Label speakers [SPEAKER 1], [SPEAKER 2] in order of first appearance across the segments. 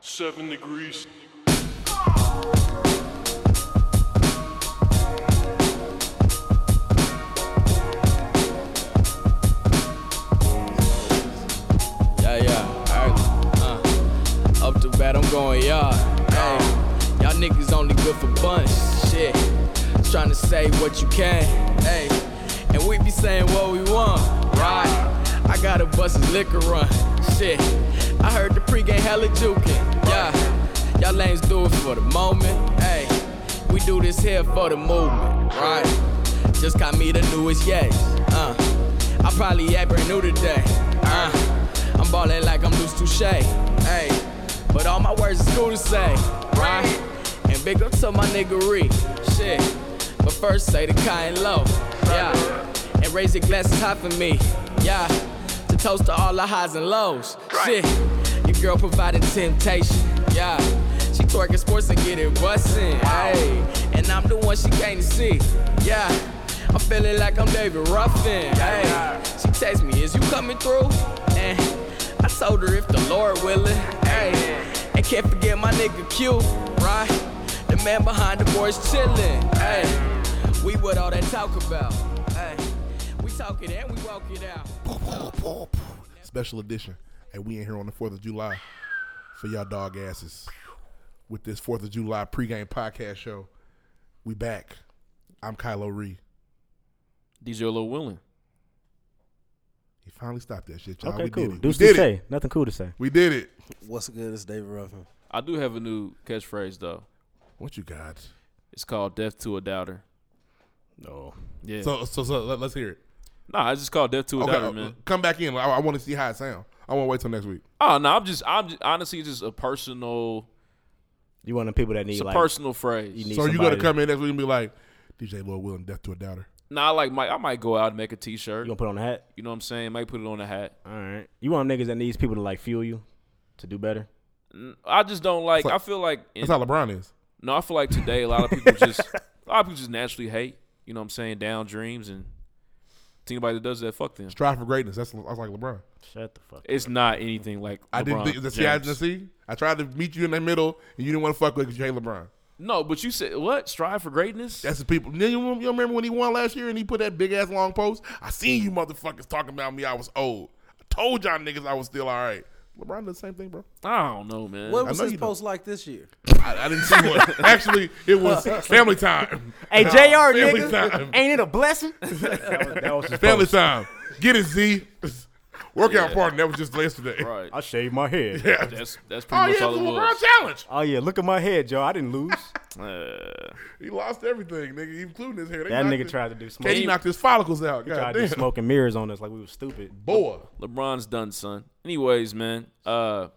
[SPEAKER 1] Seven degrees.
[SPEAKER 2] Yeah, yeah. All right. Uh, up to bat, I'm going yard. Hey, y'all niggas only good for bunch. Shit. Trying to say what you can. Hey, and we be saying what we want. Right. I got a bus's liquor run. Shit. I heard the pregame hella jukin'. Yeah. Y'all lanes do it for the moment. Hey, we do this here for the movement. Right. Just got me the newest yes. Uh, I probably act brand new today. Uh, I'm ballin' like I'm loose touche. Hey, but all my words is cool to say, right? And big up to my niggery, shit. But first say the kind low, yeah. And raise your glasses high for me, yeah. To toast to all the highs and lows, shit. Your girl provided temptation, yeah. She twerking sports and get it bustin', hey. And I'm the one she came to see, yeah. I'm feeling like I'm David Ruffin. Hey, she text me, is you coming through? And I told her if the Lord willing. Hey, and can't forget my nigga Q, right? The man behind the boys chillin'. Hey, we what all that talk about. Hey, we talk it and we walk it out.
[SPEAKER 3] Special edition. And we in here on the 4th of July for y'all dog asses with this 4th of July pregame podcast show. We back. I'm Kylo Ree.
[SPEAKER 4] DJ Lil Willin.
[SPEAKER 3] He finally stopped that shit, y'all.
[SPEAKER 5] Okay,
[SPEAKER 3] we
[SPEAKER 5] cool.
[SPEAKER 3] did it.
[SPEAKER 5] Deuce
[SPEAKER 3] we
[SPEAKER 5] to
[SPEAKER 3] did
[SPEAKER 5] say.
[SPEAKER 3] it.
[SPEAKER 5] Nothing cool to say.
[SPEAKER 3] We did it.
[SPEAKER 6] What's good? It's David Ruffin.
[SPEAKER 4] I do have a new catchphrase though.
[SPEAKER 3] What you got?
[SPEAKER 4] It's called "Death to a Doubter."
[SPEAKER 3] No.
[SPEAKER 4] Yeah.
[SPEAKER 3] So so so let, us hear it.
[SPEAKER 4] nah, it's just called "Death to a
[SPEAKER 3] Okay,
[SPEAKER 4] Doubter,"
[SPEAKER 3] uh,
[SPEAKER 4] man.
[SPEAKER 3] come back in. I, I want to see how it sound. I want to wait till next week.
[SPEAKER 4] Oh no, I'm just, I'm just, honestly it's just a personal,
[SPEAKER 5] You one of the people that need
[SPEAKER 4] it's a
[SPEAKER 5] like
[SPEAKER 4] personal phrase.
[SPEAKER 5] you need
[SPEAKER 3] so
[SPEAKER 5] somebody.
[SPEAKER 3] you gonna come in next week and be like, DJ Lord Willing, death to a doubter.
[SPEAKER 4] Nah, I like might, I might go out and make a T-shirt.
[SPEAKER 5] You gonna put on a hat?
[SPEAKER 4] You know what I'm saying? Might put it on a hat.
[SPEAKER 5] All right. You want niggas that needs people to like fuel you to do better?
[SPEAKER 4] N- I just don't like.
[SPEAKER 3] That's
[SPEAKER 4] I
[SPEAKER 3] like-
[SPEAKER 4] feel like in-
[SPEAKER 3] That's how LeBron is.
[SPEAKER 4] no, I feel like today a lot of people just a lot of people just naturally hate. You know what I'm saying? Down dreams and to anybody that does that, fuck them.
[SPEAKER 3] Strive for greatness. That's that's like LeBron.
[SPEAKER 5] Shut the fuck.
[SPEAKER 4] It's not anything like
[SPEAKER 3] I didn't
[SPEAKER 4] LeBron
[SPEAKER 3] think. See, I
[SPEAKER 4] James.
[SPEAKER 3] didn't see. I tried to meet you in the middle, and you didn't want to fuck with because you hate LeBron.
[SPEAKER 4] No, but you said what? Strive for greatness.
[SPEAKER 3] That's the people. You, you remember when he won last year and he put that big ass long post? I seen you motherfuckers talking about me. I was old. I told y'all niggas I was still all right. LeBron does the same thing, bro.
[SPEAKER 4] I don't know, man.
[SPEAKER 6] What was
[SPEAKER 3] know
[SPEAKER 6] his
[SPEAKER 3] you don't.
[SPEAKER 6] post like this year?
[SPEAKER 3] I, I didn't see one. Actually, it was family time.
[SPEAKER 5] Hey, JR,
[SPEAKER 3] Family
[SPEAKER 5] nigga.
[SPEAKER 3] time.
[SPEAKER 5] Ain't it a blessing? that was, that was his
[SPEAKER 3] Family
[SPEAKER 5] post.
[SPEAKER 3] time. Get it, Z. Workout party. That was just yesterday.
[SPEAKER 4] Right.
[SPEAKER 5] I shaved my head.
[SPEAKER 4] That's that's
[SPEAKER 3] Oh
[SPEAKER 4] pretty much
[SPEAKER 3] yeah,
[SPEAKER 4] all
[SPEAKER 3] the
[SPEAKER 4] it
[SPEAKER 3] LeBron
[SPEAKER 4] was.
[SPEAKER 3] challenge.
[SPEAKER 5] Oh yeah, look at my head, y'all. I didn't lose.
[SPEAKER 4] Uh,
[SPEAKER 3] He lost everything, nigga, including his hair. They
[SPEAKER 5] That
[SPEAKER 3] knocked
[SPEAKER 5] nigga
[SPEAKER 3] it-
[SPEAKER 5] tried to do smoke.
[SPEAKER 3] Katie
[SPEAKER 5] He
[SPEAKER 3] knocked his follicles out. God
[SPEAKER 5] tried to
[SPEAKER 3] damn.
[SPEAKER 5] do smoking mirrors on us like we was stupid.
[SPEAKER 3] Boy.
[SPEAKER 4] LeBron's done, son. Anyways, man. Uh,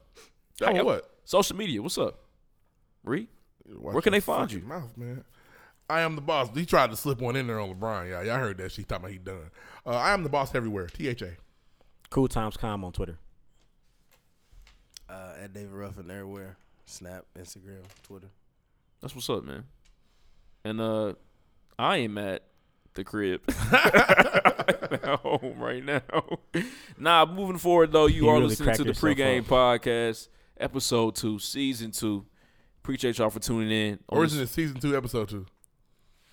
[SPEAKER 3] Oh, what?
[SPEAKER 4] social media. What's up, Ree?
[SPEAKER 3] Watch
[SPEAKER 4] Where can
[SPEAKER 3] your
[SPEAKER 4] they find
[SPEAKER 3] fucking
[SPEAKER 4] you?
[SPEAKER 3] Mouth, man. I am the boss. He tried to slip one in there on LeBron. Y'all, y'all heard that. She talking about he done. Uh, I am the boss everywhere. THA.
[SPEAKER 5] Cool times calm on Twitter.
[SPEAKER 6] Uh, at David Ruffin everywhere. Snap, Instagram, Twitter.
[SPEAKER 4] That's what's up, man. And uh, I am at the crib at home right now. Nah, moving forward though, you
[SPEAKER 5] You
[SPEAKER 4] are
[SPEAKER 5] really
[SPEAKER 4] listening to the
[SPEAKER 5] cracked
[SPEAKER 4] pregame
[SPEAKER 5] yourself
[SPEAKER 4] podcast, episode two, season two. Appreciate y'all for tuning in.
[SPEAKER 3] Or is it season two, episode two?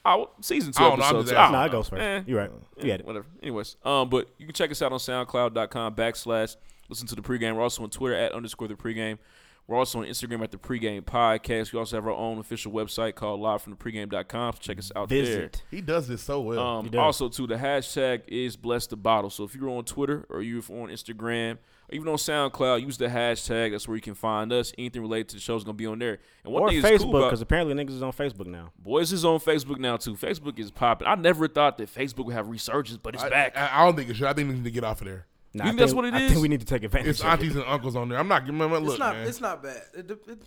[SPEAKER 4] Oh, season two,
[SPEAKER 3] I don't know, I'm
[SPEAKER 4] episode
[SPEAKER 3] just
[SPEAKER 4] two.
[SPEAKER 3] asking.
[SPEAKER 5] Nah,
[SPEAKER 4] Oh,
[SPEAKER 5] I goes first.
[SPEAKER 4] eh.
[SPEAKER 5] You right. You had it.
[SPEAKER 4] Whatever. Anyways, um, but you can check us out on SoundCloud.com backslash listen to the pregame. We're also on Twitter at underscore the pregame. We're also on Instagram at the pregame podcast. We also have our own official website called live from the pregame.com. So check us out
[SPEAKER 5] Visit.
[SPEAKER 3] He does this so well.
[SPEAKER 4] there. Um,
[SPEAKER 5] He does.
[SPEAKER 4] also, too, the hashtag is bless the bottle. So if you're on Twitter or you're on Instagram or even on SoundCloud, use the hashtag. That's where you can find us. Anything related to the show is gonna be on there. And one
[SPEAKER 5] Or
[SPEAKER 4] thing
[SPEAKER 5] Facebook,
[SPEAKER 4] is cool about-
[SPEAKER 5] because apparently niggas is on Facebook now.
[SPEAKER 4] boys is on Facebook now too. Facebook is popping. I never thought that Facebook would have resurgence, but it's
[SPEAKER 3] I,
[SPEAKER 4] back.
[SPEAKER 3] I, I don't think it should. I think we need to get off of there.
[SPEAKER 5] Nah,
[SPEAKER 4] You
[SPEAKER 5] I
[SPEAKER 4] think that's
[SPEAKER 5] think-
[SPEAKER 4] what it
[SPEAKER 5] I
[SPEAKER 4] is?
[SPEAKER 5] think we need to take advantage.
[SPEAKER 3] It's
[SPEAKER 5] of it.
[SPEAKER 3] aunties and uncles on there. I'm not giving them a look.
[SPEAKER 6] it's not.
[SPEAKER 3] man.
[SPEAKER 6] It's not bad. It, de- it,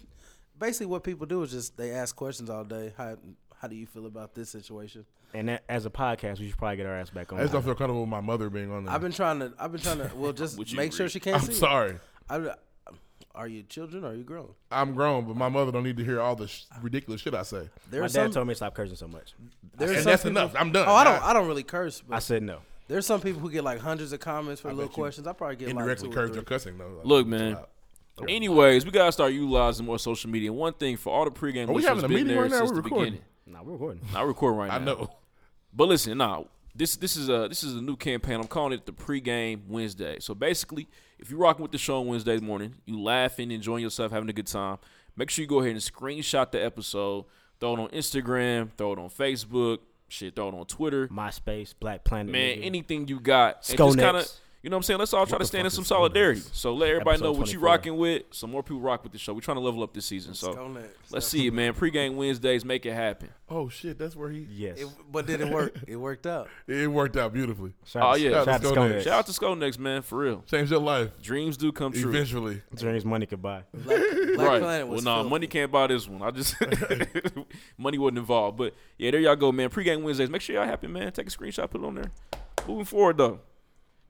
[SPEAKER 6] basically, what people do is just they ask questions all day. How How do you feel about this situation?
[SPEAKER 5] And that, as a podcast, we should probably get our ass back on.
[SPEAKER 3] I just
[SPEAKER 5] that.
[SPEAKER 3] don't feel comfortable with my mother being on there.
[SPEAKER 6] I've been trying to. I've been trying to. Well, just
[SPEAKER 4] Would you
[SPEAKER 6] make sure
[SPEAKER 4] agree?
[SPEAKER 6] she can't
[SPEAKER 3] I'm
[SPEAKER 6] see. it.
[SPEAKER 3] sorry.
[SPEAKER 6] I, are you children? Or are you grown?
[SPEAKER 3] I'm grown, but my mother don't need to hear all the sh- ridiculous shit I say.
[SPEAKER 6] There
[SPEAKER 5] My
[SPEAKER 6] are
[SPEAKER 5] dad
[SPEAKER 6] some.
[SPEAKER 5] told me to stop cursing so much.
[SPEAKER 6] there are
[SPEAKER 3] and
[SPEAKER 6] some
[SPEAKER 3] that's
[SPEAKER 6] people-
[SPEAKER 3] enough. I'm done.
[SPEAKER 6] Oh, I don't.
[SPEAKER 3] Now,
[SPEAKER 6] I don't really curse. But
[SPEAKER 5] I said no.
[SPEAKER 6] There's some people who get like hundreds of comments for little questions. I probably get like
[SPEAKER 3] indirectly
[SPEAKER 6] two or
[SPEAKER 3] encourage
[SPEAKER 6] three.
[SPEAKER 3] your cussing though. Like,
[SPEAKER 4] Look, man, Anyways, we gotta start utilizing more social media. One thing for all the pregame.
[SPEAKER 3] Are we
[SPEAKER 4] listeners
[SPEAKER 3] having a
[SPEAKER 4] been
[SPEAKER 3] meeting
[SPEAKER 4] there
[SPEAKER 3] right now?
[SPEAKER 4] since
[SPEAKER 3] We
[SPEAKER 4] the
[SPEAKER 3] recording?
[SPEAKER 4] beginning.
[SPEAKER 5] Nah, we're recording.
[SPEAKER 4] I record right now.
[SPEAKER 3] I know.
[SPEAKER 4] But listen, nah, this this is a this is a new campaign. I'm calling it the pregame Wednesday. So basically, if you're rocking with the show on Wednesday morning, you laughing, enjoying yourself, having a good time. Make sure you go ahead and screenshot the episode, throw it on Instagram, throw it on Facebook, shit, throw it on Twitter,
[SPEAKER 5] MySpace, Black Planet.
[SPEAKER 4] man,
[SPEAKER 5] nigga.
[SPEAKER 4] anything you got. And
[SPEAKER 5] Skonex.
[SPEAKER 4] just kind of, you know what I'm saying? Let's all try
[SPEAKER 5] What
[SPEAKER 4] to
[SPEAKER 5] the
[SPEAKER 4] stand
[SPEAKER 5] fuck
[SPEAKER 4] in some
[SPEAKER 5] is Skonex?
[SPEAKER 4] solidarity. So let everybody
[SPEAKER 5] Episode
[SPEAKER 4] know what you
[SPEAKER 5] 24.
[SPEAKER 4] rocking with. Some more people rock with the show. We're trying to level up this season. So
[SPEAKER 6] Skonex.
[SPEAKER 4] let's see it, man. Pregame Wednesdays, make it happen.
[SPEAKER 3] Oh shit, that's where he.
[SPEAKER 5] Yes.
[SPEAKER 6] It, but did it work? It worked out.
[SPEAKER 3] It worked out beautifully.
[SPEAKER 5] Shout out
[SPEAKER 4] Oh,
[SPEAKER 5] to-
[SPEAKER 4] yeah.
[SPEAKER 5] Shout out to
[SPEAKER 3] Shout out to Skonex.
[SPEAKER 5] Skonex.
[SPEAKER 4] Shout out to Skonex, man, for real.
[SPEAKER 3] Changed your life
[SPEAKER 4] Dreams do come true.
[SPEAKER 3] eventually.
[SPEAKER 5] Dreams money could buy.
[SPEAKER 6] Black, Black
[SPEAKER 4] right.
[SPEAKER 6] Planet was
[SPEAKER 4] well, nah,
[SPEAKER 6] filthy.
[SPEAKER 4] money can't buy this one. I just money wasn't involved. But yeah, there y'all go, man. Pre-game Wednesdays. Make sure y'all happy, man. Take a screenshot, put it on there. Moving forward though.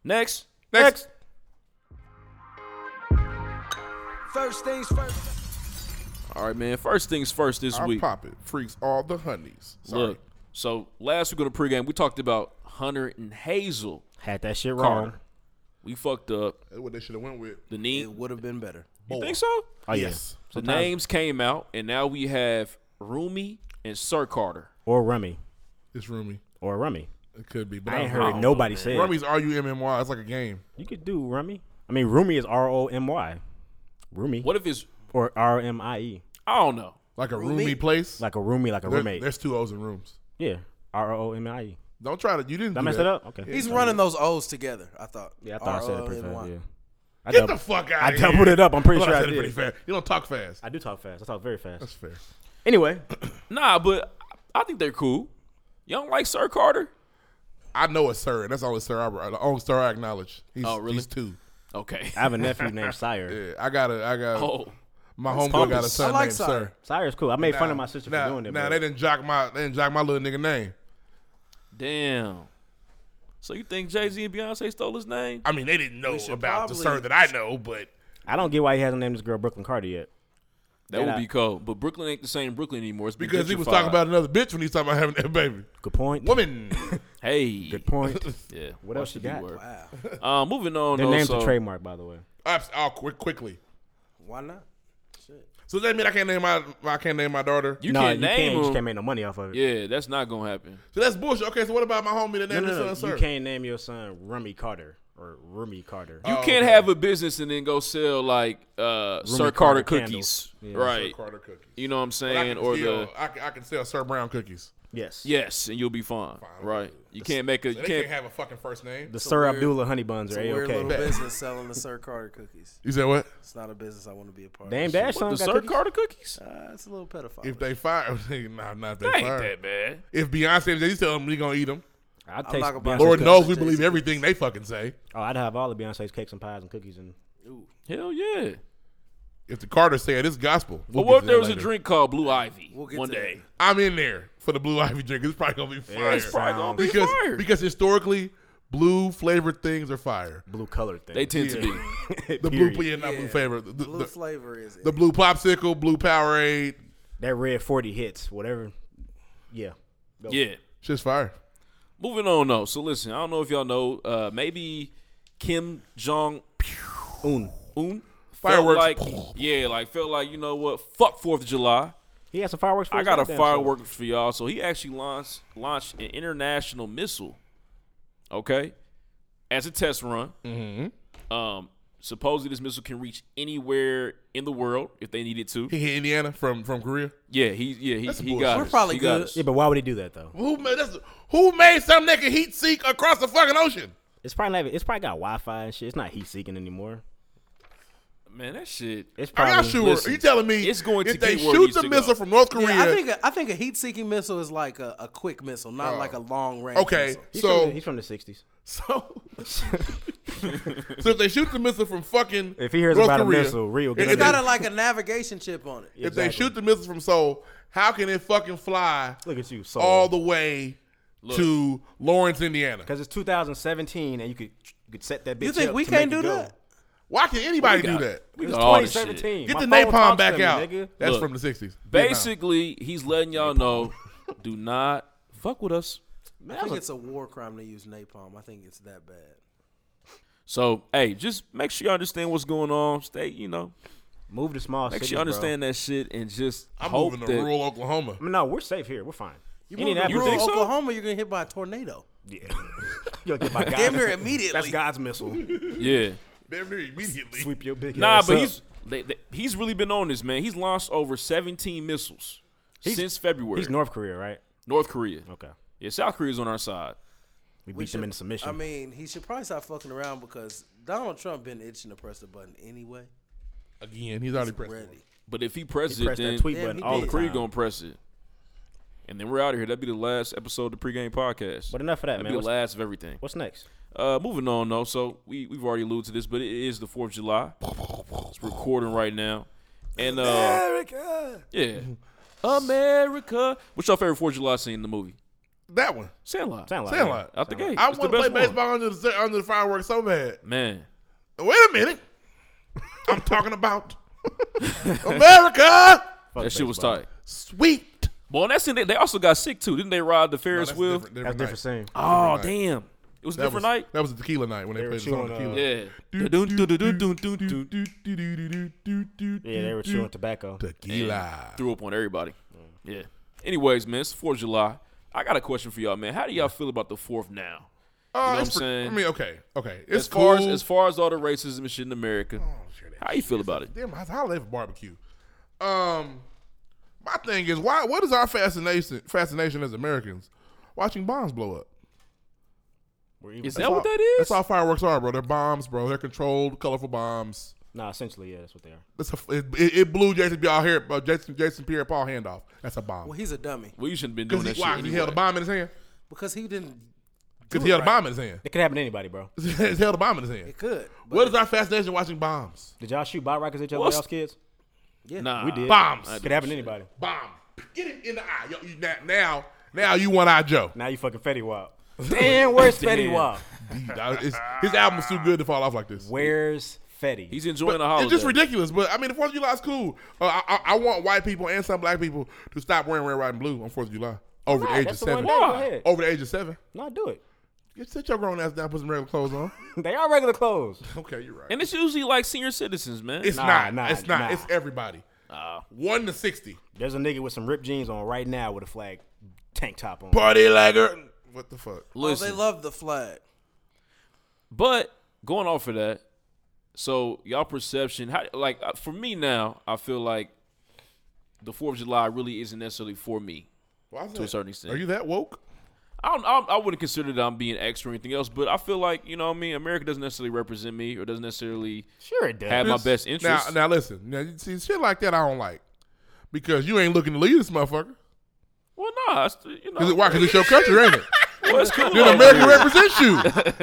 [SPEAKER 4] Next. Next.
[SPEAKER 6] First things first.
[SPEAKER 4] All right, man. First things first this
[SPEAKER 3] I
[SPEAKER 4] week.
[SPEAKER 3] pop it. Freaks all the honeys. Sorry.
[SPEAKER 4] Look. So last week on the pregame, we talked about Hunter and Hazel.
[SPEAKER 5] Had that shit wrong.
[SPEAKER 4] Carter. We fucked up
[SPEAKER 3] That's what they should have went with.
[SPEAKER 4] the name.
[SPEAKER 6] It would have been better.
[SPEAKER 4] You think so?
[SPEAKER 5] Oh yeah.
[SPEAKER 3] Yes.
[SPEAKER 4] The names came out, and now we have Rumi and Sir Carter.
[SPEAKER 5] Or Rummy.
[SPEAKER 3] It's Rumi.
[SPEAKER 5] Or Rummy.
[SPEAKER 3] It could be. But
[SPEAKER 5] I ain't
[SPEAKER 3] don't know.
[SPEAKER 5] heard nobody say it.
[SPEAKER 3] Rummy's R U M M Y. It's like a game.
[SPEAKER 5] You could do Rummy. I mean, Roomy is R O M Y. Roomy.
[SPEAKER 4] What if it's
[SPEAKER 5] Or R M I E.
[SPEAKER 4] I don't know.
[SPEAKER 3] Like a roomy place.
[SPEAKER 5] Like a roomie, like a
[SPEAKER 3] There-
[SPEAKER 5] roommate.
[SPEAKER 3] There's two O's in rooms.
[SPEAKER 5] Yeah. R O M I E.
[SPEAKER 3] Don't try to. You didn't.
[SPEAKER 5] Did I
[SPEAKER 3] do
[SPEAKER 5] mess
[SPEAKER 3] that.
[SPEAKER 5] that up? Okay.
[SPEAKER 6] He's running those O's together. I thought.
[SPEAKER 5] Yeah, I thought I said it pretty
[SPEAKER 6] R-O-N-Y.
[SPEAKER 5] fast. Yeah. I
[SPEAKER 3] Get
[SPEAKER 5] dub-
[SPEAKER 3] the fuck out.
[SPEAKER 5] I doubled it up. I'm pretty
[SPEAKER 3] Well,
[SPEAKER 5] sure
[SPEAKER 3] I
[SPEAKER 5] I
[SPEAKER 3] said it pretty
[SPEAKER 5] did.
[SPEAKER 3] fast. You don't talk fast.
[SPEAKER 5] I do talk fast. I talk very fast.
[SPEAKER 3] That's fair.
[SPEAKER 5] Anyway,
[SPEAKER 4] Nah, but I I think they're cool. You don't like Sir Carter?
[SPEAKER 3] I know it's sir, and that's the only sir I the only sir I acknowledge. He's,
[SPEAKER 4] Oh, really?
[SPEAKER 3] He's two.
[SPEAKER 4] Okay.
[SPEAKER 5] I have a nephew named Sire.
[SPEAKER 3] Yeah, I got a. I got.
[SPEAKER 4] Oh,
[SPEAKER 3] my homeboy got a son
[SPEAKER 6] I like
[SPEAKER 3] named
[SPEAKER 6] sir.
[SPEAKER 3] Sir.
[SPEAKER 5] Sire's cool. I made fun of my sister
[SPEAKER 3] now,
[SPEAKER 5] for doing that.
[SPEAKER 3] Now
[SPEAKER 5] but-
[SPEAKER 3] they didn't jock my they didn't jock my little nigga name.
[SPEAKER 4] damn. So you think Jay Z and Beyonce stole his name?
[SPEAKER 3] I mean, they didn't know
[SPEAKER 6] should
[SPEAKER 3] about the sir
[SPEAKER 6] probably-
[SPEAKER 3] that I know, but
[SPEAKER 5] I don't get why he hasn't named this girl Brooklyn Carter yet.
[SPEAKER 4] That would
[SPEAKER 5] I-
[SPEAKER 4] be cool. But Brooklyn ain't the same Brooklyn anymore. It's been
[SPEAKER 3] because he was
[SPEAKER 4] gentrified.
[SPEAKER 3] talking about another bitch when he's talking about having that baby
[SPEAKER 5] Good point.
[SPEAKER 3] woman.
[SPEAKER 4] hey.
[SPEAKER 5] Good point.
[SPEAKER 4] Yeah.
[SPEAKER 5] What
[SPEAKER 4] watch
[SPEAKER 5] else you
[SPEAKER 4] the B
[SPEAKER 5] got?
[SPEAKER 4] word.
[SPEAKER 6] Wow.
[SPEAKER 4] Uh, moving on.
[SPEAKER 5] Their
[SPEAKER 4] Though,
[SPEAKER 5] name's
[SPEAKER 4] so,
[SPEAKER 5] a trademark, by the way.
[SPEAKER 3] Ops, all oh, quick quickly.
[SPEAKER 6] Why not?
[SPEAKER 3] So does that mean I can't name my I can't name my daughter?
[SPEAKER 4] You
[SPEAKER 5] no,
[SPEAKER 4] can't
[SPEAKER 5] you
[SPEAKER 4] name
[SPEAKER 5] can't. You just
[SPEAKER 4] him.
[SPEAKER 5] can't make no money off of it.
[SPEAKER 4] yeah, that's not gonna happen.
[SPEAKER 3] So that's bullshit. Okay, so what about my homie that
[SPEAKER 5] no,
[SPEAKER 3] named
[SPEAKER 5] no, no.
[SPEAKER 3] his son
[SPEAKER 5] You
[SPEAKER 3] sir?
[SPEAKER 5] can't name your son Rummy Carter or Rummy Carter.
[SPEAKER 4] You
[SPEAKER 3] Oh,
[SPEAKER 4] can't
[SPEAKER 3] okay.
[SPEAKER 4] have a business and then go sell like uh, Sir Carter,
[SPEAKER 5] Carter
[SPEAKER 4] cookies,
[SPEAKER 5] candles. Yeah.
[SPEAKER 4] right?
[SPEAKER 3] Carter cookies.
[SPEAKER 4] You know what I'm
[SPEAKER 3] I
[SPEAKER 4] saying?
[SPEAKER 3] can
[SPEAKER 4] Or
[SPEAKER 3] still,
[SPEAKER 4] the
[SPEAKER 3] I, can, I can sell Sir Brown cookies.
[SPEAKER 5] yes.
[SPEAKER 4] yes, and you'll be fine, right? You can't make a you
[SPEAKER 3] They can't
[SPEAKER 4] can't
[SPEAKER 3] have a fucking first name.
[SPEAKER 5] The Sir
[SPEAKER 6] weird-
[SPEAKER 5] Abdullah Honey Buns
[SPEAKER 6] It's
[SPEAKER 5] are
[SPEAKER 6] a weird little
[SPEAKER 5] A-OK.
[SPEAKER 6] business selling the Sir Carter cookies.
[SPEAKER 3] You said what?
[SPEAKER 6] It's not a business I want to be a part
[SPEAKER 5] Damn
[SPEAKER 6] of.
[SPEAKER 5] Dash
[SPEAKER 4] what,
[SPEAKER 5] son
[SPEAKER 4] the
[SPEAKER 5] got
[SPEAKER 4] Sir
[SPEAKER 5] cookies?
[SPEAKER 4] Carter cookies.
[SPEAKER 6] Uh, it's a little pedophile.
[SPEAKER 3] If they fire, nah, not if they
[SPEAKER 4] That ain't
[SPEAKER 3] fire.
[SPEAKER 4] that bad.
[SPEAKER 3] If Beyonce, if they tell them we gonna eat them.
[SPEAKER 5] I'd
[SPEAKER 6] I'm
[SPEAKER 5] taste
[SPEAKER 6] not gonna buy
[SPEAKER 5] Beyonce's
[SPEAKER 3] Lord
[SPEAKER 6] Because
[SPEAKER 3] knows
[SPEAKER 6] of
[SPEAKER 3] we
[SPEAKER 6] Jay-Z.
[SPEAKER 3] believe everything they fucking say.
[SPEAKER 5] Oh, I'd have all of Beyonce's cakes and pies and cookies and
[SPEAKER 4] Hell yeah.
[SPEAKER 3] If the Carter said it's gospel,
[SPEAKER 4] But
[SPEAKER 3] we'll
[SPEAKER 4] what if
[SPEAKER 3] get to that
[SPEAKER 4] there was a
[SPEAKER 3] later.
[SPEAKER 4] drink called Blue Ivy
[SPEAKER 6] We'll get
[SPEAKER 4] one
[SPEAKER 6] to
[SPEAKER 4] day?
[SPEAKER 3] I'm in there for the blue ivy drink. It's probably gonna be fire.
[SPEAKER 4] It's probably gonna be
[SPEAKER 3] because
[SPEAKER 4] fire.
[SPEAKER 3] because historically, blue flavored things are fire.
[SPEAKER 5] blue colored things.
[SPEAKER 4] they tend to
[SPEAKER 3] Yeah.
[SPEAKER 4] be.
[SPEAKER 3] The blue,
[SPEAKER 5] Period.
[SPEAKER 3] yeah, not blue
[SPEAKER 6] Yeah.
[SPEAKER 3] favorite. The, the,
[SPEAKER 6] blue
[SPEAKER 3] the-
[SPEAKER 6] flavor is it?
[SPEAKER 3] the blue popsicle, blue Powerade,
[SPEAKER 5] That red forty hits whatever. Yeah. Go.
[SPEAKER 4] Yeah.
[SPEAKER 3] shit's fire.
[SPEAKER 4] Moving on though. So listen, I don't know if y'all know. Uh, maybe Kim Jong
[SPEAKER 5] Un.
[SPEAKER 4] Un
[SPEAKER 3] Fireworks.
[SPEAKER 4] Like, yeah, like felt like you know what? Fuck Fourth of July.
[SPEAKER 5] He had some fireworks. For
[SPEAKER 4] I
[SPEAKER 5] his
[SPEAKER 4] got a
[SPEAKER 5] goddamn self.
[SPEAKER 4] fireworks for y'all. So he actually launched launched an international missile. Okay, as a test run. Mm-hmm. Um, supposedly this missile can reach anywhere in the world if they needed to.
[SPEAKER 3] He hit Indiana from from Korea.
[SPEAKER 4] Yeah, he yeah he, he
[SPEAKER 3] bullshit.
[SPEAKER 4] got
[SPEAKER 6] We're
[SPEAKER 4] us.
[SPEAKER 6] probably
[SPEAKER 4] He got
[SPEAKER 6] good.
[SPEAKER 4] us.
[SPEAKER 5] Yeah, but why would he do that though?
[SPEAKER 3] Who made that's, who made something that can heat seek across the fucking ocean?
[SPEAKER 5] It's probably not, it's probably got Wi Fi and shit. It's not heat seeking anymore.
[SPEAKER 4] Man, that shit.
[SPEAKER 5] It's
[SPEAKER 3] Are
[SPEAKER 5] probably
[SPEAKER 3] y'all sure?
[SPEAKER 4] listen,
[SPEAKER 3] Are you telling me
[SPEAKER 4] it's going
[SPEAKER 3] if
[SPEAKER 4] to
[SPEAKER 3] they
[SPEAKER 4] get where it
[SPEAKER 3] shoot
[SPEAKER 4] needs
[SPEAKER 3] the
[SPEAKER 4] to
[SPEAKER 3] missile
[SPEAKER 4] go.
[SPEAKER 3] from North Korea?
[SPEAKER 6] yeah, I think a, I think a heat-seeking missile is like a, a quick missile, not like a long range.
[SPEAKER 3] Oh. okay,
[SPEAKER 6] missile.
[SPEAKER 5] He's
[SPEAKER 3] so
[SPEAKER 5] from the, he's from the '60s.
[SPEAKER 3] So, so if they shoot the missile from fucking
[SPEAKER 5] If he hears
[SPEAKER 3] North
[SPEAKER 5] about a
[SPEAKER 3] Korea,
[SPEAKER 5] missile, Rio
[SPEAKER 3] if,
[SPEAKER 5] get
[SPEAKER 6] It's
[SPEAKER 5] on
[SPEAKER 6] got
[SPEAKER 3] they,
[SPEAKER 5] it.
[SPEAKER 6] a, like a navigation chip on it.
[SPEAKER 3] if they
[SPEAKER 5] Exactly.
[SPEAKER 3] shoot the missile from Seoul, how can it fucking fly
[SPEAKER 5] Look at you, so
[SPEAKER 3] all the way to Lawrence, Indiana?
[SPEAKER 5] because it's 2017 and you could you could set that bitch.
[SPEAKER 6] You think
[SPEAKER 5] up
[SPEAKER 6] we
[SPEAKER 5] to make
[SPEAKER 6] can't
[SPEAKER 5] it
[SPEAKER 6] do
[SPEAKER 5] go.
[SPEAKER 6] that?
[SPEAKER 3] Why can anybody
[SPEAKER 4] We
[SPEAKER 3] do
[SPEAKER 4] got-
[SPEAKER 3] that?
[SPEAKER 4] we
[SPEAKER 5] It was
[SPEAKER 4] got all this Oh, shit.
[SPEAKER 5] 2017.
[SPEAKER 3] Get
[SPEAKER 5] My
[SPEAKER 3] the
[SPEAKER 5] phone
[SPEAKER 3] napalm
[SPEAKER 5] talked
[SPEAKER 3] back
[SPEAKER 5] to me,
[SPEAKER 3] out.
[SPEAKER 5] nigga.
[SPEAKER 3] That's
[SPEAKER 4] Look,
[SPEAKER 3] from the sixties.
[SPEAKER 4] Basically, he's letting y'all know, do not fuck with us.
[SPEAKER 6] I think it's a war crime to use napalm. I think it's that bad.
[SPEAKER 4] So, hey, just make sure you understand what's going on. Stay, you know,
[SPEAKER 5] Move to small
[SPEAKER 4] make
[SPEAKER 5] cities.
[SPEAKER 4] sure you understand that shit and just
[SPEAKER 3] I'm
[SPEAKER 4] hope
[SPEAKER 3] moving to
[SPEAKER 4] that
[SPEAKER 3] rural Oklahoma.
[SPEAKER 5] Bro. I mean, no, we're safe here. We're fine.
[SPEAKER 6] You move to
[SPEAKER 5] Indianapolis.
[SPEAKER 6] rural
[SPEAKER 4] think so?
[SPEAKER 6] Oklahoma, you're gonna hit by a tornado.
[SPEAKER 5] Yeah. You'll get my God's,
[SPEAKER 6] Damn near immediately.
[SPEAKER 5] That's God's missile.
[SPEAKER 4] yeah.
[SPEAKER 3] Damn near immediately.
[SPEAKER 5] Sweep your big
[SPEAKER 4] Nah,
[SPEAKER 5] ass
[SPEAKER 4] but
[SPEAKER 5] up.
[SPEAKER 4] he's they, they, he's really been on this, man. He's launched over 17 missiles since February.
[SPEAKER 5] he's North Korea, right?
[SPEAKER 4] North Korea.
[SPEAKER 5] Okay.
[SPEAKER 4] Yeah, South Korea's on our side.
[SPEAKER 5] We beat
[SPEAKER 6] We
[SPEAKER 5] them
[SPEAKER 6] should-
[SPEAKER 5] into submission.
[SPEAKER 6] I mean, he should probably stop fucking around because Donald Trump been itching to press the button anyway.
[SPEAKER 3] Again, he's already pressed.
[SPEAKER 6] Ready.
[SPEAKER 4] But if he presses it,
[SPEAKER 5] press
[SPEAKER 4] then
[SPEAKER 5] that tweet
[SPEAKER 6] Damn,
[SPEAKER 5] button
[SPEAKER 6] he
[SPEAKER 5] all
[SPEAKER 6] did.
[SPEAKER 5] the
[SPEAKER 4] North Korea
[SPEAKER 5] time.
[SPEAKER 4] gonna press it. And then we're out of here. That'd be the last episode of the pregame podcast.
[SPEAKER 5] But enough of that,
[SPEAKER 4] That'd
[SPEAKER 5] man.
[SPEAKER 4] be the
[SPEAKER 5] What's,
[SPEAKER 4] last of everything.
[SPEAKER 5] what's next?
[SPEAKER 4] Uh, moving on though, so we we've already alluded to this, but it is the Fourth of July. It's recording right now, and uh, America, yeah, America. What's your favorite Fourth of July scene in the movie?
[SPEAKER 3] That one.
[SPEAKER 4] Sandlot.
[SPEAKER 5] Sound like
[SPEAKER 3] Sandlot.
[SPEAKER 4] Out the gate.
[SPEAKER 3] I
[SPEAKER 4] It's the
[SPEAKER 3] want to play
[SPEAKER 4] best one.
[SPEAKER 3] baseball under the under the fireworks so bad.
[SPEAKER 4] Man,
[SPEAKER 3] Wait a minute. I'm talking about America.
[SPEAKER 5] Fuck
[SPEAKER 4] that shit was
[SPEAKER 5] baseball.
[SPEAKER 4] tight.
[SPEAKER 3] Sweet.
[SPEAKER 4] Well, and that scene they, they also got sick too, didn't they? Ride the Ferris wheel.
[SPEAKER 5] That's a different scene.
[SPEAKER 4] Oh
[SPEAKER 3] night.
[SPEAKER 4] damn, it was a
[SPEAKER 3] That
[SPEAKER 4] different
[SPEAKER 3] was,
[SPEAKER 4] night.
[SPEAKER 3] That was a tequila night when they,
[SPEAKER 5] They were
[SPEAKER 3] played the song
[SPEAKER 5] chewing, uh,
[SPEAKER 3] tequila.
[SPEAKER 4] Yeah.
[SPEAKER 5] Yeah, they were chewing tobacco.
[SPEAKER 3] Tequila.
[SPEAKER 4] Threw up on everybody. Yeah. Anyways, man, it's Fourth of July. I got a question for y'all, man. How do y'all feel about the Fourth now?
[SPEAKER 3] Oh,
[SPEAKER 4] what
[SPEAKER 3] it's
[SPEAKER 4] I'm
[SPEAKER 3] pre-
[SPEAKER 4] saying?
[SPEAKER 3] I mean, okay, okay. It's
[SPEAKER 4] As far as
[SPEAKER 3] cool. Oh,
[SPEAKER 4] as far as all the racism and shit in America, how you feel about it?
[SPEAKER 3] Damn, I, I live for barbecue. Um, my thing is, why? What is our fascination? Fascination as Americans, watching bombs blow up.
[SPEAKER 5] We're even-
[SPEAKER 4] Is that what that is?
[SPEAKER 3] That's all fireworks are, bro. They're bombs, bro. They're controlled, colorful bombs.
[SPEAKER 5] Nah, essentially, yeah, that's what they are.
[SPEAKER 3] That's a, it, it, it blew Jason Pierre here, but Jason Jason Pierre Paul handoff. That's a bomb.
[SPEAKER 6] Well, he's a dummy
[SPEAKER 4] Well, you shouldn't have been doing that
[SPEAKER 3] Because
[SPEAKER 4] shit.
[SPEAKER 3] he, why? 'Cause
[SPEAKER 4] Anyway.
[SPEAKER 3] he held a bomb in his hand.
[SPEAKER 6] because he didn't.
[SPEAKER 3] Because he held a bomb in his hand.
[SPEAKER 5] It could happen to anybody, bro.
[SPEAKER 3] he held a bomb in his hand.
[SPEAKER 6] It could. But
[SPEAKER 3] What is our fascination watching bombs?
[SPEAKER 5] Did y'all shoot bot rockets at y'all
[SPEAKER 4] What's-
[SPEAKER 5] y'all's kids?
[SPEAKER 4] Nah,
[SPEAKER 5] We did. Uh,
[SPEAKER 3] Bombs.
[SPEAKER 5] Could happen to anybody.
[SPEAKER 3] Bomb. Get it in the eye. Yo, you, now, now, now you one eye Joe.
[SPEAKER 5] Now you fucking Fetty Wap. Damn, where's Fetty
[SPEAKER 4] Damn.
[SPEAKER 5] Wap?
[SPEAKER 3] Dog, it's- his album's too good to fall off like this.
[SPEAKER 5] Where's Fetty?
[SPEAKER 4] He's enjoying the holiday.
[SPEAKER 3] It's just ridiculous, but I mean, the Fourth of July is cool. Uh, I, I, I want white people and some black people to stop wearing red, white, and blue on Fourth of July over
[SPEAKER 5] Right,
[SPEAKER 3] the age of
[SPEAKER 5] that's the one
[SPEAKER 3] seven.
[SPEAKER 5] day. Go ahead.
[SPEAKER 3] Over the age of seven,
[SPEAKER 5] No, do it.
[SPEAKER 3] Get- sit your grown ass down, put some regular clothes on.
[SPEAKER 5] They are regular clothes.
[SPEAKER 3] Okay, you're right.
[SPEAKER 4] And it's usually like senior citizens, man.
[SPEAKER 3] It's
[SPEAKER 5] Nah,
[SPEAKER 3] not.
[SPEAKER 5] nah,
[SPEAKER 3] it's not.
[SPEAKER 5] nah.
[SPEAKER 3] It's everybody.
[SPEAKER 4] Oh.
[SPEAKER 3] One to sixty.
[SPEAKER 5] There's a nigga with some ripped jeans on right now with a flag tank top on.
[SPEAKER 3] Party lagger. What the fuck?
[SPEAKER 6] oh,
[SPEAKER 4] Listen,
[SPEAKER 6] they love the flag.
[SPEAKER 4] But going off of that, so y'all perception, how, like uh, for me now, I feel like the Fourth of July really isn't necessarily for me.
[SPEAKER 3] Why is
[SPEAKER 4] To a
[SPEAKER 3] that?
[SPEAKER 4] certain extent.
[SPEAKER 3] Are you that woke?
[SPEAKER 4] I don't, I, I wouldn't consider that I'm being extra or anything else, but I feel like you know what I mean. America doesn't necessarily represent me or doesn't necessarily
[SPEAKER 5] Sure it does.
[SPEAKER 4] have my best interests.
[SPEAKER 3] Now, now listen. Now, you see, shit like that I don't like because you ain't looking to leave this motherfucker.
[SPEAKER 4] well, nah, it's, you know,
[SPEAKER 3] Cause it, why? Because it's your country, ain't it?
[SPEAKER 4] well, it's cool.
[SPEAKER 3] Then
[SPEAKER 4] over
[SPEAKER 3] America
[SPEAKER 4] here.
[SPEAKER 3] represents you.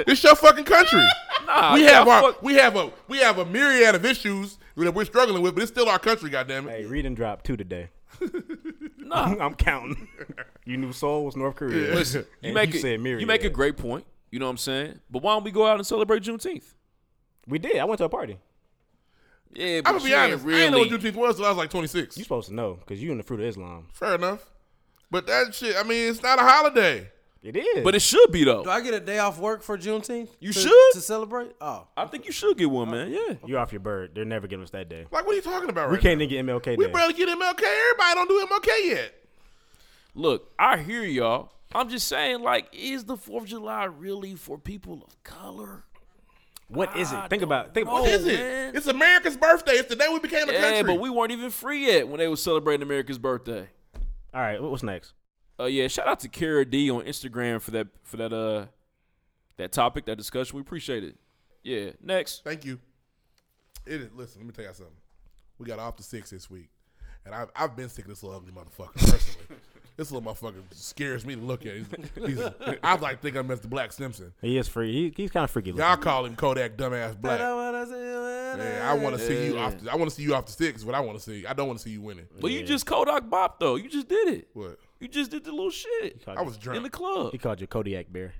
[SPEAKER 3] It's your fucking country.
[SPEAKER 4] Nah,
[SPEAKER 3] we
[SPEAKER 4] yeah,
[SPEAKER 3] have
[SPEAKER 4] I
[SPEAKER 3] our
[SPEAKER 4] fuck-
[SPEAKER 3] we have a we have a myriad of issues that we're struggling with, but it's still our country. Goddamn it!
[SPEAKER 5] Hey, Reed and drop two today.
[SPEAKER 4] nah.
[SPEAKER 5] I'm counting. you knew Seoul was North Korea.
[SPEAKER 3] Listen,
[SPEAKER 4] You
[SPEAKER 5] And
[SPEAKER 4] make
[SPEAKER 5] you
[SPEAKER 4] a,
[SPEAKER 5] said
[SPEAKER 4] you make a
[SPEAKER 5] myriad.
[SPEAKER 4] great point. You know what I'm saying? But why don't we go out and celebrate Juneteenth?
[SPEAKER 5] We did. I went to a party.
[SPEAKER 4] Yeah, but
[SPEAKER 3] I'm gonna
[SPEAKER 4] you
[SPEAKER 3] be
[SPEAKER 4] ain't
[SPEAKER 3] honest.
[SPEAKER 4] Really,
[SPEAKER 3] I didn't know what Juneteenth was until I was like 26.
[SPEAKER 5] You supposed to know because you in the fruit of Islam.
[SPEAKER 3] Fair enough, but that shit. I mean, it's not a holiday.
[SPEAKER 5] It is.
[SPEAKER 4] but it should be though.
[SPEAKER 6] Do I get a day off work for Juneteenth?
[SPEAKER 4] You
[SPEAKER 6] to,
[SPEAKER 4] should.
[SPEAKER 6] to celebrate. Oh,
[SPEAKER 4] I think you should get one, man. Yeah.
[SPEAKER 5] you off your bird. They're never giving us that day.
[SPEAKER 3] Like, what are you talking
[SPEAKER 5] We
[SPEAKER 3] about? Oh. Right
[SPEAKER 5] can't even get MLK
[SPEAKER 3] now?
[SPEAKER 5] day.
[SPEAKER 3] We barely get MLK. Everybody don't do MLK yet.
[SPEAKER 4] Look, I hear y'all. I'm just saying, like, is the Fourth of July really for people of color?
[SPEAKER 5] what is
[SPEAKER 4] I
[SPEAKER 5] it? Think about. Think
[SPEAKER 4] don't
[SPEAKER 5] about.
[SPEAKER 4] know.
[SPEAKER 5] it.
[SPEAKER 3] Is it?
[SPEAKER 4] man.
[SPEAKER 3] It's America's birthday. It's the day we became a
[SPEAKER 4] Yeah,
[SPEAKER 3] country.
[SPEAKER 4] but we weren't even free yet when they were celebrating America's birthday.
[SPEAKER 5] All right. what- What's next?
[SPEAKER 4] Uh, yeah, shout out to Kara D on Instagram for that for that uh that topic, that discussion. We appreciate it. Yeah. Next.
[SPEAKER 3] Thank you. It is. Listen, let me tell you something. We got off the six this week, and I've, I've been sick of this little ugly motherfucker personally. this little motherfucker scares me to look at. He's, he's, I like think I'm Mr. Black Simpson.
[SPEAKER 5] He is free. He, he's kind of freaky. Looking.
[SPEAKER 3] Y'all call him Kodak dumbass black. Yeah, I want to see you off. The, I want to see you off the sticks. What I want to see. I don't want to see you winning.
[SPEAKER 4] Well, you just Kodak Bop though. You just did it.
[SPEAKER 3] What?
[SPEAKER 4] You just did the little shit
[SPEAKER 5] Called
[SPEAKER 3] I was
[SPEAKER 5] you-
[SPEAKER 4] in the
[SPEAKER 3] drunk.
[SPEAKER 4] club.
[SPEAKER 5] He called you Kodiak bear.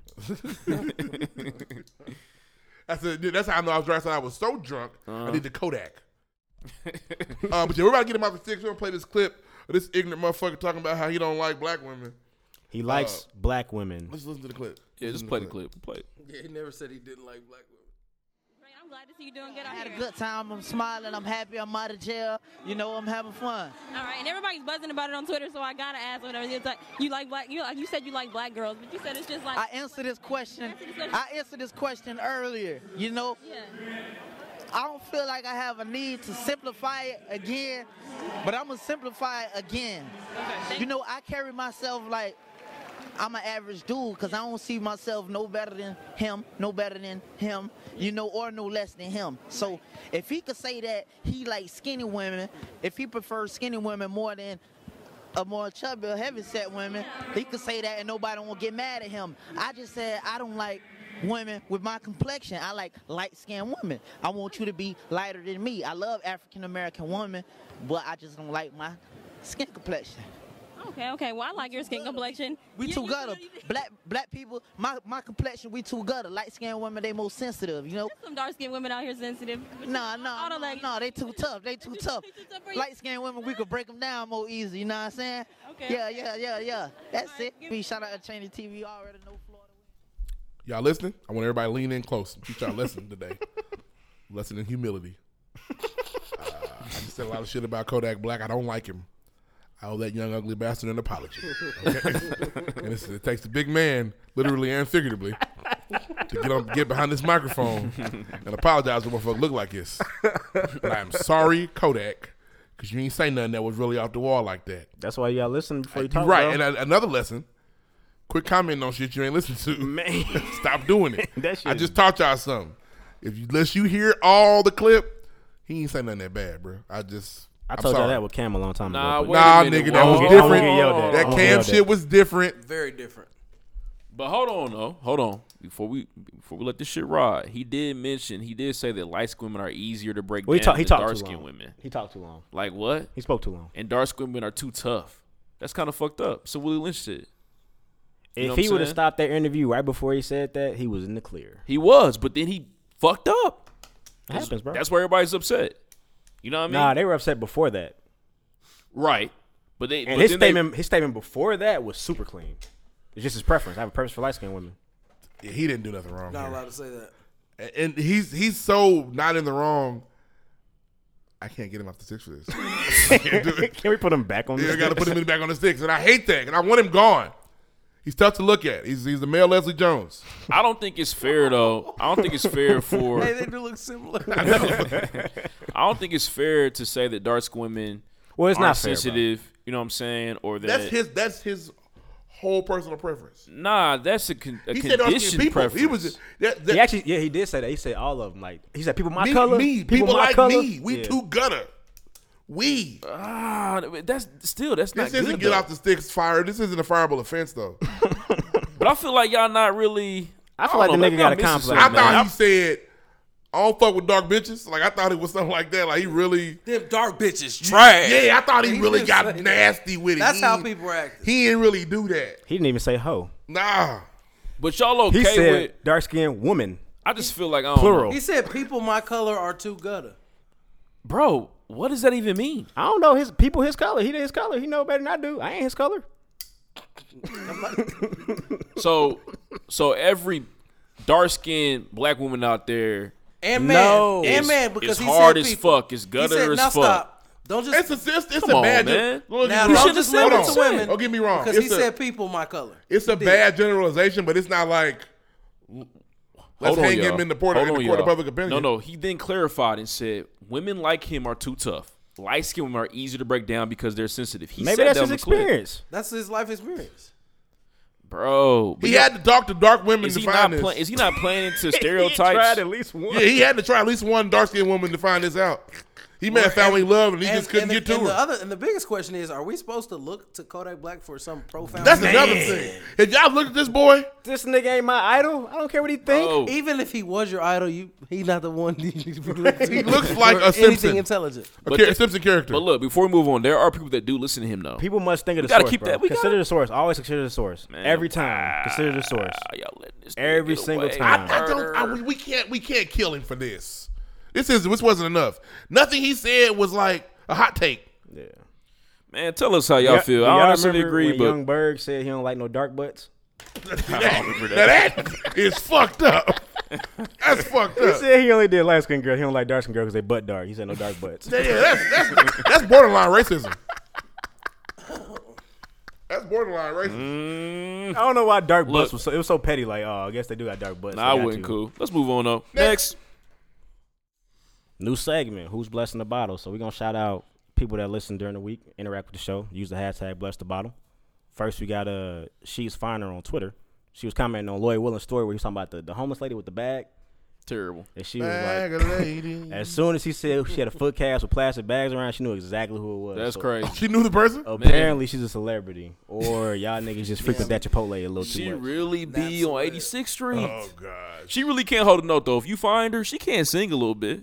[SPEAKER 3] That's a, that's how I know I was drunk. So I was so drunk. I need the Kodak. uh, but yeah, we're about to get him off the sticks. We're gonna play this clip of this ignorant motherfucker talking about how he don't like black women.
[SPEAKER 5] He likes black women.
[SPEAKER 3] Oh. Let's listen to the clip.
[SPEAKER 4] Yeah, just play the clip. Play. it.
[SPEAKER 6] Yeah, he never said he didn't like black women.
[SPEAKER 1] I'm glad to see you doing good out
[SPEAKER 7] I had
[SPEAKER 1] here.
[SPEAKER 7] a good time. I'm smiling. I'm happy. I'm out of jail. You know, I'm having fun.
[SPEAKER 1] All right, and everybody's buzzing about it on Twitter, so I gotta ask whatever. It's like you like black. You like you said you like black girls, but you said it's just like
[SPEAKER 7] I answered this question. I answered this question earlier. You know,
[SPEAKER 1] yeah.
[SPEAKER 7] I don't feel like I have a need to simplify it again, but I'm gonna simplify it again.
[SPEAKER 1] Okay.
[SPEAKER 7] You know, I carry myself like I'm an average dude because I don't see myself no better than him, no better than him, you know, or no less than him. So if he could say that he likes skinny women, if he prefers skinny women more than a more chubby or heavy set women, he could say that and nobody won't get mad at him. I just said I don't like women with my complexion. I like light skinned women. I want you to be lighter than me. I love African American women, but I just don't like my skin complexion.
[SPEAKER 1] okay, okay. Well, I like your skin complexion.
[SPEAKER 7] We
[SPEAKER 1] You-
[SPEAKER 7] too
[SPEAKER 1] you-
[SPEAKER 7] gutter.
[SPEAKER 1] you-
[SPEAKER 7] Black black people, my, my complexion, we too gutter. Light skinned women, they more sensitive, you know?
[SPEAKER 1] Some dark skinned women out here sensitive.
[SPEAKER 7] Nah, nah,
[SPEAKER 1] All the
[SPEAKER 7] nah,
[SPEAKER 1] ladies.
[SPEAKER 7] nah, they too tough. They too tough.
[SPEAKER 1] They too tough for you?
[SPEAKER 7] Light skinned women, we could break them down more easy, you know what I'm saying?
[SPEAKER 1] Okay,
[SPEAKER 7] Yeah,
[SPEAKER 1] okay.
[SPEAKER 7] yeah, yeah, yeah. That's
[SPEAKER 1] Alright,
[SPEAKER 7] it.
[SPEAKER 1] give-
[SPEAKER 7] We shout out to Cheney TV, you already know Florida.
[SPEAKER 3] Y'all listening? I want everybody to lean in close. Teach y'all a lesson today. lesson in humility. Uh, I just said a lot of shit about Kodak Black. I don't like him. I owe that young ugly bastard an apology. Okay? and it's, it takes a big man, literally and figuratively, to get on, get behind this microphone and apologize when motherfucker look like this. And I'm sorry, Kodak, because you ain't say nothing that was really off the wall like that.
[SPEAKER 5] That's why you gotta listen before you
[SPEAKER 3] You
[SPEAKER 5] talk.
[SPEAKER 3] right.
[SPEAKER 5] bro.
[SPEAKER 3] And a, another lesson: quit commenting on shit you ain't listened to.
[SPEAKER 5] Man.
[SPEAKER 3] Stop doing it.
[SPEAKER 5] That shit
[SPEAKER 3] I
[SPEAKER 5] is-
[SPEAKER 3] just taught y'all something. If you unless you hear all the clip, he ain't say nothing that bad, bro. I just
[SPEAKER 5] I
[SPEAKER 3] I'm
[SPEAKER 5] told y'all
[SPEAKER 3] sorry.
[SPEAKER 5] that with Cam a long time
[SPEAKER 4] Nah,
[SPEAKER 5] ago.
[SPEAKER 4] wait
[SPEAKER 5] but-
[SPEAKER 3] Nah,
[SPEAKER 4] a minute.
[SPEAKER 3] nigga, that
[SPEAKER 4] Whoa,
[SPEAKER 3] was
[SPEAKER 4] whoa,
[SPEAKER 3] different.
[SPEAKER 4] whoa,
[SPEAKER 5] yelled
[SPEAKER 4] whoa,
[SPEAKER 5] at.
[SPEAKER 4] whoa,
[SPEAKER 3] that
[SPEAKER 4] whoa.
[SPEAKER 5] yeah,
[SPEAKER 3] Cam
[SPEAKER 5] that-
[SPEAKER 3] shit was different.
[SPEAKER 6] Very different.
[SPEAKER 4] But hold on, though. Hold on. Before we before we let this shit ride, he did mention he did say that light skinned women are easier to break
[SPEAKER 5] Well, he,
[SPEAKER 4] down
[SPEAKER 5] talk, he
[SPEAKER 4] than
[SPEAKER 5] talked
[SPEAKER 4] dark
[SPEAKER 5] too
[SPEAKER 4] skinned
[SPEAKER 5] long.
[SPEAKER 4] women.
[SPEAKER 5] He talked too long.
[SPEAKER 4] Like what?
[SPEAKER 5] He spoke too long.
[SPEAKER 4] And dark skinned women are too tough. That's kind of fucked up. So Willie Lynch shit. know
[SPEAKER 5] If
[SPEAKER 4] what I'm
[SPEAKER 5] he would have
[SPEAKER 4] saying?
[SPEAKER 5] stopped that interview right before he said that, he was in the clear.
[SPEAKER 4] He was, but then he fucked up.
[SPEAKER 5] It happens, bro.
[SPEAKER 4] That's why everybody's upset. You know what I mean?
[SPEAKER 5] nah, they were upset before that.
[SPEAKER 4] right. But they
[SPEAKER 5] And
[SPEAKER 4] but
[SPEAKER 5] his
[SPEAKER 4] then they-
[SPEAKER 5] statement, his statement before that was super clean. It's just his preference. I have a preference for light skinned women.
[SPEAKER 3] Yeah, he didn't do nothing wrong.
[SPEAKER 6] Not
[SPEAKER 3] here.
[SPEAKER 6] allowed to say that.
[SPEAKER 3] And- And he's he's so not in the wrong. I can't get him off the sticks for this. I can't do it.
[SPEAKER 5] Can we put him back on?
[SPEAKER 3] Yeah, I
[SPEAKER 5] this?
[SPEAKER 3] got to put him in back on the sticks, and I hate that. And I want him gone. He's tough to look at. He's he's the male Leslie Jones.
[SPEAKER 4] I don't think it's fair though. I don't think it's fair for
[SPEAKER 6] Hey, they do look similar.
[SPEAKER 4] I don't think it's fair to say that dark skinned women
[SPEAKER 5] Well, it's
[SPEAKER 4] aren't
[SPEAKER 5] not fair, bro.
[SPEAKER 4] sensitive, you know what I'm saying? Or that
[SPEAKER 3] That's his. That's his whole personal preference.
[SPEAKER 4] Nah, that's a, con- a
[SPEAKER 3] He said dark
[SPEAKER 4] condition
[SPEAKER 3] skinned people.
[SPEAKER 4] preference.
[SPEAKER 3] He was just, that, that,
[SPEAKER 5] He actually, yeah, he did say that. He said all of them. Like he said, people my
[SPEAKER 3] me,
[SPEAKER 5] color,
[SPEAKER 3] me, people,
[SPEAKER 5] my
[SPEAKER 3] like
[SPEAKER 5] color.
[SPEAKER 3] me. We
[SPEAKER 5] Yeah.
[SPEAKER 3] too gutter. We.
[SPEAKER 4] ah, that's still that's
[SPEAKER 3] this
[SPEAKER 4] not
[SPEAKER 3] isn't
[SPEAKER 4] good.
[SPEAKER 3] get
[SPEAKER 4] though.
[SPEAKER 3] off the sticks fire. This isn't a fireable offense though.
[SPEAKER 4] but I feel like y'all not really.
[SPEAKER 5] I feel
[SPEAKER 4] I
[SPEAKER 5] like the
[SPEAKER 4] don't know, maybe
[SPEAKER 5] nigga got a
[SPEAKER 4] I'm missing
[SPEAKER 5] complex.
[SPEAKER 4] something,
[SPEAKER 3] I
[SPEAKER 4] man.
[SPEAKER 3] thought he said, "I don't fuck with dark bitches." Like I thought it was something like that. Like he really.
[SPEAKER 6] Them dark bitches trash.
[SPEAKER 3] Yeah, I thought he,
[SPEAKER 6] He
[SPEAKER 3] really
[SPEAKER 6] didn't
[SPEAKER 3] got
[SPEAKER 6] say that.
[SPEAKER 3] nasty with it.
[SPEAKER 6] That's
[SPEAKER 3] He
[SPEAKER 6] how
[SPEAKER 3] ain't-
[SPEAKER 6] people act.
[SPEAKER 3] He didn't really do that.
[SPEAKER 5] He didn't even say hoe.
[SPEAKER 3] Nah.
[SPEAKER 4] But y'all okay
[SPEAKER 5] He said
[SPEAKER 4] with?
[SPEAKER 5] dark skinned woman,
[SPEAKER 4] I just feel like I don't
[SPEAKER 5] plural.
[SPEAKER 6] He said people my color are too gutter.
[SPEAKER 4] bro. What does that even mean?
[SPEAKER 5] I don't know his people, his color. He his color. He know better than I do. I ain't his color.
[SPEAKER 4] So, so every dark skinned black woman out there,
[SPEAKER 6] And man,
[SPEAKER 5] No.
[SPEAKER 6] and man,
[SPEAKER 4] it's
[SPEAKER 6] because he
[SPEAKER 4] hard
[SPEAKER 6] said
[SPEAKER 4] as
[SPEAKER 6] people.
[SPEAKER 4] fuck, it's
[SPEAKER 6] He
[SPEAKER 4] gutter
[SPEAKER 6] said,
[SPEAKER 4] as
[SPEAKER 6] "Now
[SPEAKER 4] fuck."
[SPEAKER 6] Stop. Don't just
[SPEAKER 3] It's a it's, it's
[SPEAKER 4] Come
[SPEAKER 3] a
[SPEAKER 4] on,
[SPEAKER 3] bad. gen-
[SPEAKER 4] man.
[SPEAKER 3] Look,
[SPEAKER 6] now.
[SPEAKER 3] look,
[SPEAKER 4] should've
[SPEAKER 6] Don't just
[SPEAKER 4] said
[SPEAKER 3] hold
[SPEAKER 6] limit
[SPEAKER 4] what
[SPEAKER 6] it
[SPEAKER 3] on.
[SPEAKER 6] to women.
[SPEAKER 3] Don't get me wrong.
[SPEAKER 6] Because he
[SPEAKER 3] It's a-
[SPEAKER 6] said people my color.
[SPEAKER 3] It's a bad generalization, but it's not like let's
[SPEAKER 4] Hold on,
[SPEAKER 3] hang him
[SPEAKER 4] y'all.
[SPEAKER 3] in the port, in
[SPEAKER 4] Hold
[SPEAKER 3] the
[SPEAKER 4] on,
[SPEAKER 3] court of
[SPEAKER 4] y'all.
[SPEAKER 3] public opinion.
[SPEAKER 4] No, no. He then clarified and said women like him are too tough. Light skinned women are easier to break down because they're sensitive. He
[SPEAKER 5] Maybe
[SPEAKER 4] said
[SPEAKER 5] that's
[SPEAKER 4] that
[SPEAKER 5] his
[SPEAKER 4] on the clip.
[SPEAKER 5] experience.
[SPEAKER 6] That's his life experience.
[SPEAKER 4] bro. but
[SPEAKER 3] He
[SPEAKER 4] y'all-
[SPEAKER 3] had to talk to dark women
[SPEAKER 4] Is
[SPEAKER 3] to
[SPEAKER 4] he
[SPEAKER 3] find
[SPEAKER 4] not
[SPEAKER 3] this.
[SPEAKER 4] playing? Is he not playing into
[SPEAKER 5] He tried
[SPEAKER 4] stereotypes?
[SPEAKER 5] at least one.
[SPEAKER 3] yeah, he had to try at least one dark skinned woman to find this out. He may have found what he loved, and he just couldn't
[SPEAKER 6] and
[SPEAKER 3] get
[SPEAKER 6] the,
[SPEAKER 3] to
[SPEAKER 6] and
[SPEAKER 3] her.
[SPEAKER 6] The other, and the biggest question is: Are we supposed to look to Kodak Black for some profound?
[SPEAKER 3] That's another thing. If y'all look at this boy,
[SPEAKER 5] This nigga ain't my idol. I don't care what he think.
[SPEAKER 4] Oh,
[SPEAKER 6] Even if he was your idol, you he not the one. You need to be looking to
[SPEAKER 3] He looks like a
[SPEAKER 6] for anything
[SPEAKER 3] Simpson.
[SPEAKER 6] intelligent.
[SPEAKER 3] a
[SPEAKER 4] But
[SPEAKER 3] char-
[SPEAKER 4] the-
[SPEAKER 3] Simpson character.
[SPEAKER 4] but look, before we move on, there are people that do listen to him though.
[SPEAKER 5] People must think of the
[SPEAKER 4] gotta
[SPEAKER 5] source.
[SPEAKER 4] keep
[SPEAKER 5] bro.
[SPEAKER 4] that- we
[SPEAKER 5] consider
[SPEAKER 4] gotta-
[SPEAKER 5] the source. Always consider the source.
[SPEAKER 4] Man,
[SPEAKER 5] Every time, consider the source.
[SPEAKER 4] Ah, y'all letting this nigga
[SPEAKER 5] Every
[SPEAKER 4] get
[SPEAKER 5] single
[SPEAKER 4] away.
[SPEAKER 5] time.
[SPEAKER 3] I don't. I, we- we can't. We can't kill him for this. This is. This wasn't enough. Nothing he said was like a hot take.
[SPEAKER 5] Yeah.
[SPEAKER 4] Man, tell us how y'all feel.
[SPEAKER 5] Do
[SPEAKER 4] I
[SPEAKER 5] y'all
[SPEAKER 4] honestly
[SPEAKER 5] remember
[SPEAKER 4] agree,
[SPEAKER 5] when
[SPEAKER 4] but
[SPEAKER 5] Young Berg said he don't like no dark butts.
[SPEAKER 3] Now that is fucked up. That's fucked
[SPEAKER 5] He
[SPEAKER 3] up.
[SPEAKER 5] said he only did light skin girl. He don't like dark skin girl because they butt dark. He said no dark butts.
[SPEAKER 3] Yeah, yeah, that's that's that's borderline racism. That's borderline racism.
[SPEAKER 5] I don't know why dark
[SPEAKER 4] Mm. Look.
[SPEAKER 5] butts was so, it was so petty. Like, oh, I guess they do got dark butts.
[SPEAKER 4] Nah, I
[SPEAKER 5] They got
[SPEAKER 4] wouldn't.
[SPEAKER 5] to.
[SPEAKER 4] Cool. Let's move on though. Next.
[SPEAKER 5] New segment. Who's blessing the bottle? So we're gonna shout out people that listen during the week, interact with the show, use the hashtag bless the bottle. First, we got uh she's finer on Twitter. She was commenting on Lloyd Willen's story where he was talking about the, the homeless lady with the bag,
[SPEAKER 4] Terrible.
[SPEAKER 5] and she was
[SPEAKER 3] Bag
[SPEAKER 5] like,
[SPEAKER 3] of lady.
[SPEAKER 5] as soon as he said she had a foot cast with plastic bags around, she knew exactly who it was.
[SPEAKER 4] That's
[SPEAKER 5] So
[SPEAKER 4] crazy.
[SPEAKER 3] She knew the person.
[SPEAKER 5] Apparently, she's a celebrity, or y'all niggas just frequent that Chipotle a little
[SPEAKER 4] She
[SPEAKER 5] too much.
[SPEAKER 4] really be
[SPEAKER 6] That's
[SPEAKER 4] on
[SPEAKER 6] what-
[SPEAKER 4] 86th Street.
[SPEAKER 3] Oh god.
[SPEAKER 4] She really can't hold a note though. If you find her, she can't sing a little bit.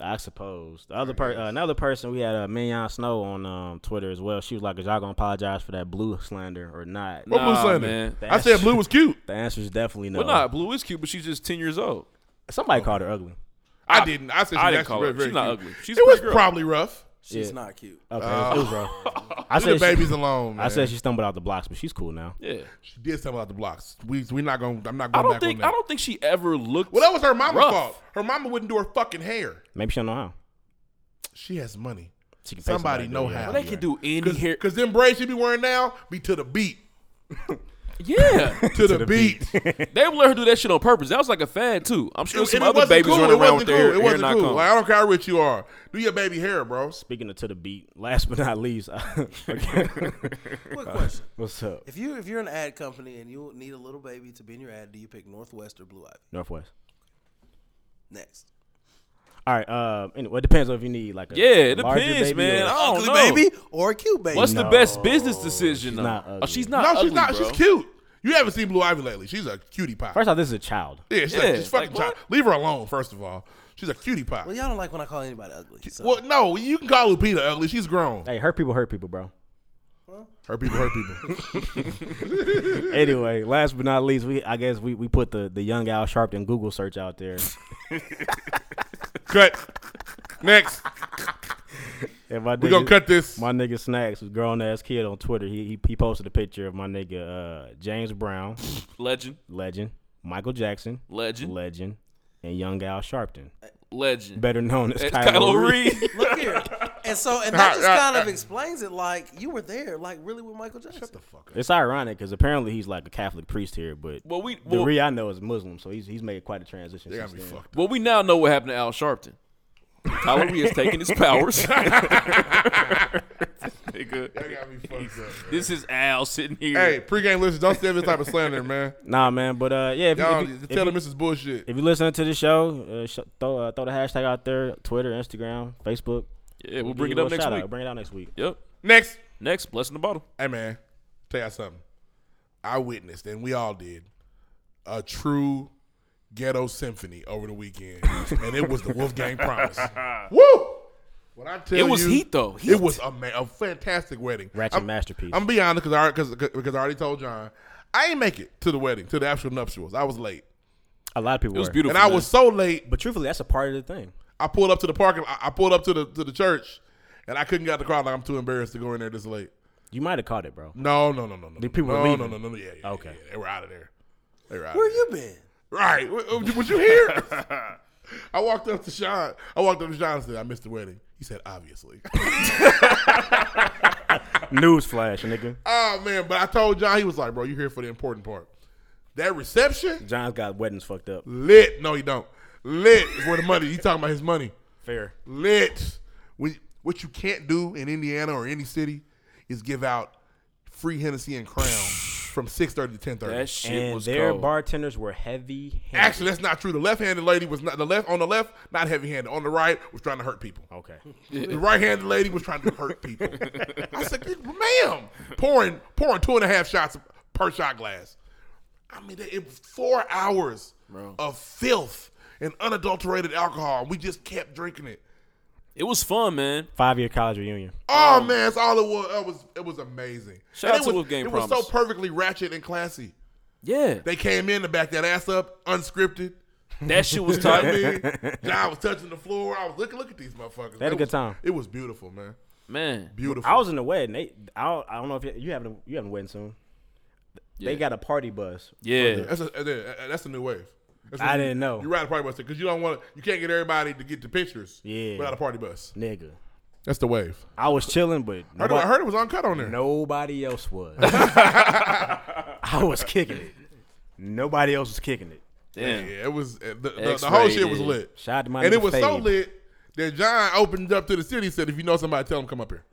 [SPEAKER 5] I suppose. The other per- uh, another person we had uh, Mignon Snow on um, Twitter as well. She was like, "Is y'all gonna apologize for that blue slander or not?"
[SPEAKER 3] What blue
[SPEAKER 4] Nah,
[SPEAKER 3] slander?
[SPEAKER 4] man.
[SPEAKER 3] I said blue was cute.
[SPEAKER 5] The answer is definitely no.
[SPEAKER 4] Well, nah, Blue is cute, but she's just ten years old.
[SPEAKER 5] Somebody called her ugly.
[SPEAKER 3] I, didn't. I said
[SPEAKER 4] I
[SPEAKER 3] she
[SPEAKER 4] didn't
[SPEAKER 3] was
[SPEAKER 4] call
[SPEAKER 3] very,
[SPEAKER 4] her.
[SPEAKER 3] very
[SPEAKER 4] She's not
[SPEAKER 3] cute.
[SPEAKER 4] ugly. She's a
[SPEAKER 3] It was
[SPEAKER 4] pretty girl.
[SPEAKER 3] probably rough.
[SPEAKER 6] She's
[SPEAKER 5] Yeah.
[SPEAKER 6] not cute.
[SPEAKER 5] Okay, it was rough. I
[SPEAKER 3] Leave
[SPEAKER 5] said, she,
[SPEAKER 3] the babies alone. Man.
[SPEAKER 5] I said she stumbled out the blocks, but she's cool now.
[SPEAKER 4] Yeah.
[SPEAKER 3] she did something about the blocks. We we not gonna. I'm not
[SPEAKER 4] I
[SPEAKER 3] going
[SPEAKER 4] don't
[SPEAKER 3] back
[SPEAKER 4] think
[SPEAKER 3] on that.
[SPEAKER 4] I don't think she ever looked.
[SPEAKER 3] well, that was her mama's
[SPEAKER 4] rough.
[SPEAKER 3] fault. Her mama wouldn't do her fucking hair.
[SPEAKER 5] Maybe she don't know how.
[SPEAKER 3] She has money.
[SPEAKER 5] She can pay
[SPEAKER 3] Somebody know
[SPEAKER 5] to do it.
[SPEAKER 3] how.
[SPEAKER 4] Well, they can do any
[SPEAKER 3] Cause,
[SPEAKER 4] hair.
[SPEAKER 3] 'cause them braids she be wearing now be to the beat.
[SPEAKER 4] Yeah,
[SPEAKER 3] To, the, beat.
[SPEAKER 4] they would let her do that shit on purpose. That was like a fad too. I'm sure some other babies
[SPEAKER 3] cool.
[SPEAKER 4] running
[SPEAKER 3] it
[SPEAKER 4] around
[SPEAKER 3] wasn't
[SPEAKER 4] with their
[SPEAKER 3] cool.
[SPEAKER 4] hair,
[SPEAKER 3] It
[SPEAKER 4] hair
[SPEAKER 3] wasn't
[SPEAKER 4] not
[SPEAKER 3] cool.
[SPEAKER 4] combed.
[SPEAKER 3] Like, I don't care how rich you are. Do your baby hair, bro.
[SPEAKER 5] Speaking of to the beat, last but not least, okay.
[SPEAKER 6] Quick question:
[SPEAKER 5] Uh, what's up,
[SPEAKER 6] If you if you're an ad company and you need a little baby to be in your ad, do you pick Northwest or Blue Ivy?
[SPEAKER 5] Northwest?
[SPEAKER 6] Next.
[SPEAKER 5] All right. Uh, anyway, it depends on if you need like a
[SPEAKER 4] Yeah, it
[SPEAKER 5] a larger
[SPEAKER 4] depends,
[SPEAKER 5] baby
[SPEAKER 4] man. I
[SPEAKER 5] or-
[SPEAKER 4] don't
[SPEAKER 6] Ugly
[SPEAKER 4] know.
[SPEAKER 6] baby or a cute baby?
[SPEAKER 4] What's the
[SPEAKER 5] No,
[SPEAKER 4] best business decision? though?
[SPEAKER 5] not
[SPEAKER 4] Oh,
[SPEAKER 5] ugly.
[SPEAKER 4] she's not.
[SPEAKER 3] no,
[SPEAKER 4] ugly,
[SPEAKER 3] she's not.
[SPEAKER 4] Bro.
[SPEAKER 3] She's cute. You haven't seen Blue Ivy lately. She's a cutie pie.
[SPEAKER 5] First off, this is a child.
[SPEAKER 3] yeah, she's,
[SPEAKER 4] Yeah,
[SPEAKER 3] a, she's fucking
[SPEAKER 4] like,
[SPEAKER 3] child. Leave her alone. First of all, she's a cutie pie.
[SPEAKER 6] Well, y'all don't like when I call anybody ugly. So.
[SPEAKER 3] Well, no, you can call Lupita ugly. She's grown.
[SPEAKER 5] Hey, hurt people, hurt people, bro.
[SPEAKER 3] Her people, her people.
[SPEAKER 5] Anyway, last but not least, we I guess we, we put the, the young Al Sharpton Google search out there,
[SPEAKER 3] cut. Next,
[SPEAKER 5] and my
[SPEAKER 3] we gonna
[SPEAKER 5] nigga,
[SPEAKER 3] cut this.
[SPEAKER 5] my nigga Snacks, was grown ass kid on Twitter. He, he he posted a picture of my nigga uh, James Brown,
[SPEAKER 4] Legend,
[SPEAKER 5] legend, Michael Jackson,
[SPEAKER 4] legend,
[SPEAKER 5] legend, and young Al Sharpton,
[SPEAKER 4] legend.
[SPEAKER 5] better known as
[SPEAKER 4] It's
[SPEAKER 5] Kylo, Reed.
[SPEAKER 6] Look here. And so, and that just kind of explains it. Like you were there, like really with Michael Jackson. Shut the fuck.
[SPEAKER 5] It's ironic because apparently he's like a Catholic priest here, but
[SPEAKER 4] well, we
[SPEAKER 5] the
[SPEAKER 4] well,
[SPEAKER 5] Reed I know is Muslim, so he's he's made quite a transition.
[SPEAKER 3] They
[SPEAKER 5] Since
[SPEAKER 3] got me
[SPEAKER 5] then.
[SPEAKER 3] fucked.
[SPEAKER 4] well, we now know what happened to Al Sharpton. Kylo Reed has taken his powers.
[SPEAKER 3] They got me fucked up. man.
[SPEAKER 4] This is Al sitting here.
[SPEAKER 3] Hey, pregame listeners, don't say this type of slander, man.
[SPEAKER 5] Nah, man, but uh, yeah, if, you-
[SPEAKER 3] Y'all
[SPEAKER 5] if, you- if
[SPEAKER 3] tell
[SPEAKER 5] you-
[SPEAKER 3] them this is bullshit.
[SPEAKER 5] If you're listening to the show, uh, sh- throw uh, throw the hashtag out there: Twitter, Instagram, Facebook.
[SPEAKER 4] Yeah, we'll bring
[SPEAKER 5] Give
[SPEAKER 4] it
[SPEAKER 5] you a
[SPEAKER 4] up next
[SPEAKER 5] shout out.
[SPEAKER 4] week.
[SPEAKER 5] Bring it out next week.
[SPEAKER 4] Yep.
[SPEAKER 3] Next,
[SPEAKER 4] Next, blessing the bottle.
[SPEAKER 3] hey man, tell y'all something. I witnessed, and we all did, a true ghetto symphony over the weekend, and it was the Wolfgang Promise. Woo! When I tell
[SPEAKER 4] It was
[SPEAKER 3] you,
[SPEAKER 4] heat, though. Heat.
[SPEAKER 3] It was a, ma- a fantastic wedding.
[SPEAKER 5] Ratchet
[SPEAKER 3] I'm,
[SPEAKER 5] masterpiece.
[SPEAKER 3] I'm be honest, cause I cause, because I already told John, I ain't make it to the wedding, to the actual nuptials. I was late,
[SPEAKER 5] a lot of people.
[SPEAKER 4] It was
[SPEAKER 5] were.
[SPEAKER 4] beautiful.
[SPEAKER 3] and I
[SPEAKER 4] man.
[SPEAKER 3] was so late.
[SPEAKER 5] But truthfully, that's a part of the thing.
[SPEAKER 3] I pulled up to the parking. I, I pulled up to the to the church, and I couldn't get out the crowd. Like I'm too embarrassed to go in there this late.
[SPEAKER 5] You might have caught it, bro.
[SPEAKER 3] No, no, no, no, no.
[SPEAKER 5] The people were
[SPEAKER 3] no,
[SPEAKER 5] leaving.
[SPEAKER 3] No, no, no, no. Yeah, yeah,
[SPEAKER 5] Okay.
[SPEAKER 3] okay. Yeah, They were out of there. They were out.
[SPEAKER 6] Where
[SPEAKER 3] of there.
[SPEAKER 6] you been?
[SPEAKER 3] Right. W- w- Was you here? I walked up to Sean. I walked up to Sean and said, "I missed the wedding." He said, "Obviously."
[SPEAKER 5] Newsflash, nigga.
[SPEAKER 3] oh man, but I told John he was like, "Bro, you here for the important part." That reception
[SPEAKER 5] John's got weddings fucked up.
[SPEAKER 3] lit. No, he don't. Lit is where the money. He talking about his money.
[SPEAKER 5] Fair.
[SPEAKER 3] Lit. When, what you can't do in Indiana or any city is give out free Hennessy and Crown from six thirty to ten thirty.
[SPEAKER 4] that shit
[SPEAKER 5] and
[SPEAKER 4] was
[SPEAKER 5] their
[SPEAKER 4] cold.
[SPEAKER 5] bartenders were heavy.
[SPEAKER 3] Actually, that's not true. The left-handed lady was not the left on the left, not heavy-handed. On the right, was trying to hurt people.
[SPEAKER 5] okay.
[SPEAKER 3] The right-handed lady was trying to hurt people. I said, "Ma'am, pouring pouring two and a half shots per shot glass." I mean, it was four hours of filth and unadulterated alcohol. and We just kept drinking it.
[SPEAKER 4] it was fun, man.
[SPEAKER 5] Five year college reunion.
[SPEAKER 3] Oh man, it's all it was. It was it was amazing.
[SPEAKER 4] Shout
[SPEAKER 3] And
[SPEAKER 4] out
[SPEAKER 3] it
[SPEAKER 4] to
[SPEAKER 3] was,
[SPEAKER 4] Wolfgang
[SPEAKER 3] It was
[SPEAKER 4] Promise.
[SPEAKER 3] so perfectly ratchet and classy.
[SPEAKER 4] Yeah,
[SPEAKER 3] They came in to back that ass up, unscripted.
[SPEAKER 4] that shit was
[SPEAKER 3] I
[SPEAKER 4] tight,
[SPEAKER 3] mean, John was touching the floor. I was looking, look at these motherfuckers.
[SPEAKER 5] They had a
[SPEAKER 3] It
[SPEAKER 5] good
[SPEAKER 3] was-
[SPEAKER 5] time.
[SPEAKER 3] It was beautiful, man.
[SPEAKER 4] man.
[SPEAKER 3] Beautiful.
[SPEAKER 5] I was in a wedding. They, I don't, I don't know if you, you having a, you having a wedding soon.
[SPEAKER 4] Yeah.
[SPEAKER 5] They got a party bus.
[SPEAKER 4] Yeah,
[SPEAKER 3] That's a, that's a new wave. That's That's
[SPEAKER 5] I
[SPEAKER 3] what you-
[SPEAKER 5] didn't know.
[SPEAKER 3] You ride a party bus because you don't want you can't get everybody to get the pictures.
[SPEAKER 5] Yeah.
[SPEAKER 3] Without a party bus,
[SPEAKER 5] nigga.
[SPEAKER 3] that's the wave.
[SPEAKER 5] I was chilling, but
[SPEAKER 3] I heard,
[SPEAKER 5] nobody,
[SPEAKER 3] I heard it was uncut on there.
[SPEAKER 5] nobody else was. I was kicking it. Nobody else was kicking it.
[SPEAKER 4] Damn.
[SPEAKER 3] Yeah, it was uh, the, the, the whole shit was
[SPEAKER 4] X-rated.
[SPEAKER 3] lit.
[SPEAKER 5] Shout out to my
[SPEAKER 3] and
[SPEAKER 5] nigga
[SPEAKER 3] it was so
[SPEAKER 5] Fade.
[SPEAKER 3] lit that John opened up to the city. Said, "If you know somebody, tell them come up here.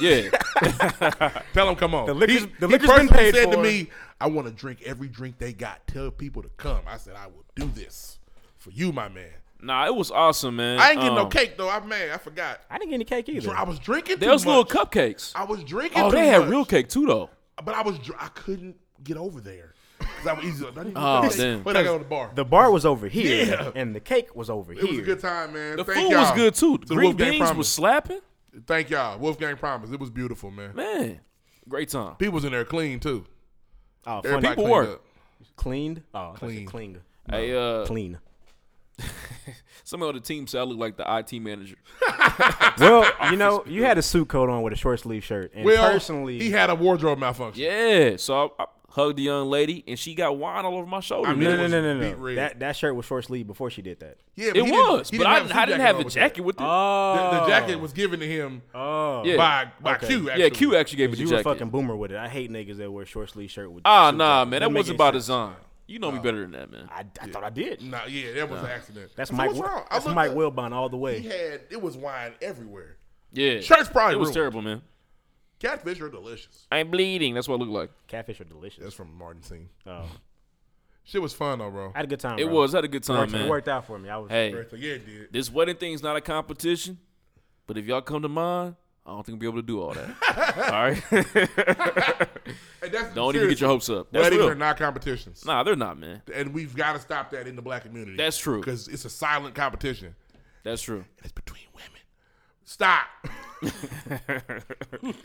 [SPEAKER 4] Yeah.
[SPEAKER 3] Tell them come on."
[SPEAKER 5] The liquor's-
[SPEAKER 3] he,
[SPEAKER 5] the
[SPEAKER 3] he
[SPEAKER 5] liquor's been
[SPEAKER 3] personally
[SPEAKER 5] paid
[SPEAKER 3] said to
[SPEAKER 5] for.
[SPEAKER 3] me, "I want to drink every drink they got. Tell people to come." I said, "I will do this for you, my man."
[SPEAKER 4] Nah, it was awesome, man.
[SPEAKER 3] I ain't getting no
[SPEAKER 4] Um,
[SPEAKER 3] cake though. I'm mad. I forgot.
[SPEAKER 5] I didn't get any cake either.
[SPEAKER 3] Dr- I was drinking.
[SPEAKER 4] There
[SPEAKER 3] too
[SPEAKER 4] was little
[SPEAKER 3] much.
[SPEAKER 4] cupcakes.
[SPEAKER 3] I was drinking.
[SPEAKER 4] Oh,
[SPEAKER 3] too
[SPEAKER 4] they had
[SPEAKER 3] much,
[SPEAKER 4] real cake too, though.
[SPEAKER 3] But I was. Dr- I couldn't get over there. 'Cause I was easy. I didn't-
[SPEAKER 4] Oh,
[SPEAKER 3] I didn't-
[SPEAKER 4] damn.
[SPEAKER 3] But I got on the bar.
[SPEAKER 5] the bar was over here,
[SPEAKER 3] Yeah.
[SPEAKER 5] and the cake was over
[SPEAKER 3] it
[SPEAKER 5] here.
[SPEAKER 3] was a good time, man.
[SPEAKER 4] The
[SPEAKER 3] Thank
[SPEAKER 4] food
[SPEAKER 3] y'all.
[SPEAKER 4] was good too.
[SPEAKER 3] To the
[SPEAKER 4] Green
[SPEAKER 3] Wolfgang
[SPEAKER 4] beans was
[SPEAKER 3] Promise.
[SPEAKER 4] slapping.
[SPEAKER 3] Thank y'all, Wolfgang Promise. It was beautiful, man.
[SPEAKER 4] Man, great time.
[SPEAKER 3] People was in there clean too.
[SPEAKER 5] Oh, funny.
[SPEAKER 3] Everybody
[SPEAKER 4] people
[SPEAKER 3] cleaned
[SPEAKER 4] work.
[SPEAKER 3] up.
[SPEAKER 5] cleaned. Oh, clean.
[SPEAKER 3] Clean.
[SPEAKER 5] Clean.
[SPEAKER 4] Hey, uh,
[SPEAKER 5] Clean.
[SPEAKER 4] some of the team said I look like the IT manager.
[SPEAKER 5] Well, you know, you had a suit coat on with a short sleeve shirt, and
[SPEAKER 3] Well,
[SPEAKER 5] personally,
[SPEAKER 3] he had a wardrobe malfunction.
[SPEAKER 4] Yeah, so I, I hugged the young lady and she got wine all over my shoulder.
[SPEAKER 3] I mean,
[SPEAKER 4] man.
[SPEAKER 5] no,
[SPEAKER 3] it
[SPEAKER 5] no,
[SPEAKER 3] was
[SPEAKER 5] no, no,
[SPEAKER 3] beat
[SPEAKER 5] no.
[SPEAKER 3] red.
[SPEAKER 5] That that shirt was short sleeve before she did that.
[SPEAKER 3] yeah, but
[SPEAKER 4] it
[SPEAKER 3] he didn't-
[SPEAKER 4] was,
[SPEAKER 3] he
[SPEAKER 4] but
[SPEAKER 3] didn't
[SPEAKER 4] I
[SPEAKER 3] a
[SPEAKER 4] didn't,
[SPEAKER 3] suit
[SPEAKER 4] I didn't have
[SPEAKER 3] on
[SPEAKER 4] the
[SPEAKER 3] with
[SPEAKER 4] jacket with it.
[SPEAKER 5] Oh,
[SPEAKER 3] that. The, the jacket was given to him
[SPEAKER 5] Oh,
[SPEAKER 4] yeah.
[SPEAKER 3] by by
[SPEAKER 5] Okay.
[SPEAKER 3] Q. Actually.
[SPEAKER 4] yeah, Q actually gave me the
[SPEAKER 5] you a
[SPEAKER 4] jacket.
[SPEAKER 5] fucking boomer with it. I hate niggas that wear short sleeve shirt with.
[SPEAKER 4] ah,
[SPEAKER 5] suit
[SPEAKER 4] nah,
[SPEAKER 5] jacket.
[SPEAKER 4] man, that
[SPEAKER 5] Doesn't make
[SPEAKER 4] wasn't
[SPEAKER 5] any
[SPEAKER 4] by
[SPEAKER 5] sense.
[SPEAKER 4] design. You know me better than that, man.
[SPEAKER 5] I, I thought I did.
[SPEAKER 3] Nah, yeah, that was an accident.
[SPEAKER 5] That's
[SPEAKER 3] So
[SPEAKER 5] Mike.
[SPEAKER 3] what's wrong? I
[SPEAKER 5] That's
[SPEAKER 3] looked
[SPEAKER 5] Mike
[SPEAKER 3] up,
[SPEAKER 5] Wilbon all the way.
[SPEAKER 3] He had it was wine everywhere.
[SPEAKER 4] Yeah,
[SPEAKER 3] Shirt's probably
[SPEAKER 4] it was
[SPEAKER 3] ruined.
[SPEAKER 4] terrible, man.
[SPEAKER 3] Catfish are delicious.
[SPEAKER 4] I'm bleeding. That's what I look like.
[SPEAKER 5] Catfish are
[SPEAKER 3] That's
[SPEAKER 5] delicious.
[SPEAKER 3] from Martin Scene.
[SPEAKER 5] Oh,
[SPEAKER 3] Shit was fun though, bro.
[SPEAKER 5] I had a good time.
[SPEAKER 4] It
[SPEAKER 5] bro.
[SPEAKER 4] was. I had a good
[SPEAKER 5] It
[SPEAKER 4] time,
[SPEAKER 5] worked,
[SPEAKER 4] man.
[SPEAKER 5] It worked out for me. I was.
[SPEAKER 4] Hey,
[SPEAKER 3] So, yeah, it did.
[SPEAKER 4] this wedding thing's not a competition, but if y'all come to mine, I don't think I'll be able to do all that. all right,
[SPEAKER 3] And that's,
[SPEAKER 4] don't even get your hopes up. That's
[SPEAKER 3] Weddings
[SPEAKER 4] real.
[SPEAKER 3] are not competitions,
[SPEAKER 4] Nah, they're not, man.
[SPEAKER 3] and we've got to stop that in the black community.
[SPEAKER 4] That's true.
[SPEAKER 3] because it's a silent competition.
[SPEAKER 4] That's true.
[SPEAKER 3] It's between women. Stop.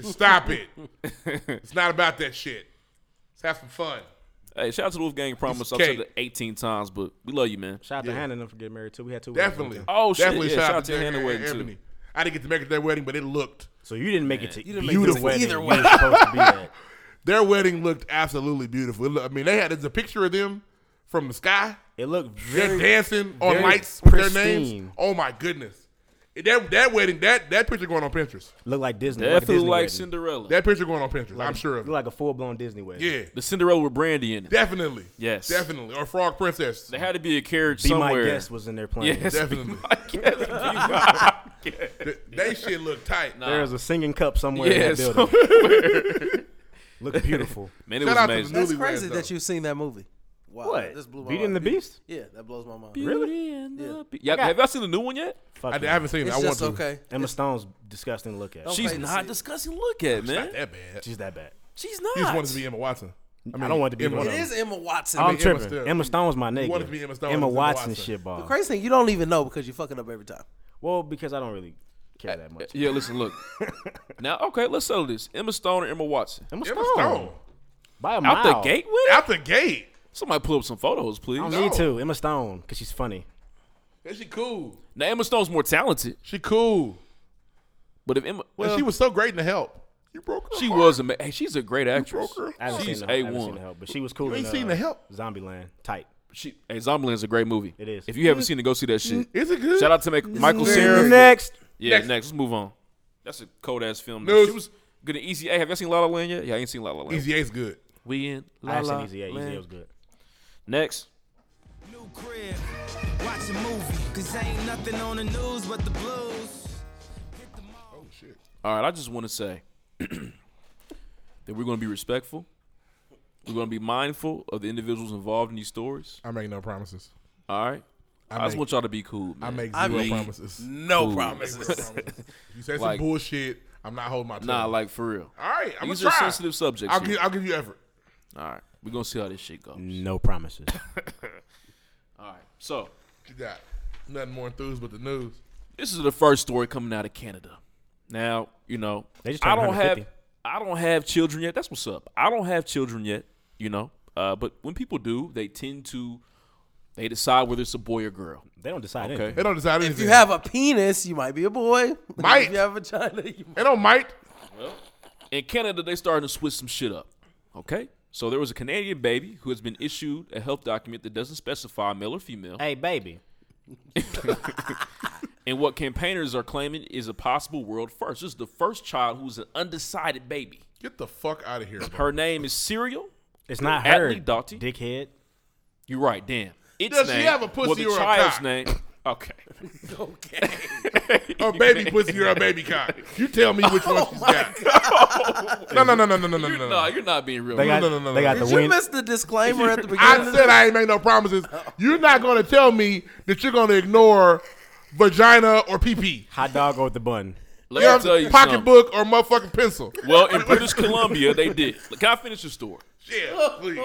[SPEAKER 3] Stop it. It's not about that shit. Let's have some fun.
[SPEAKER 4] Hey, shout out to the Wolfgang Promise. I've
[SPEAKER 3] Kate.
[SPEAKER 4] said it 18 times, but we love you, man.
[SPEAKER 5] Shout out to Hannah and them for getting married too. We had two. weddings
[SPEAKER 3] Definitely.
[SPEAKER 5] with them.
[SPEAKER 4] Oh, shit.
[SPEAKER 3] Definitely
[SPEAKER 4] Yeah, shout out to
[SPEAKER 3] Hannah
[SPEAKER 4] Hannah Wedding, too.
[SPEAKER 3] Anthony. I didn't get to make it to their wedding, but it looked.
[SPEAKER 5] So you didn't make it to
[SPEAKER 3] make it to
[SPEAKER 5] beautiful
[SPEAKER 3] the
[SPEAKER 5] wedding.
[SPEAKER 3] either
[SPEAKER 5] You were supposed to be at.
[SPEAKER 3] Their wedding looked absolutely beautiful. It looked- I mean, they had there's a picture of them from the sky.
[SPEAKER 5] It looked
[SPEAKER 3] They're
[SPEAKER 5] very.
[SPEAKER 3] dancing on
[SPEAKER 5] very
[SPEAKER 3] lights with their names.
[SPEAKER 5] pristine.
[SPEAKER 3] Oh my goodness. That that wedding, that that picture going on Pinterest.
[SPEAKER 5] Looked like Disney. like a
[SPEAKER 4] Definitely
[SPEAKER 5] Disney
[SPEAKER 4] like
[SPEAKER 5] wedding.
[SPEAKER 4] Cinderella.
[SPEAKER 3] That picture going on Pinterest. I'm sure of
[SPEAKER 5] Looked
[SPEAKER 3] it.
[SPEAKER 5] like a full blown Disney wedding.
[SPEAKER 3] Yeah.
[SPEAKER 4] the Cinderella with Brandy in it.
[SPEAKER 3] Definitely.
[SPEAKER 4] Yes.
[SPEAKER 3] Definitely. Or Frog Princess.
[SPEAKER 4] There had to be a carriage
[SPEAKER 5] Be
[SPEAKER 4] somewhere.
[SPEAKER 5] my guest was in there playing.
[SPEAKER 4] yes,
[SPEAKER 3] Definitely.
[SPEAKER 4] Be my guest. Be my guest.
[SPEAKER 3] Th- They shit looked tight.
[SPEAKER 5] There was a singing cup somewhere
[SPEAKER 4] Yeah,
[SPEAKER 5] in that building. Looked beautiful.
[SPEAKER 4] Man, it
[SPEAKER 3] Shout
[SPEAKER 4] was
[SPEAKER 3] out to
[SPEAKER 4] amazing.
[SPEAKER 3] the
[SPEAKER 6] That's
[SPEAKER 3] Newlyweds,
[SPEAKER 6] crazy
[SPEAKER 3] though.
[SPEAKER 6] that you've seen that movie. Wow,
[SPEAKER 5] What?
[SPEAKER 6] This blew my
[SPEAKER 5] Beauty and the
[SPEAKER 6] mind.
[SPEAKER 5] Beast?
[SPEAKER 6] Yeah, that blows my mind.
[SPEAKER 5] Really?
[SPEAKER 4] Yeah. Yeah, have y'all seen the new one yet?
[SPEAKER 5] Fuck
[SPEAKER 3] I, I
[SPEAKER 5] yeah.
[SPEAKER 3] haven't seen it.
[SPEAKER 6] It's
[SPEAKER 3] I want
[SPEAKER 6] just
[SPEAKER 3] to.
[SPEAKER 6] okay.
[SPEAKER 5] Emma Stone's disgusting to look at.
[SPEAKER 6] Don't
[SPEAKER 4] She's
[SPEAKER 6] pay to
[SPEAKER 4] not
[SPEAKER 6] see it.
[SPEAKER 4] disgusting. to Look at
[SPEAKER 3] It's not
[SPEAKER 4] man.
[SPEAKER 3] that bad.
[SPEAKER 5] She's that bad.
[SPEAKER 4] She's
[SPEAKER 3] He just wanted
[SPEAKER 4] not.
[SPEAKER 3] to be Emma Watson.
[SPEAKER 5] I, don't want it to be
[SPEAKER 3] Emma-
[SPEAKER 5] one
[SPEAKER 6] It
[SPEAKER 5] of them.
[SPEAKER 6] is Emma Watson.
[SPEAKER 5] I'm
[SPEAKER 3] Emma
[SPEAKER 5] tripping.
[SPEAKER 3] Stone.
[SPEAKER 5] Emma Stone's my nigga.
[SPEAKER 3] wanted to be Emma Stone, it was Emma
[SPEAKER 5] Watson,
[SPEAKER 3] Watson.
[SPEAKER 5] shit ball.
[SPEAKER 6] Crazy thing, you don't even know because you fuck it up every time.
[SPEAKER 5] Well, because I don't really care that much.
[SPEAKER 4] Yeah, listen, look. now, okay, let's settle this. Emma Stone or Emma Watson?
[SPEAKER 5] Emma Stone.
[SPEAKER 3] Emma Stone.
[SPEAKER 5] By a mile.
[SPEAKER 4] Out the gate with it?
[SPEAKER 3] Out the gate.
[SPEAKER 4] Somebody pull up some photos, please.
[SPEAKER 5] I don't
[SPEAKER 3] No.
[SPEAKER 5] need to. Emma Stone, because she's funny.
[SPEAKER 3] Yeah, she cool.
[SPEAKER 4] Now, Emma Stone's more talented,
[SPEAKER 3] She cool.
[SPEAKER 4] but if Emma,
[SPEAKER 3] and she was so great in the help. You broke her.
[SPEAKER 4] she
[SPEAKER 3] heart.
[SPEAKER 4] was ama- Hey, she's a great actress.
[SPEAKER 3] broke her
[SPEAKER 5] I haven't
[SPEAKER 4] She's
[SPEAKER 5] seen the, I haven't
[SPEAKER 4] A1.
[SPEAKER 5] seen the help, but she was cool.
[SPEAKER 3] You ain't
[SPEAKER 5] in,
[SPEAKER 3] seen
[SPEAKER 5] uh,
[SPEAKER 3] The Help?
[SPEAKER 5] Zombieland, tight.
[SPEAKER 4] She, hey, Zombieland's a great movie.
[SPEAKER 5] It is.
[SPEAKER 4] If you haven't seen it, go see that shit.
[SPEAKER 3] Is it good?
[SPEAKER 4] Shout out to make Michael
[SPEAKER 6] very
[SPEAKER 4] Cera.
[SPEAKER 6] good.
[SPEAKER 5] Next,
[SPEAKER 4] Yeah,
[SPEAKER 3] Next.
[SPEAKER 4] next. Let's move on. That's a cold ass film.
[SPEAKER 3] News.
[SPEAKER 4] She was good at Easy A. Have y'all seen La La Land yet? Yeah, I ain't seen La La Land.
[SPEAKER 3] Easy A's good.
[SPEAKER 4] We in
[SPEAKER 5] I
[SPEAKER 4] La
[SPEAKER 5] have
[SPEAKER 4] La
[SPEAKER 5] seen Easy A. Easy A
[SPEAKER 4] Land.
[SPEAKER 5] was good.
[SPEAKER 4] Next.
[SPEAKER 8] New crib, watch a movie. Cause ain't nothing on the news but the blues.
[SPEAKER 3] Oh shit.
[SPEAKER 4] All right, I just want to say that we're going to be respectful. We're going to be mindful of the individuals involved in these stories.
[SPEAKER 3] I make no promises.
[SPEAKER 4] All right. I, just
[SPEAKER 3] make-
[SPEAKER 4] want y'all to be cool, man.
[SPEAKER 3] I make
[SPEAKER 6] I
[SPEAKER 3] zero
[SPEAKER 6] make-
[SPEAKER 3] promises.
[SPEAKER 6] No
[SPEAKER 3] Zero
[SPEAKER 6] promises.
[SPEAKER 3] promises. You said
[SPEAKER 4] Like-
[SPEAKER 3] some bullshit. I'm not holding my tongue.
[SPEAKER 4] nah, like for real.
[SPEAKER 3] All right, I'm gonna
[SPEAKER 4] These are
[SPEAKER 3] try.
[SPEAKER 4] sensitive subjects.
[SPEAKER 3] I'll
[SPEAKER 4] here.
[SPEAKER 3] give, I'll give you effort.
[SPEAKER 4] All right, we're gonna see how this shit goes.
[SPEAKER 5] No promises.
[SPEAKER 4] All right, so
[SPEAKER 3] You got nothing more enthused but the news.
[SPEAKER 4] this is the first story coming out of Canada. Now, you know,
[SPEAKER 5] They just
[SPEAKER 4] I
[SPEAKER 5] turned
[SPEAKER 4] don't have
[SPEAKER 5] 150.
[SPEAKER 4] I don't have children yet. That's what's up. I don't have children yet, you know. Uh, but when people do, they tend to they decide whether it's a boy or girl.
[SPEAKER 5] they don't decide
[SPEAKER 4] Okay.
[SPEAKER 5] anything.
[SPEAKER 3] They don't decide anything.
[SPEAKER 6] If you have a penis, you might be a boy.
[SPEAKER 3] Might.
[SPEAKER 6] if you have a vagina, you might.
[SPEAKER 3] they don't might.
[SPEAKER 4] In Canada, they starting to switch some shit up. Okay? So there was a Canadian baby who has been issued a health document that doesn't specify male or female,
[SPEAKER 5] Hey, baby.
[SPEAKER 4] and what campaigners are claiming is a possible world first. This is the first child who's an undecided baby.
[SPEAKER 3] Get the fuck out of here. bro.
[SPEAKER 4] Her name is Serial.
[SPEAKER 5] It's not
[SPEAKER 4] Atlee
[SPEAKER 5] her.
[SPEAKER 4] Doughty?
[SPEAKER 5] Dickhead.
[SPEAKER 4] You're right, damn. It's
[SPEAKER 3] Does she
[SPEAKER 4] name,
[SPEAKER 3] have a pussy
[SPEAKER 4] well, the
[SPEAKER 3] or a
[SPEAKER 4] child's
[SPEAKER 3] cock?
[SPEAKER 4] name. Okay.
[SPEAKER 3] Her Oh, baby pussy or her baby cock. You tell me which
[SPEAKER 4] Oh
[SPEAKER 3] one she's got. No, no, no, no, no, no, no, no.
[SPEAKER 4] You're,
[SPEAKER 3] no.
[SPEAKER 4] no, you're not being real.
[SPEAKER 5] They got,
[SPEAKER 3] no, no, no,
[SPEAKER 5] they got
[SPEAKER 3] no.
[SPEAKER 5] the
[SPEAKER 6] Did you
[SPEAKER 5] win.
[SPEAKER 6] miss the disclaimer at the
[SPEAKER 3] I
[SPEAKER 6] beginning?
[SPEAKER 3] said I ain't make no promises. You're not going to tell me that you're going to ignore vagina or pee pee.
[SPEAKER 5] Hot dog with the bun.
[SPEAKER 4] Let me tell you something.
[SPEAKER 3] Pocketbook or motherfucking pencil.
[SPEAKER 4] Well, in British Columbia, they did. Can I finish the story?
[SPEAKER 3] Yeah, please.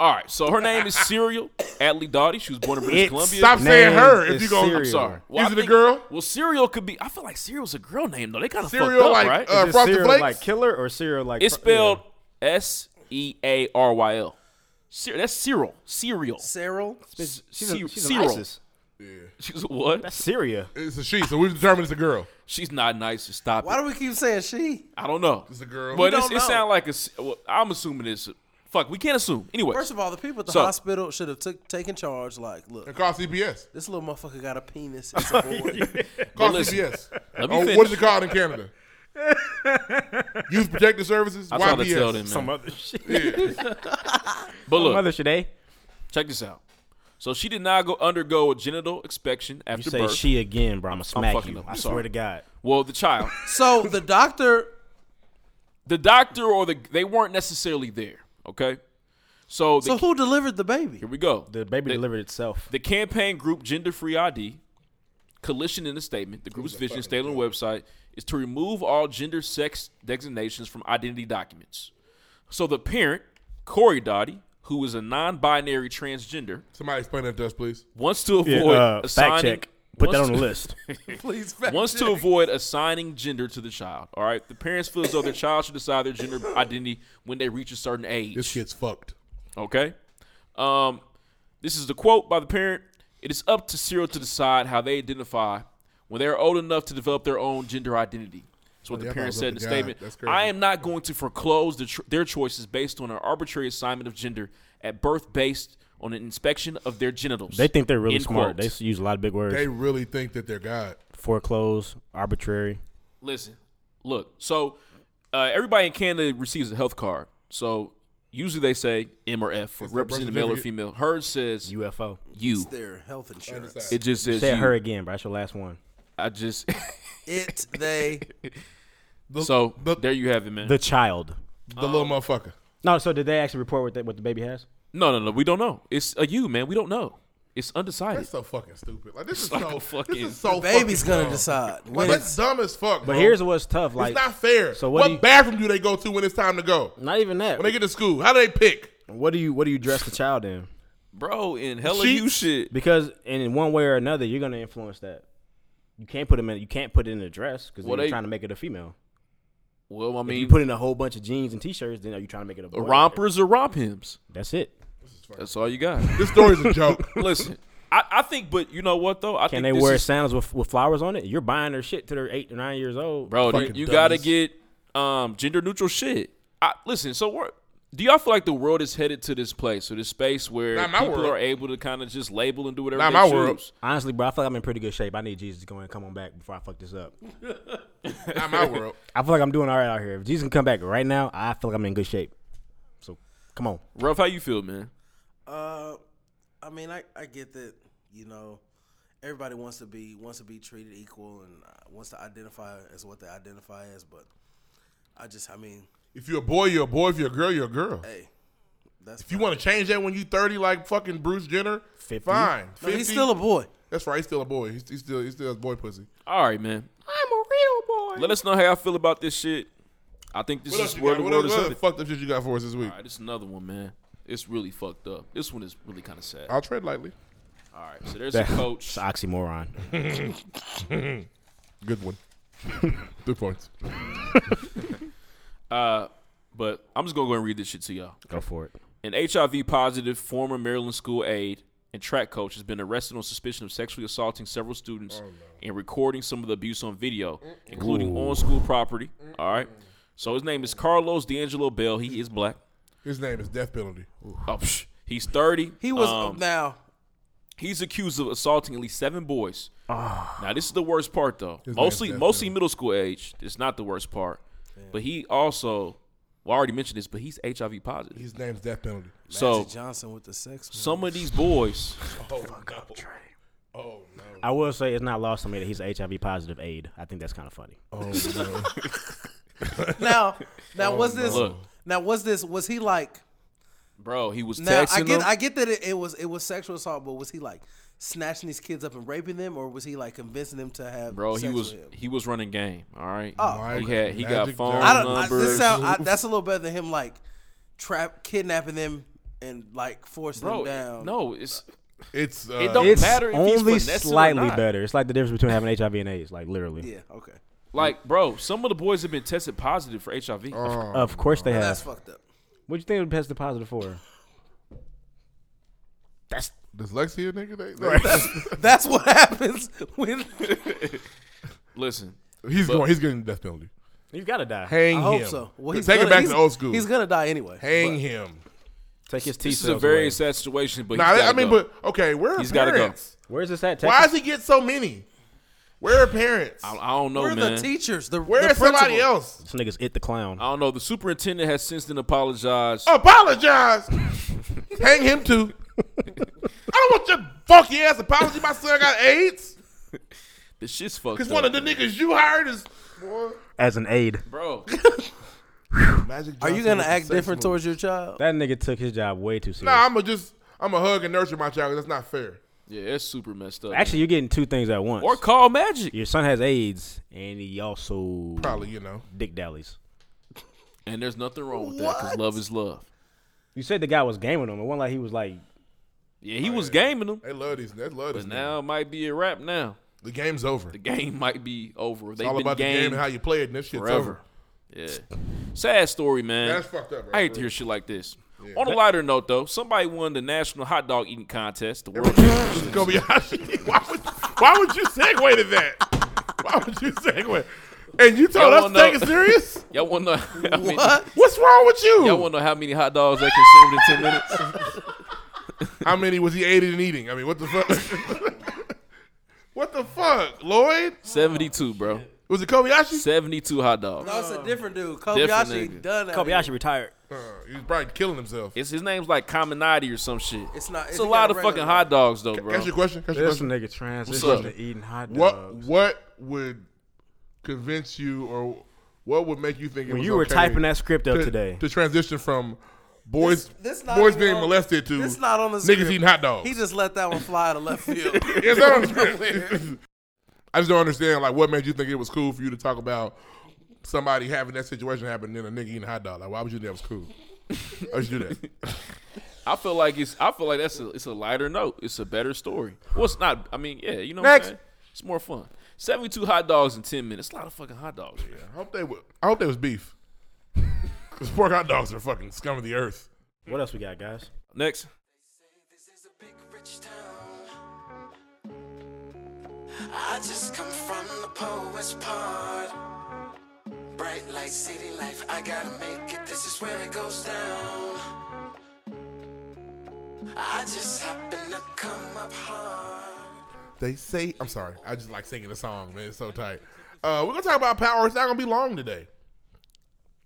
[SPEAKER 4] All right. So her name is Serial Atlee Doughty. She was born in British
[SPEAKER 5] It's-
[SPEAKER 4] Columbia.
[SPEAKER 3] Stop saying
[SPEAKER 5] Name
[SPEAKER 3] her if
[SPEAKER 5] is
[SPEAKER 3] you're going to.
[SPEAKER 5] cereal.
[SPEAKER 3] I'm sorry.
[SPEAKER 4] Well,
[SPEAKER 3] Is
[SPEAKER 4] I
[SPEAKER 3] it a
[SPEAKER 4] think-
[SPEAKER 3] girl?
[SPEAKER 4] Well, Serial could be. I feel like Serial's a girl name though. They kind of fucked
[SPEAKER 3] Cereal
[SPEAKER 4] up,
[SPEAKER 3] like,
[SPEAKER 4] right?
[SPEAKER 3] uh,
[SPEAKER 5] Is
[SPEAKER 3] Frosted
[SPEAKER 5] cereal
[SPEAKER 3] Flakes?
[SPEAKER 5] like killer or cereal like?
[SPEAKER 4] it's
[SPEAKER 5] fr-
[SPEAKER 4] spelled S E A R Y L. Cer- That's Cyril. Cereal.
[SPEAKER 6] Cyril.
[SPEAKER 5] yeah. She's, she's, a,
[SPEAKER 4] Cer-
[SPEAKER 5] she's an
[SPEAKER 4] Cyril.
[SPEAKER 5] ISIS.
[SPEAKER 4] She's what?
[SPEAKER 5] That's Syria.
[SPEAKER 3] It's a she, so we've determined it's a girl.
[SPEAKER 4] She's not nice. Just Stop
[SPEAKER 6] Why
[SPEAKER 4] it.
[SPEAKER 6] do we keep saying she?
[SPEAKER 4] I don't know.
[SPEAKER 3] It's a girl.
[SPEAKER 4] But
[SPEAKER 6] We
[SPEAKER 4] it's,
[SPEAKER 6] don't
[SPEAKER 4] it
[SPEAKER 6] know.
[SPEAKER 4] sounds like a. s- Well, I'm assuming it's. Fuck, we can't assume. Anyway,
[SPEAKER 6] First of all, the people at the
[SPEAKER 4] So-
[SPEAKER 6] hospital should have took taken charge. Like, look,
[SPEAKER 3] It costs CPS.
[SPEAKER 6] this little motherfucker got a penis. It's a boy.
[SPEAKER 3] It costs
[SPEAKER 4] listen,
[SPEAKER 3] CPS.
[SPEAKER 4] let me
[SPEAKER 3] Oh,
[SPEAKER 4] finish.
[SPEAKER 3] what is it called in Canada? Youth Protective Services?
[SPEAKER 4] I tried to tell them, man.
[SPEAKER 5] Some other shit.
[SPEAKER 4] but
[SPEAKER 5] Some
[SPEAKER 4] look,
[SPEAKER 5] other shit, eh?
[SPEAKER 4] check this out. So she did not go undergo a genital inspection
[SPEAKER 5] You
[SPEAKER 4] after
[SPEAKER 5] say
[SPEAKER 4] birth.
[SPEAKER 5] she again, bro. I'm gonna smack
[SPEAKER 4] fucking
[SPEAKER 5] you.
[SPEAKER 4] up.
[SPEAKER 5] I
[SPEAKER 4] I'm
[SPEAKER 5] swear
[SPEAKER 4] sorry.
[SPEAKER 5] to God.
[SPEAKER 4] well, the child,
[SPEAKER 6] so the doctor.
[SPEAKER 4] the doctor, or the they weren't necessarily there. Okay, so, the,
[SPEAKER 6] So who delivered the baby?
[SPEAKER 4] here we go.
[SPEAKER 5] The baby
[SPEAKER 4] They-
[SPEAKER 5] delivered itself.
[SPEAKER 4] The campaign group Gender Free ID collision in a statement. The group's vision, stated on the website, is to remove all gender sex designations from identity documents. So the parent, Corey Dottie, who is a non-binary transgender,
[SPEAKER 3] Somebody explain that to us, please.
[SPEAKER 4] wants to avoid
[SPEAKER 5] Yeah, uh, fact
[SPEAKER 4] assigning.
[SPEAKER 5] check. Put that
[SPEAKER 4] wants
[SPEAKER 5] on the
[SPEAKER 4] to-
[SPEAKER 5] list.
[SPEAKER 6] Please. fact
[SPEAKER 4] wants to
[SPEAKER 6] check.
[SPEAKER 4] avoid assigning gender to the child. All right, the parents feel as though their child should decide their gender identity when they reach a certain age.
[SPEAKER 3] This shit's fucked.
[SPEAKER 4] Okay. Um, this is the quote by the parent. It is up to Cyril to decide how they identify when they are old enough to develop their own gender identity. That's what
[SPEAKER 3] yeah, I
[SPEAKER 4] the
[SPEAKER 3] thought
[SPEAKER 4] parent
[SPEAKER 3] it was
[SPEAKER 4] said
[SPEAKER 3] up
[SPEAKER 4] in the
[SPEAKER 3] to God.
[SPEAKER 4] statement.
[SPEAKER 3] That's crazy.
[SPEAKER 4] I am not going to foreclose the tr- their choices based on an arbitrary assignment of gender at birth based on an inspection of their genitals.
[SPEAKER 5] They think they're really
[SPEAKER 4] End
[SPEAKER 5] smart.
[SPEAKER 4] quote.
[SPEAKER 5] They use a lot of big words.
[SPEAKER 3] They really think that they're God.
[SPEAKER 5] Foreclose, arbitrary.
[SPEAKER 4] Listen, look. So uh, everybody in Canada receives a health card. So usually they say M or F for
[SPEAKER 3] the birth
[SPEAKER 4] representing male or
[SPEAKER 3] certificate.
[SPEAKER 4] female. Hers says you.
[SPEAKER 5] UFO.
[SPEAKER 6] their health insurance.
[SPEAKER 4] It just says
[SPEAKER 5] Say
[SPEAKER 4] you.
[SPEAKER 5] her again, bro. That's your last one.
[SPEAKER 4] I just
[SPEAKER 6] It they
[SPEAKER 3] The-
[SPEAKER 4] so
[SPEAKER 3] the, the
[SPEAKER 4] there you have it, man.
[SPEAKER 5] The child.
[SPEAKER 3] little
[SPEAKER 4] Um,
[SPEAKER 3] motherfucker.
[SPEAKER 5] No, so did they actually report what, the, what the baby has?
[SPEAKER 4] no, no, no. We don't know. It's a you, man. We don't know. It's undecided.
[SPEAKER 3] That's so fucking stupid. Like this is
[SPEAKER 4] like
[SPEAKER 3] so
[SPEAKER 4] a fucking-
[SPEAKER 3] This is so
[SPEAKER 6] baby's
[SPEAKER 3] fucking
[SPEAKER 6] gonna
[SPEAKER 3] dumb.
[SPEAKER 6] decide. When
[SPEAKER 3] Like, that's
[SPEAKER 6] it's,
[SPEAKER 3] dumb as fuck.
[SPEAKER 5] But
[SPEAKER 3] bro.
[SPEAKER 5] here's what's tough. Like,
[SPEAKER 3] it's not fair.
[SPEAKER 5] So
[SPEAKER 3] So
[SPEAKER 5] what
[SPEAKER 3] what,
[SPEAKER 5] do you-
[SPEAKER 3] bathroom do they go to when it's time to go?
[SPEAKER 5] not even that.
[SPEAKER 3] When they get to school, how do they pick?
[SPEAKER 5] what do you what do you dress the child in?
[SPEAKER 4] Bro, Oh, in hella you
[SPEAKER 3] Sheets.
[SPEAKER 4] shit.
[SPEAKER 5] Because in one way or another, you're gonna influence that. You can't put him in. You can't put it in a dress because
[SPEAKER 4] Well,
[SPEAKER 5] you're
[SPEAKER 4] they-
[SPEAKER 5] trying to make it a female.
[SPEAKER 4] Well, I
[SPEAKER 5] If you
[SPEAKER 4] mean,
[SPEAKER 5] put in a whole bunch of jeans and t-shirts, then are you trying to make it a boy?
[SPEAKER 4] rompers or romp hymns.
[SPEAKER 5] That's it.
[SPEAKER 4] That's all you got.
[SPEAKER 3] This story's a joke.
[SPEAKER 4] Listen, I, I think, but you know what though? I
[SPEAKER 5] Can
[SPEAKER 4] think
[SPEAKER 5] they
[SPEAKER 4] this
[SPEAKER 5] wear
[SPEAKER 4] is-
[SPEAKER 5] sandals with, with flowers on it? You're buying their shit to their eight or nine years old,
[SPEAKER 4] bro?
[SPEAKER 3] fucking
[SPEAKER 4] You, you gotta
[SPEAKER 3] dummies.
[SPEAKER 4] get um gender neutral shit. I, listen, so we're. Do y'all feel like the world is headed to this place or this space where
[SPEAKER 3] Not my
[SPEAKER 4] people
[SPEAKER 3] world.
[SPEAKER 4] are able to kind of just label and do whatever
[SPEAKER 3] Not
[SPEAKER 4] they
[SPEAKER 3] my
[SPEAKER 4] choose?
[SPEAKER 3] world.
[SPEAKER 5] Honestly, bro, I feel like I'm in pretty good shape. I need Jesus to go and come on back before I fuck this up.
[SPEAKER 3] Not my world.
[SPEAKER 5] I feel like I'm doing all right out here. If Jesus can come back right now, I feel like I'm in good shape. So, come on.
[SPEAKER 4] Ruff, how you feel, man?
[SPEAKER 6] uh, I mean, I, I get that. You know, everybody wants to be wants to be treated equal and uh, wants to identify as what they identify as. But I just, I mean,
[SPEAKER 3] If you're a boy, you're a boy. If you're a girl, you're a girl.
[SPEAKER 6] hey, that's
[SPEAKER 3] If you want to change that when you 30, like fucking Bruce Jenner,
[SPEAKER 5] 50.
[SPEAKER 3] fine.
[SPEAKER 6] No, he's still a boy.
[SPEAKER 3] That's right. He's still a boy. He's, he's still he's still a boy pussy.
[SPEAKER 4] All right, man. I'm a real boy. Let us know how y'all feel about this shit. I think this
[SPEAKER 3] What
[SPEAKER 4] is
[SPEAKER 3] else you
[SPEAKER 4] where
[SPEAKER 3] got?
[SPEAKER 4] the
[SPEAKER 3] What
[SPEAKER 4] world
[SPEAKER 3] else-
[SPEAKER 4] is
[SPEAKER 3] what other
[SPEAKER 4] headed.
[SPEAKER 3] fucked up shit you got for us this week?
[SPEAKER 4] All right, this is another one, man. It's really fucked up. This one is really kind of sad. All
[SPEAKER 3] I'll tread lightly.
[SPEAKER 4] right, so there's a
[SPEAKER 5] It's
[SPEAKER 4] coach.
[SPEAKER 5] an oxymoron.
[SPEAKER 3] Good one. Three points.
[SPEAKER 4] Uh, but I'm just gonna go and read this shit to y'all.
[SPEAKER 5] Go for it.
[SPEAKER 4] An HIV positive former Maryland school aide and track coach has been arrested on suspicion of sexually assaulting several students and recording some of the abuse on video, including on school property. All right. So his name is Carlos D'Angelo Bell. He is black.
[SPEAKER 3] His name is Death Penalty.
[SPEAKER 4] Oh, psh, he's 30.
[SPEAKER 6] He was
[SPEAKER 4] Um,
[SPEAKER 6] now.
[SPEAKER 4] he's accused of assaulting at least seven boys.
[SPEAKER 3] Ah.
[SPEAKER 4] Now this is the worst part though.
[SPEAKER 3] His
[SPEAKER 4] mostly
[SPEAKER 3] name's
[SPEAKER 4] mostly
[SPEAKER 3] Desmond.
[SPEAKER 4] middle school age. It's not the worst part. But he also, well, I already mentioned this, but he's HIV positive.
[SPEAKER 3] His name's Death Penalty.
[SPEAKER 4] so
[SPEAKER 6] Magic Johnson with the sex. man.
[SPEAKER 4] some of these boys,
[SPEAKER 3] Oh no.
[SPEAKER 5] I will say it's not lost on me that he's a HIV positive aide. I think that's kind of funny.
[SPEAKER 3] Oh no.
[SPEAKER 6] now, now was this?
[SPEAKER 4] Look.
[SPEAKER 6] Now was this? Was he like?
[SPEAKER 4] bro, he was
[SPEAKER 6] Now I
[SPEAKER 4] texting
[SPEAKER 6] get,
[SPEAKER 4] them.
[SPEAKER 6] I get that it, it was it was sexual assault, but was he like snatching these kids up and raping them, or was he like convincing them to have?
[SPEAKER 4] bro, he
[SPEAKER 6] sex
[SPEAKER 4] was
[SPEAKER 6] With him?
[SPEAKER 4] he was running game. All right,
[SPEAKER 6] Oh.
[SPEAKER 4] he had he got
[SPEAKER 3] Magic
[SPEAKER 4] phone
[SPEAKER 3] Johnson.
[SPEAKER 6] I don't. I,
[SPEAKER 4] numbers.
[SPEAKER 6] this sound, I, that's a little better than him like trap kidnapping them and like forcing
[SPEAKER 4] bro,
[SPEAKER 6] them down.
[SPEAKER 4] no, it's
[SPEAKER 3] It's uh,
[SPEAKER 4] It don't-
[SPEAKER 5] It's
[SPEAKER 4] matter if he's
[SPEAKER 5] only
[SPEAKER 4] finessing or
[SPEAKER 5] slightly
[SPEAKER 4] not.
[SPEAKER 5] better. It's like the difference between having HIV and AIDS, like literally.
[SPEAKER 6] Yeah. Okay.
[SPEAKER 4] like, bro, some of the boys have been tested positive for HIV.
[SPEAKER 5] Of course they
[SPEAKER 6] That's
[SPEAKER 5] have.
[SPEAKER 6] fucked up.
[SPEAKER 5] What you think of tested positive for?
[SPEAKER 3] that's dyslexia, nigga. They, they-
[SPEAKER 6] That's what happens when.
[SPEAKER 4] Listen,
[SPEAKER 3] he's going. He's getting death penalty.
[SPEAKER 5] You gotta die.
[SPEAKER 3] Hang
[SPEAKER 6] I hope
[SPEAKER 3] him.
[SPEAKER 6] so. Well, he's
[SPEAKER 3] take
[SPEAKER 6] gonna,
[SPEAKER 3] it back
[SPEAKER 6] he's-
[SPEAKER 3] to old school.
[SPEAKER 6] He's gonna die anyway.
[SPEAKER 3] Hang him.
[SPEAKER 5] Take his T
[SPEAKER 4] this is a
[SPEAKER 5] cells.
[SPEAKER 4] very
[SPEAKER 5] away.
[SPEAKER 4] sad situation, but
[SPEAKER 3] Nah,
[SPEAKER 4] he's
[SPEAKER 3] I
[SPEAKER 4] gotta
[SPEAKER 3] mean,
[SPEAKER 4] go.
[SPEAKER 3] but okay, where are
[SPEAKER 4] He's gotta go.
[SPEAKER 3] parents?
[SPEAKER 5] Where's this at?
[SPEAKER 3] Why
[SPEAKER 5] Texas?
[SPEAKER 3] does he get so many? Where are parents?
[SPEAKER 4] I, I don't know,
[SPEAKER 6] We're
[SPEAKER 4] man.
[SPEAKER 6] the teachers. The
[SPEAKER 3] Where
[SPEAKER 6] the
[SPEAKER 3] is somebody
[SPEAKER 6] principal.
[SPEAKER 3] else?
[SPEAKER 5] This nigga's it the clown.
[SPEAKER 4] I don't know. The superintendent has since then apologized.
[SPEAKER 3] Apologize. Hang him too. I don't want your funky ass apology. My son got AIDS
[SPEAKER 4] The shit's fucked
[SPEAKER 3] because
[SPEAKER 4] up,
[SPEAKER 3] one of the niggas you hired is.
[SPEAKER 5] As an aide.
[SPEAKER 4] bro.
[SPEAKER 3] Magic
[SPEAKER 6] Are you gonna act different towards your child?
[SPEAKER 5] That nigga took his job way too serious.
[SPEAKER 3] Nah, I'm gonna just I'm gonna hug and nurture my child. 'cause That's not fair.
[SPEAKER 4] Yeah, that's super messed up.
[SPEAKER 5] Actually, you're getting two things at once.
[SPEAKER 4] man. or call Magic,
[SPEAKER 5] Your son has AIDS, and he also
[SPEAKER 3] Probably, you know.
[SPEAKER 5] dick dallies.
[SPEAKER 4] and there's nothing wrong with that because love is love.
[SPEAKER 5] You said the guy was gaming him. It wasn't like he was like
[SPEAKER 4] Yeah, he
[SPEAKER 3] uh,
[SPEAKER 4] was gaming them,
[SPEAKER 3] They love these. They love this.
[SPEAKER 4] but now it might be a wrap. Now
[SPEAKER 3] the game's over.
[SPEAKER 4] the game might be over. They've
[SPEAKER 3] It's all
[SPEAKER 4] been
[SPEAKER 3] about the game
[SPEAKER 4] gamed
[SPEAKER 3] and how you play it, and this shit's
[SPEAKER 4] forever.
[SPEAKER 3] over.
[SPEAKER 4] Yeah, sad story, man.
[SPEAKER 3] That's fucked up. Right?
[SPEAKER 4] I hate to
[SPEAKER 3] bro.
[SPEAKER 4] hear shit like this. On a lighter note, though, somebody won the national hot dog eating contest. The world
[SPEAKER 3] It's gonna be why would why would you segue to that? Why would you segue? And you told
[SPEAKER 4] Y'all
[SPEAKER 3] us
[SPEAKER 4] wanna
[SPEAKER 3] to take
[SPEAKER 4] know-
[SPEAKER 3] it serious?
[SPEAKER 4] y'all want to know? How many,
[SPEAKER 3] What's wrong with you?
[SPEAKER 4] Y'all want to know how many hot dogs they consumed in ten minutes?
[SPEAKER 3] How many was he aided in eating? I mean, what the fuck? what the fuck, Lloyd?
[SPEAKER 4] Seventy-two, bro.
[SPEAKER 3] Was it Kobayashi?
[SPEAKER 4] Seventy-two hot dogs.
[SPEAKER 6] No, it's a different dude.
[SPEAKER 4] nigga.
[SPEAKER 6] Kobayashi done. out here.
[SPEAKER 5] Kobayashi retired.
[SPEAKER 3] Uh, he was probably killing himself.
[SPEAKER 4] It's his name's like Kaminati or some shit.
[SPEAKER 6] It's not-
[SPEAKER 4] It's,
[SPEAKER 6] it's
[SPEAKER 4] a
[SPEAKER 6] got
[SPEAKER 4] lot
[SPEAKER 6] a
[SPEAKER 4] of
[SPEAKER 6] regular
[SPEAKER 4] fucking
[SPEAKER 6] name.
[SPEAKER 4] hot dogs though, bro.
[SPEAKER 3] Ask your question. Ask your
[SPEAKER 5] This
[SPEAKER 3] question.
[SPEAKER 5] nigga
[SPEAKER 4] up?
[SPEAKER 5] transitioned to eating hot dogs.
[SPEAKER 3] What what would convince you, or what would make you think it
[SPEAKER 5] When
[SPEAKER 3] was
[SPEAKER 5] you were
[SPEAKER 3] okay
[SPEAKER 5] typing that script up
[SPEAKER 3] to-
[SPEAKER 5] today.
[SPEAKER 3] to transition from boys
[SPEAKER 6] This not
[SPEAKER 3] boys
[SPEAKER 6] even
[SPEAKER 3] being
[SPEAKER 6] on-
[SPEAKER 3] molested to
[SPEAKER 6] This not on the
[SPEAKER 3] niggas
[SPEAKER 6] script.
[SPEAKER 3] eating hot dogs?
[SPEAKER 6] He just let that one fly to left field.
[SPEAKER 3] It's not on the script. I just don't understand like what made you think it was cool for you to talk about somebody having that situation happen and then a nigga eating a hot dog. Like why would you think that was cool? Why would you do that?
[SPEAKER 4] I feel like it's I feel like that's a it's a lighter note. It's a better story. Well, it's not. I mean, yeah, you know. What I'm
[SPEAKER 3] Next.
[SPEAKER 4] saying? It's more fun. Seventy-two hot dogs in ten minutes. A lot of fucking hot dogs. bro.
[SPEAKER 3] I hope they were, I hope they was beef. Cause pork hot dogs are fucking scum of the earth.
[SPEAKER 5] What else we got, guys?
[SPEAKER 4] Next,
[SPEAKER 9] I just come from the poet's part. Bright light, city life, I gotta make it. This is where it goes down. I just happen to come up hard.
[SPEAKER 3] They say I'm sorry. I just like singing the song, man. It's so tight. Uh, we're gonna talk about power. It's not gonna be long today.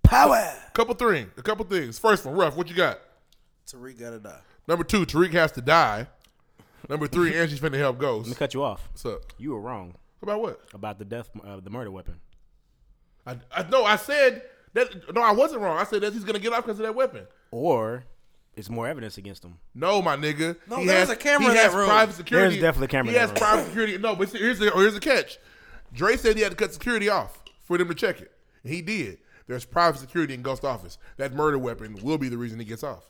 [SPEAKER 6] Power.
[SPEAKER 3] Couple three, a couple things. First one, rough. What you got?
[SPEAKER 6] Tariq gotta die.
[SPEAKER 3] Number two, Tariq has to die. Number three, Angie's finna help Ghost.
[SPEAKER 5] Let me cut you off.
[SPEAKER 3] What's up?
[SPEAKER 5] You were wrong
[SPEAKER 3] About what?
[SPEAKER 5] about the death, uh, the murder weapon.
[SPEAKER 3] I, I no, I said that. No, I wasn't wrong. I said that he's gonna get off because of that weapon.
[SPEAKER 5] Or it's more evidence against him.
[SPEAKER 3] No, Oh, my nigga.
[SPEAKER 6] No, there's a camera
[SPEAKER 3] He
[SPEAKER 6] in
[SPEAKER 3] has
[SPEAKER 6] that room.
[SPEAKER 3] private security.
[SPEAKER 5] There's definitely a camera
[SPEAKER 3] He
[SPEAKER 5] in
[SPEAKER 3] has
[SPEAKER 5] that room.
[SPEAKER 3] private security. No, but see, here's the, here's the catch. Dre said he had to cut security off for them to check it. He did. There's private security in Ghost's office. That murder weapon will be the reason he gets off.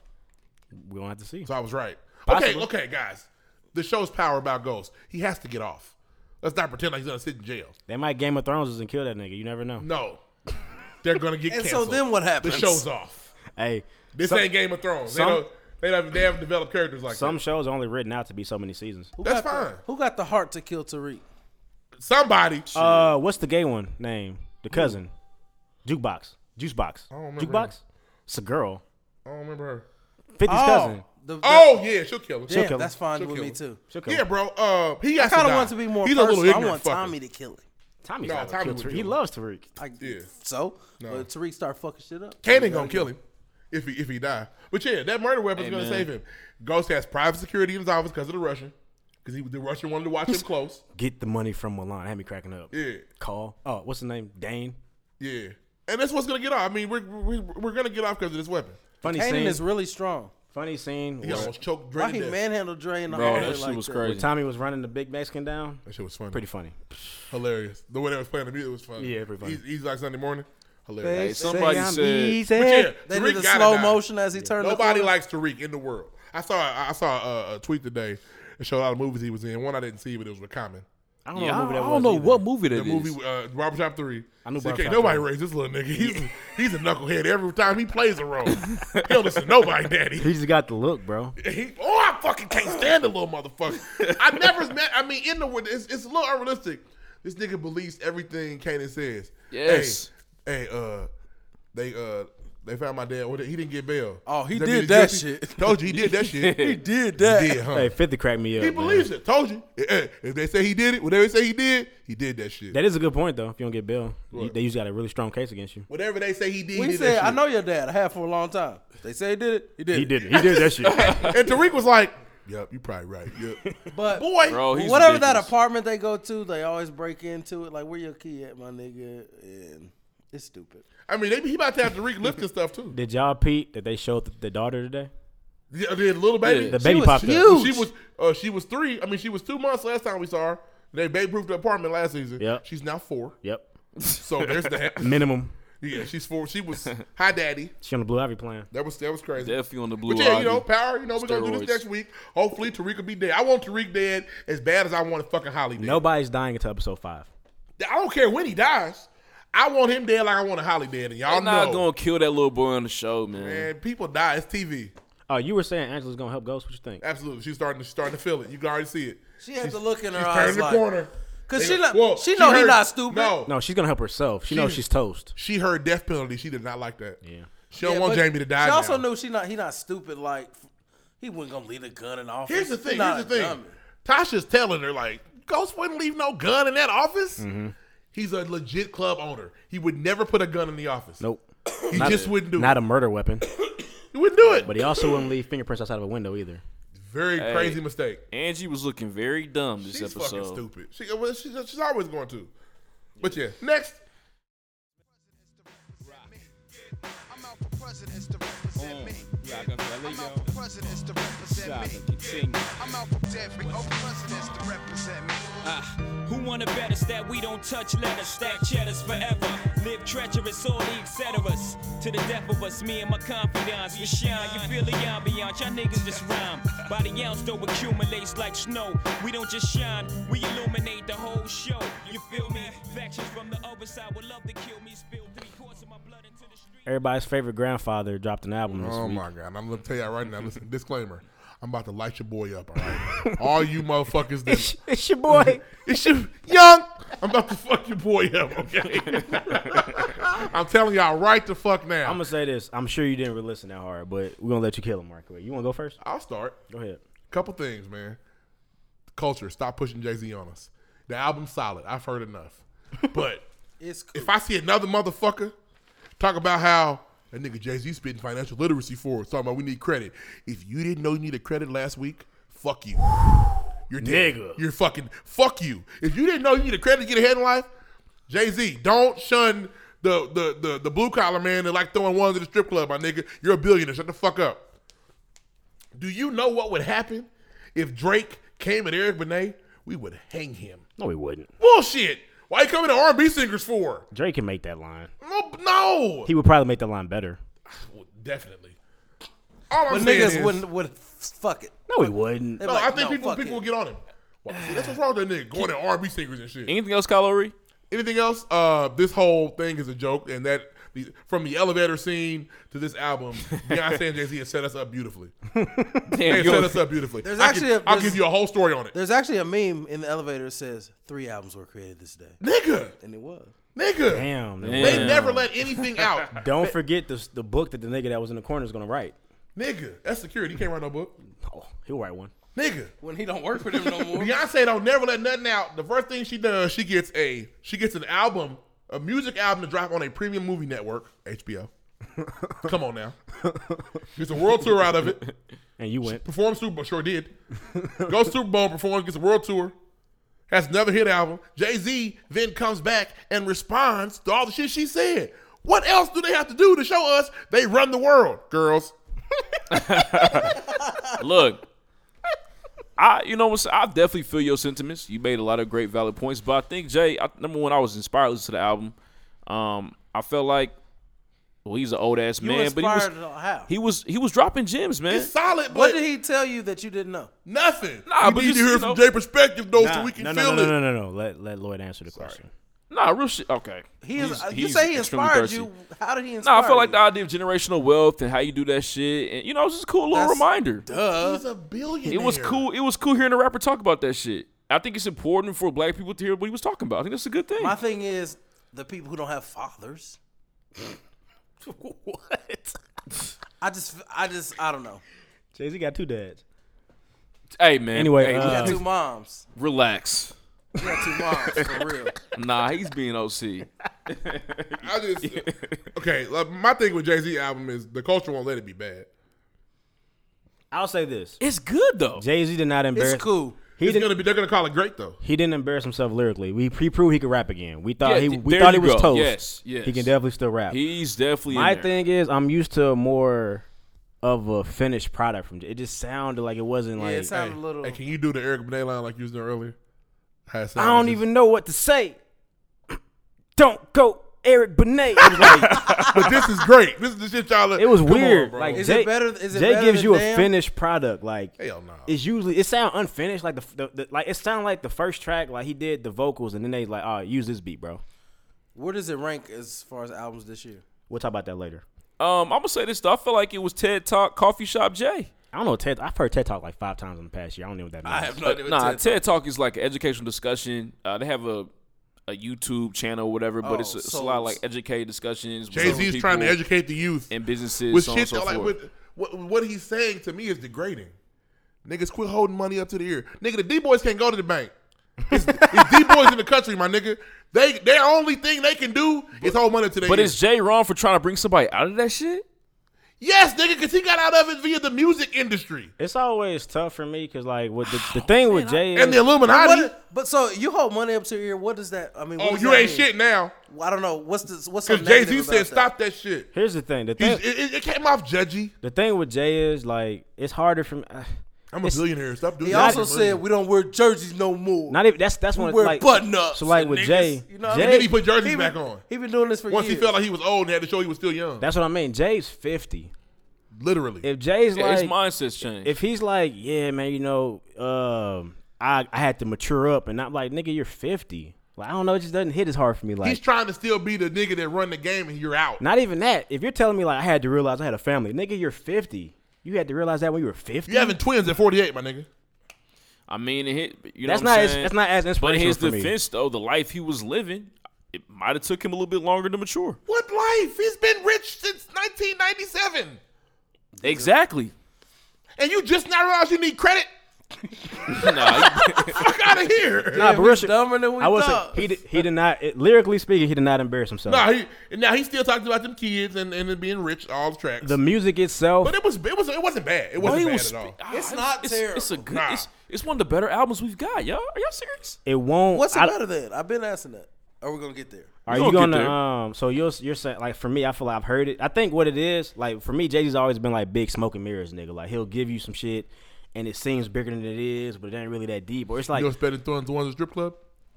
[SPEAKER 5] We don't have to see.
[SPEAKER 3] So I was right.
[SPEAKER 5] Possibly.
[SPEAKER 3] Okay, okay, guys. The show's power about Ghost. He has to get off. Let's not pretend like he's gonna sit in jail.
[SPEAKER 5] They might Game of Thrones us and kill that nigga. You never know.
[SPEAKER 3] No, they're gonna get
[SPEAKER 6] And so
[SPEAKER 3] canceled.
[SPEAKER 6] then what happens?
[SPEAKER 3] The show's off.
[SPEAKER 5] Hey,
[SPEAKER 3] This
[SPEAKER 5] some,
[SPEAKER 3] ain't Game of Thrones.
[SPEAKER 5] some-
[SPEAKER 3] they don't. They haven't, they haven't developed characters like
[SPEAKER 5] some
[SPEAKER 3] that.
[SPEAKER 5] shows are only written out to be so many seasons.
[SPEAKER 6] Who
[SPEAKER 3] That's
[SPEAKER 6] got the-
[SPEAKER 3] fine.
[SPEAKER 6] who got the heart to kill Tariq?
[SPEAKER 3] Somebody.
[SPEAKER 5] Uh, what's the gay one name? The cousin, jukebox, juice box,
[SPEAKER 3] don't remember.
[SPEAKER 5] jukebox. It's a girl.
[SPEAKER 3] I don't remember her.
[SPEAKER 5] 50's cousin.
[SPEAKER 6] Oh, the, the,
[SPEAKER 3] Oh yeah, she'll kill her.
[SPEAKER 6] yeah,
[SPEAKER 5] kill him.
[SPEAKER 6] that's fine
[SPEAKER 3] She'll
[SPEAKER 6] with
[SPEAKER 3] kill
[SPEAKER 6] me
[SPEAKER 3] him.
[SPEAKER 6] too.
[SPEAKER 5] She'll kill
[SPEAKER 3] Yeah,
[SPEAKER 5] him.
[SPEAKER 3] bro. Uh, he
[SPEAKER 6] I
[SPEAKER 3] got
[SPEAKER 6] kind of
[SPEAKER 3] die.
[SPEAKER 6] want to be more.
[SPEAKER 3] He's a
[SPEAKER 6] personal.
[SPEAKER 3] little ignorant.
[SPEAKER 6] I want
[SPEAKER 3] fucker.
[SPEAKER 6] Tommy to kill it.
[SPEAKER 5] Tommy's
[SPEAKER 3] No,
[SPEAKER 5] not gonna
[SPEAKER 3] Tommy
[SPEAKER 5] kill
[SPEAKER 3] would
[SPEAKER 5] Tariq.
[SPEAKER 3] do
[SPEAKER 5] He
[SPEAKER 3] it.
[SPEAKER 5] loves Tariq.
[SPEAKER 6] I,
[SPEAKER 3] Yeah.
[SPEAKER 6] So,
[SPEAKER 3] No.
[SPEAKER 6] but Tariq start fucking shit up.
[SPEAKER 3] Cannon gonna kill him if he if he die. But yeah, that murder weapon's gonna
[SPEAKER 4] Amen.
[SPEAKER 3] save him. Ghost has private security in his office because of the Russian, because he the Russian wanted to watch him close.
[SPEAKER 5] Get the money from Milan. Had me cracking up.
[SPEAKER 3] Yeah.
[SPEAKER 5] Call. Oh, what's his name? Dane.
[SPEAKER 3] Yeah, and that's what's gonna get off. I mean, we're we're, we're gonna get off because of this weapon.
[SPEAKER 5] Funny
[SPEAKER 6] Kanan
[SPEAKER 5] scene.
[SPEAKER 6] is really strong.
[SPEAKER 5] funny scene.
[SPEAKER 3] He
[SPEAKER 5] was-
[SPEAKER 3] almost choked Dre
[SPEAKER 6] Why
[SPEAKER 3] to
[SPEAKER 6] he
[SPEAKER 3] death.
[SPEAKER 6] manhandled Dre in the
[SPEAKER 4] Bro,
[SPEAKER 6] hallway
[SPEAKER 4] that shit
[SPEAKER 6] like
[SPEAKER 4] was
[SPEAKER 6] that?
[SPEAKER 4] crazy.
[SPEAKER 5] Tommy was running the big Mexican down.
[SPEAKER 3] That shit was funny.
[SPEAKER 5] Pretty funny.
[SPEAKER 3] hilarious. The way they was playing the music was funny.
[SPEAKER 5] Yeah, pretty funny.
[SPEAKER 3] He's, he's like Sunday morning. Hilarious.
[SPEAKER 4] Hey, somebody said-
[SPEAKER 3] But yeah,
[SPEAKER 6] They
[SPEAKER 3] Tariq
[SPEAKER 6] did the
[SPEAKER 3] gotta
[SPEAKER 6] slow
[SPEAKER 3] die.
[SPEAKER 6] motion as he turned.
[SPEAKER 3] Nobody
[SPEAKER 6] the corner.
[SPEAKER 3] likes Tariq in the world. I saw I I saw a, a tweet today. It showed all the movies he was in. One I didn't see, but it was with Common.
[SPEAKER 5] I don't
[SPEAKER 4] Yeah, I
[SPEAKER 5] know
[SPEAKER 4] don't,
[SPEAKER 5] what movie that
[SPEAKER 4] I
[SPEAKER 5] was.
[SPEAKER 4] don't know
[SPEAKER 5] either.
[SPEAKER 4] what movie that
[SPEAKER 3] The
[SPEAKER 4] is.
[SPEAKER 3] movie uh, Barbershop Three.
[SPEAKER 5] I knew
[SPEAKER 3] Said, "Can't
[SPEAKER 5] Barbershop
[SPEAKER 3] nobody
[SPEAKER 5] Three."
[SPEAKER 3] raise this little nigga. He's he's a knucklehead every time he plays a role. he don't listen to nobody, daddy.
[SPEAKER 5] He just got the look, bro.
[SPEAKER 3] He, oh, I fucking can't stand the little motherfucker. I never met. I mean, in the world, it's, it's a little unrealistic. This nigga believes everything Kanan says.
[SPEAKER 4] Yes.
[SPEAKER 3] Hey, hey uh, they uh, they found my dad. What, he didn't get bail.
[SPEAKER 6] Oh, he
[SPEAKER 3] Does
[SPEAKER 6] did
[SPEAKER 3] mean he's
[SPEAKER 6] that
[SPEAKER 3] guilty?
[SPEAKER 6] shit.
[SPEAKER 3] Told you he did that shit.
[SPEAKER 6] He did that.
[SPEAKER 3] He did, huh?
[SPEAKER 5] Hey, 50 cracked me up.
[SPEAKER 3] he
[SPEAKER 5] man.
[SPEAKER 3] believes it. Told you. Eh, eh, If they say he did it, whatever they say he did, he did that shit.
[SPEAKER 5] That is a good point, though. If you don't get bail, you, they usually got a really strong case against you.
[SPEAKER 3] whatever they say he did,
[SPEAKER 6] We
[SPEAKER 3] he did
[SPEAKER 6] said,
[SPEAKER 3] that
[SPEAKER 6] "I
[SPEAKER 3] shit.
[SPEAKER 6] know your dad. I have for a long time." They say he did it. He did.
[SPEAKER 5] He
[SPEAKER 6] it.
[SPEAKER 5] did it. He did that shit.
[SPEAKER 3] and Tariq was like, "Yep, you probably right. Yep,
[SPEAKER 6] But
[SPEAKER 3] boy,
[SPEAKER 4] Bro, he's
[SPEAKER 6] whatever that
[SPEAKER 4] ridiculous.
[SPEAKER 6] apartment they go to, they always break into it. Like, where your key at, my nigga? And it's stupid.
[SPEAKER 3] I mean, they, he about to have Tariq lifting stuff too.
[SPEAKER 5] Did y'all peep that they showed the, the daughter today?
[SPEAKER 3] The, the little baby,
[SPEAKER 5] The baby
[SPEAKER 6] was
[SPEAKER 5] popped up.
[SPEAKER 6] huge.
[SPEAKER 3] She was uh, she was three. I mean, she was two months last time we saw her. They baby proofed the apartment last season.
[SPEAKER 5] Yep.
[SPEAKER 3] she's now four.
[SPEAKER 5] Yep.
[SPEAKER 3] So there's that.
[SPEAKER 5] Minimum.
[SPEAKER 3] yeah, she's four. She was hi, daddy.
[SPEAKER 5] She on the Blue Ivy plan.
[SPEAKER 3] That was that was crazy.
[SPEAKER 4] Definitely on the blue.
[SPEAKER 3] But yeah, you know,
[SPEAKER 4] Ivy.
[SPEAKER 3] power. You know, we're gonna do
[SPEAKER 4] Steroids.
[SPEAKER 3] this next week. Hopefully, Tariq will be dead. I want Tariq dead as bad as I want fucking Holly dead.
[SPEAKER 5] Nobody's dying until episode five.
[SPEAKER 3] I don't care when he dies. I want him dead like I want a Holly dead. And y'all
[SPEAKER 4] I'm not
[SPEAKER 3] know,
[SPEAKER 4] gonna kill that little boy on the show, man.
[SPEAKER 3] man, people die. It's TV.
[SPEAKER 5] Oh, you were saying Angela's gonna help Ghost. What you think?
[SPEAKER 3] Absolutely, she's starting to starting to feel it. You can already see it.
[SPEAKER 6] She has the look in her
[SPEAKER 3] She's
[SPEAKER 6] eyes.
[SPEAKER 3] turning the
[SPEAKER 6] Like,
[SPEAKER 3] corner.
[SPEAKER 6] Cause
[SPEAKER 3] They
[SPEAKER 6] she,
[SPEAKER 3] go,
[SPEAKER 6] not,
[SPEAKER 3] "Whoa,
[SPEAKER 6] she know he
[SPEAKER 3] heard-
[SPEAKER 6] not stupid.
[SPEAKER 3] No,
[SPEAKER 5] No, she's gonna help herself. She knows
[SPEAKER 3] She-
[SPEAKER 5] she's toast.
[SPEAKER 3] she heard death penalty. She did not like that.
[SPEAKER 5] Yeah.
[SPEAKER 3] She don't
[SPEAKER 6] Yeah,
[SPEAKER 3] want
[SPEAKER 6] but
[SPEAKER 3] Jamie to die.
[SPEAKER 6] She also
[SPEAKER 3] now.
[SPEAKER 6] knew she not he not stupid. Like he wasn't gonna leave a gun in office.
[SPEAKER 3] Here's the
[SPEAKER 6] He
[SPEAKER 3] thing.
[SPEAKER 6] not
[SPEAKER 3] Here's the
[SPEAKER 6] a
[SPEAKER 3] thing.
[SPEAKER 6] dummy.
[SPEAKER 3] Tasha's telling her like, Ghost wouldn't leave no gun in that office.
[SPEAKER 5] Mm-hmm.
[SPEAKER 3] He's a legit club owner. He would never put a gun in the office.
[SPEAKER 5] Nope.
[SPEAKER 3] He
[SPEAKER 5] Not-
[SPEAKER 3] just wouldn't do
[SPEAKER 5] Not
[SPEAKER 3] it.
[SPEAKER 5] a murder weapon,
[SPEAKER 3] he wouldn't do it.
[SPEAKER 5] but he also wouldn't leave fingerprints outside of a window either.
[SPEAKER 3] Very crazy mistake.
[SPEAKER 4] Angie was looking very dumb this
[SPEAKER 3] She's
[SPEAKER 4] episode.
[SPEAKER 3] fucking stupid. She, well, she's, she's always going to. But yeah, next.
[SPEAKER 8] I'm out for presidents to represent me. I'm
[SPEAKER 10] Rockefeller,
[SPEAKER 8] out for presidents to represent me.
[SPEAKER 10] continue.
[SPEAKER 8] I'm out for dev- oh, presidents to represent me.
[SPEAKER 10] Ah, who wanna bet us that we don't touch letters, stack cheddars forever, live treacherous, all the etceteras. To the death of us, me and my confidants, we shine. You feel the ambiance, y'all niggas just rhyme. By the ounce though accumulates like snow. We don't just shine, we illuminate the whole show. You feel me? Factions from the other side would love to kill me, spill three quarts of my blood into the street.
[SPEAKER 5] Everybody's favorite grandfather dropped an album this
[SPEAKER 3] Oh
[SPEAKER 5] week.
[SPEAKER 3] my god! I'm gonna tell y'all right now. Listen, disclaimer. I'm about to light your boy up. All right, all you motherfuckers that
[SPEAKER 5] It's your boy.
[SPEAKER 3] It's your young. I'm about to fuck your boy up, okay? I'm telling y'all right the fuck now.
[SPEAKER 5] I'm gonna say this. I'm sure you didn't really listen that hard, but we're gonna let you kill him, Mark. You wanna go first?
[SPEAKER 3] I'll start.
[SPEAKER 5] Go ahead.
[SPEAKER 3] Couple things, man. Culture, stop pushing Jay Z on us. The album's solid. I've heard enough. But
[SPEAKER 6] It's cool.
[SPEAKER 3] if I see another motherfucker talk about how that nigga Jay Z spitting financial literacy for us, talking about we need credit. If you didn't know you needed credit last week, fuck you. You're dead.
[SPEAKER 5] Nigga.
[SPEAKER 3] You're fucking fuck you. If you didn't know you needed credit to get ahead in life, Jay Z, don't shun the the the, the blue collar man that like throwing ones at the strip club, my nigga. You're a billionaire. Shut the fuck up. Do you know what would happen if Drake came at Eric Benet? We would hang him.
[SPEAKER 5] No, he wouldn't.
[SPEAKER 3] Bullshit. Why you coming to R&B singers for?
[SPEAKER 5] Drake can make that line.
[SPEAKER 3] No, no.
[SPEAKER 5] He would probably make that line better.
[SPEAKER 3] Well, definitely. All I'm
[SPEAKER 6] But
[SPEAKER 3] saying
[SPEAKER 6] niggas
[SPEAKER 3] is,
[SPEAKER 6] wouldn't would fuck it.
[SPEAKER 5] No, he wouldn't.
[SPEAKER 6] They
[SPEAKER 3] no,
[SPEAKER 6] like,
[SPEAKER 3] I think
[SPEAKER 6] no,
[SPEAKER 3] people
[SPEAKER 6] fuck
[SPEAKER 3] people
[SPEAKER 6] it.
[SPEAKER 3] will get on him. Well, see, that's what's wrong with that nigga going to R&B singers and shit.
[SPEAKER 4] Anything else, Calori?
[SPEAKER 3] Anything else? Uh, this whole thing is a joke, and that the, from the elevator scene to this album, Beyonce and Jay Z have set us up beautifully. They
[SPEAKER 4] Damn,
[SPEAKER 3] have
[SPEAKER 4] you
[SPEAKER 3] set
[SPEAKER 4] don't-
[SPEAKER 3] us up beautifully.
[SPEAKER 6] There's
[SPEAKER 3] I
[SPEAKER 6] actually
[SPEAKER 3] can,
[SPEAKER 6] a-
[SPEAKER 3] I'll
[SPEAKER 6] there's-
[SPEAKER 3] give you a whole story on it,
[SPEAKER 6] There's actually a meme in the elevator that says three albums were created this day,
[SPEAKER 3] nigga.
[SPEAKER 6] and it was.
[SPEAKER 3] Nigga.
[SPEAKER 5] Damn.
[SPEAKER 3] They never let anything out.
[SPEAKER 5] Don't forget the the book that the nigga that was in the corner is gonna write.
[SPEAKER 3] Nigga. That's security. He can't write no book.
[SPEAKER 5] Oh, he'll write one.
[SPEAKER 3] Nigga.
[SPEAKER 11] When he don't work for them no more.
[SPEAKER 3] Beyonce don't never let nothing out. The first thing she does, she gets a she gets an album, a music album to drop on a premium movie network, HBO. Come on now. Gets a world tour out of it.
[SPEAKER 5] And you went.
[SPEAKER 3] Performs Super Bowl, sure did. Goes Super Bowl, performs, gets a world tour. Has another hit album. Jay Z then comes back and responds to all the shit she said. What else do they have to do to show us they run the world, girls?
[SPEAKER 4] Look, I you know what's I definitely feel your sentiments. You made a lot of great valid points, but I think Jay, I, number one, I was inspired listening to the album. Um, I felt like, well, he's an old ass
[SPEAKER 6] You
[SPEAKER 4] man, but he was
[SPEAKER 6] inspired how?
[SPEAKER 4] he was he was dropping gems, man.
[SPEAKER 3] It's solid, but
[SPEAKER 6] What did he tell you that you didn't know?
[SPEAKER 3] nothing.
[SPEAKER 4] Nah,
[SPEAKER 3] we
[SPEAKER 4] but
[SPEAKER 3] need
[SPEAKER 4] you
[SPEAKER 3] to hear
[SPEAKER 4] see,
[SPEAKER 3] it from
[SPEAKER 4] though-
[SPEAKER 3] Jay perspective though, so
[SPEAKER 5] Nah,
[SPEAKER 3] we can
[SPEAKER 5] no, no,
[SPEAKER 3] feel
[SPEAKER 5] no,
[SPEAKER 3] it.
[SPEAKER 5] no, no, no, Let let Lloyd answer the question.
[SPEAKER 4] Nah, real shit. Okay,
[SPEAKER 6] He is,
[SPEAKER 4] He's-
[SPEAKER 6] you
[SPEAKER 4] he's
[SPEAKER 6] say he
[SPEAKER 4] extremely
[SPEAKER 6] inspired
[SPEAKER 4] thirsty.
[SPEAKER 6] you. How did he inspire
[SPEAKER 4] Nah, I feel like
[SPEAKER 6] you?
[SPEAKER 4] the idea of generational wealth and how you do that shit, and you know, it's just a cool little
[SPEAKER 6] That's-
[SPEAKER 4] reminder.
[SPEAKER 3] He's a billionaire.
[SPEAKER 4] It was cool. It was cool hearing a rapper talk about that shit. I think it's important for black people to hear what he was talking about. I think that's a good thing.
[SPEAKER 6] My thing is the people who don't have fathers.
[SPEAKER 5] What?
[SPEAKER 6] I just, I just, I don't know.
[SPEAKER 5] Jay Z got two dads.
[SPEAKER 4] hey man.
[SPEAKER 5] Anyway,
[SPEAKER 4] hey,
[SPEAKER 5] uh,
[SPEAKER 6] You got two moms.
[SPEAKER 4] relax.
[SPEAKER 6] You got two moms for real.
[SPEAKER 4] Nah, he's being OC.
[SPEAKER 3] I just okay. Like, my thing with Jay Z album is the culture won't let it be bad.
[SPEAKER 5] I'll say this:
[SPEAKER 4] It's good though.
[SPEAKER 5] Jay Z did not embarrass.
[SPEAKER 6] It's cool.
[SPEAKER 5] He
[SPEAKER 3] It's
[SPEAKER 5] didn't.
[SPEAKER 3] gonna be. They're gonna call it great though.
[SPEAKER 5] He didn't embarrass himself lyrically. We he proved he could rap again. We
[SPEAKER 4] Yeah,
[SPEAKER 5] thought he
[SPEAKER 4] th-
[SPEAKER 5] we
[SPEAKER 4] there
[SPEAKER 5] thought he
[SPEAKER 4] you
[SPEAKER 5] was
[SPEAKER 4] go.
[SPEAKER 5] toast.
[SPEAKER 4] Yes, yes.
[SPEAKER 5] He can definitely still rap.
[SPEAKER 4] He's definitely.
[SPEAKER 5] My
[SPEAKER 4] in there.
[SPEAKER 5] thing is, I'm used to more of a finished product from. Jay- It just sounded like it wasn't
[SPEAKER 6] Yeah,
[SPEAKER 5] like
[SPEAKER 6] it sounded
[SPEAKER 3] Hey,
[SPEAKER 6] a little.
[SPEAKER 3] hey, can you do the Eric Benet line like you was doing earlier? How it
[SPEAKER 5] I
[SPEAKER 3] sounds,
[SPEAKER 5] don't
[SPEAKER 3] just-
[SPEAKER 5] even know what to say. Don't go, Eric Benet. It was like
[SPEAKER 3] But this is great. This is the shit y'all.
[SPEAKER 5] it was
[SPEAKER 3] come
[SPEAKER 5] weird.
[SPEAKER 3] on, bro.
[SPEAKER 5] like
[SPEAKER 6] Is
[SPEAKER 5] Jay,
[SPEAKER 6] it better- is it
[SPEAKER 5] Jay
[SPEAKER 6] better
[SPEAKER 5] gives
[SPEAKER 6] than
[SPEAKER 5] you a
[SPEAKER 6] Damn?
[SPEAKER 5] finished product. Like
[SPEAKER 3] hell no.
[SPEAKER 5] it's usually it sound unfinished. Like the, the, the like it sound like the first track. Like he did the vocals and then they like, oh, use this beat, bro.
[SPEAKER 6] Where does it rank as far as albums this year?
[SPEAKER 5] We'll talk about that later.
[SPEAKER 4] Um, I'm gonna say this though. I feel like it was TED Talk Coffee Shop Jay.
[SPEAKER 5] I don't know Ted. I've heard TED Talk like five times in the past year. I don't know what that means.
[SPEAKER 11] I have no idea. what
[SPEAKER 4] Nah,
[SPEAKER 11] Ted-
[SPEAKER 4] TED, Talk is like an educational discussion. Uh, they have a a YouTube channel, or whatever, but it's,
[SPEAKER 6] Oh,
[SPEAKER 4] it's a
[SPEAKER 6] so
[SPEAKER 4] lot of like
[SPEAKER 6] it's-
[SPEAKER 4] educated discussions. with
[SPEAKER 3] Jay Z's
[SPEAKER 4] people
[SPEAKER 3] trying to educate the youth
[SPEAKER 4] and businesses.
[SPEAKER 3] with
[SPEAKER 4] so on
[SPEAKER 3] shit
[SPEAKER 4] and so
[SPEAKER 3] though, like
[SPEAKER 4] forth.
[SPEAKER 3] with, what what he's saying to me is degrading. Niggas quit holding money up to the ear. Nigga, the D boys can't go to the bank. It's, it's D boys in the country, my nigga. They their only thing they can do is hold money up to the
[SPEAKER 4] But
[SPEAKER 3] ear.
[SPEAKER 4] is Jay wrong for trying to bring somebody out of that shit?
[SPEAKER 3] Yes, nigga, because he got out of it via the music industry
[SPEAKER 5] It's always tough for me because like with the, the thing with Jay
[SPEAKER 3] Oh, and
[SPEAKER 5] is,
[SPEAKER 3] the Illuminati.
[SPEAKER 6] What- but so you hold money up to your ear. What does that? I mean, what
[SPEAKER 3] Oh,
[SPEAKER 6] does
[SPEAKER 3] you
[SPEAKER 6] that
[SPEAKER 3] ain't
[SPEAKER 6] mean?
[SPEAKER 3] shit now.
[SPEAKER 6] Well, I don't know. What's this? What's so
[SPEAKER 3] Because Jay Z
[SPEAKER 6] negative
[SPEAKER 3] said,
[SPEAKER 6] about that?
[SPEAKER 3] stop that shit.
[SPEAKER 5] here's the thing. The thing
[SPEAKER 3] He's, it, it- it came off judgy.
[SPEAKER 5] the thing with Jay is like it's harder for me. uh,
[SPEAKER 3] I'm a billionaire. Stop doing
[SPEAKER 6] He
[SPEAKER 3] that.
[SPEAKER 6] also said we don't wear jerseys no more.
[SPEAKER 5] Not even that's that's when
[SPEAKER 6] wear
[SPEAKER 5] it's like
[SPEAKER 6] button ups.
[SPEAKER 5] So like with Jay,
[SPEAKER 6] you know what
[SPEAKER 5] Jay
[SPEAKER 6] I mean?
[SPEAKER 3] And then he put jerseys
[SPEAKER 6] He
[SPEAKER 3] back
[SPEAKER 6] been-
[SPEAKER 3] on.
[SPEAKER 6] He been doing this for
[SPEAKER 3] Once
[SPEAKER 6] years.
[SPEAKER 3] he felt like he was old and had to show he was still young.
[SPEAKER 5] that's what I mean. Jay's fifty.
[SPEAKER 3] Literally.
[SPEAKER 5] If Jay's
[SPEAKER 4] Yeah, his
[SPEAKER 5] like
[SPEAKER 4] mindset's changed.
[SPEAKER 5] if he's like yeah man you know um I I had to mature up and I'm like nigga you're fifty. Like I don't know it just doesn't hit as hard for me.
[SPEAKER 3] He's
[SPEAKER 5] Like
[SPEAKER 3] trying to still be the nigga that run the game and you're out.
[SPEAKER 5] not even that. If you're telling me like I had to realize I had a family, nigga you're fifty. You had to realize that when you were fifty.
[SPEAKER 3] You having twins at 48, my nigga.
[SPEAKER 4] I mean, it hit, you know
[SPEAKER 5] That's
[SPEAKER 4] what I'm
[SPEAKER 5] not as,
[SPEAKER 4] saying?
[SPEAKER 5] that's not as
[SPEAKER 4] But in
[SPEAKER 5] inspirational
[SPEAKER 4] his
[SPEAKER 5] for me.
[SPEAKER 4] defense, though, the life he was living, it might have took him a little bit longer to mature.
[SPEAKER 3] What life? He's been rich since 1997.
[SPEAKER 4] Exactly.
[SPEAKER 3] And you just now realize you need credit?
[SPEAKER 4] nah, he-
[SPEAKER 3] Fuck out of here.
[SPEAKER 5] Nah, but real shit-
[SPEAKER 6] dumber than we
[SPEAKER 5] I was
[SPEAKER 6] thought.
[SPEAKER 5] he did, he did not it- lyrically speaking he did not embarrass himself.
[SPEAKER 3] Nah, he, and now he still talks about them kids and, and it being rich all the tracks.
[SPEAKER 5] the music itself,
[SPEAKER 3] but it was it was it wasn't bad. It wasn't
[SPEAKER 4] he
[SPEAKER 3] bad
[SPEAKER 4] was
[SPEAKER 3] at all.
[SPEAKER 4] spe- ah,
[SPEAKER 6] It's not
[SPEAKER 4] it's, It's a
[SPEAKER 6] terrible.
[SPEAKER 4] good.
[SPEAKER 3] Nah.
[SPEAKER 4] It's, it's one of the better albums we've got, y'all. Are y'all serious?
[SPEAKER 5] it won't.
[SPEAKER 6] What's
[SPEAKER 5] I-
[SPEAKER 6] it better than? I've been asking that. Are we gonna get there?
[SPEAKER 5] Are
[SPEAKER 4] You
[SPEAKER 5] you
[SPEAKER 4] gonna get
[SPEAKER 5] gonna
[SPEAKER 4] there.
[SPEAKER 5] um? So you're you're saying like for me, I feel like I've heard it. I think what it is like for me, Jay Z's always been like big smoke and mirrors nigga. Like he'll give you some shit, and it seems bigger than it is, but it ain't really that deep. Or it's like
[SPEAKER 3] you know, spending thorns ones at strip club?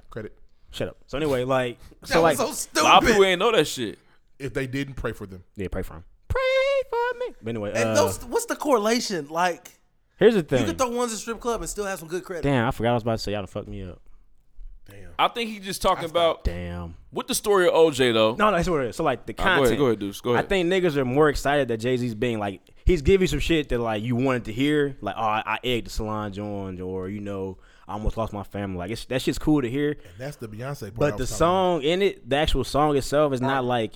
[SPEAKER 3] Credit.
[SPEAKER 5] shut up. So anyway, like
[SPEAKER 6] that
[SPEAKER 5] so like
[SPEAKER 6] was so
[SPEAKER 4] A lot of
[SPEAKER 6] stupid.
[SPEAKER 4] people ain't know that shit.
[SPEAKER 3] If they didn't pray for them.
[SPEAKER 5] yeah, pray for him. Pray for me. But anyway,
[SPEAKER 6] and
[SPEAKER 5] uh,
[SPEAKER 6] those, what's the correlation? Like
[SPEAKER 5] here's the
[SPEAKER 6] you
[SPEAKER 5] thing.
[SPEAKER 6] could throw ones at strip club and still have some good credit.
[SPEAKER 5] Damn, I forgot I was about to say y'all done fucked me up.
[SPEAKER 4] I think he's just talking about
[SPEAKER 5] Damn.
[SPEAKER 4] with the story of OJ though.
[SPEAKER 5] Oh, No, that's what it is. So like the
[SPEAKER 4] go ahead,
[SPEAKER 5] content.
[SPEAKER 4] go ahead, Deuce. Go ahead.
[SPEAKER 5] I think niggas are more excited that Jay Z's being like he's giving you some shit that like you wanted to hear. Like oh, I, I egged the Solange on, or you know, I almost lost my family. Like it's, that shit's cool to hear.
[SPEAKER 3] That's the Beyonce part. I
[SPEAKER 5] But the
[SPEAKER 3] was talking about.
[SPEAKER 5] song in it, the actual song itself, is not like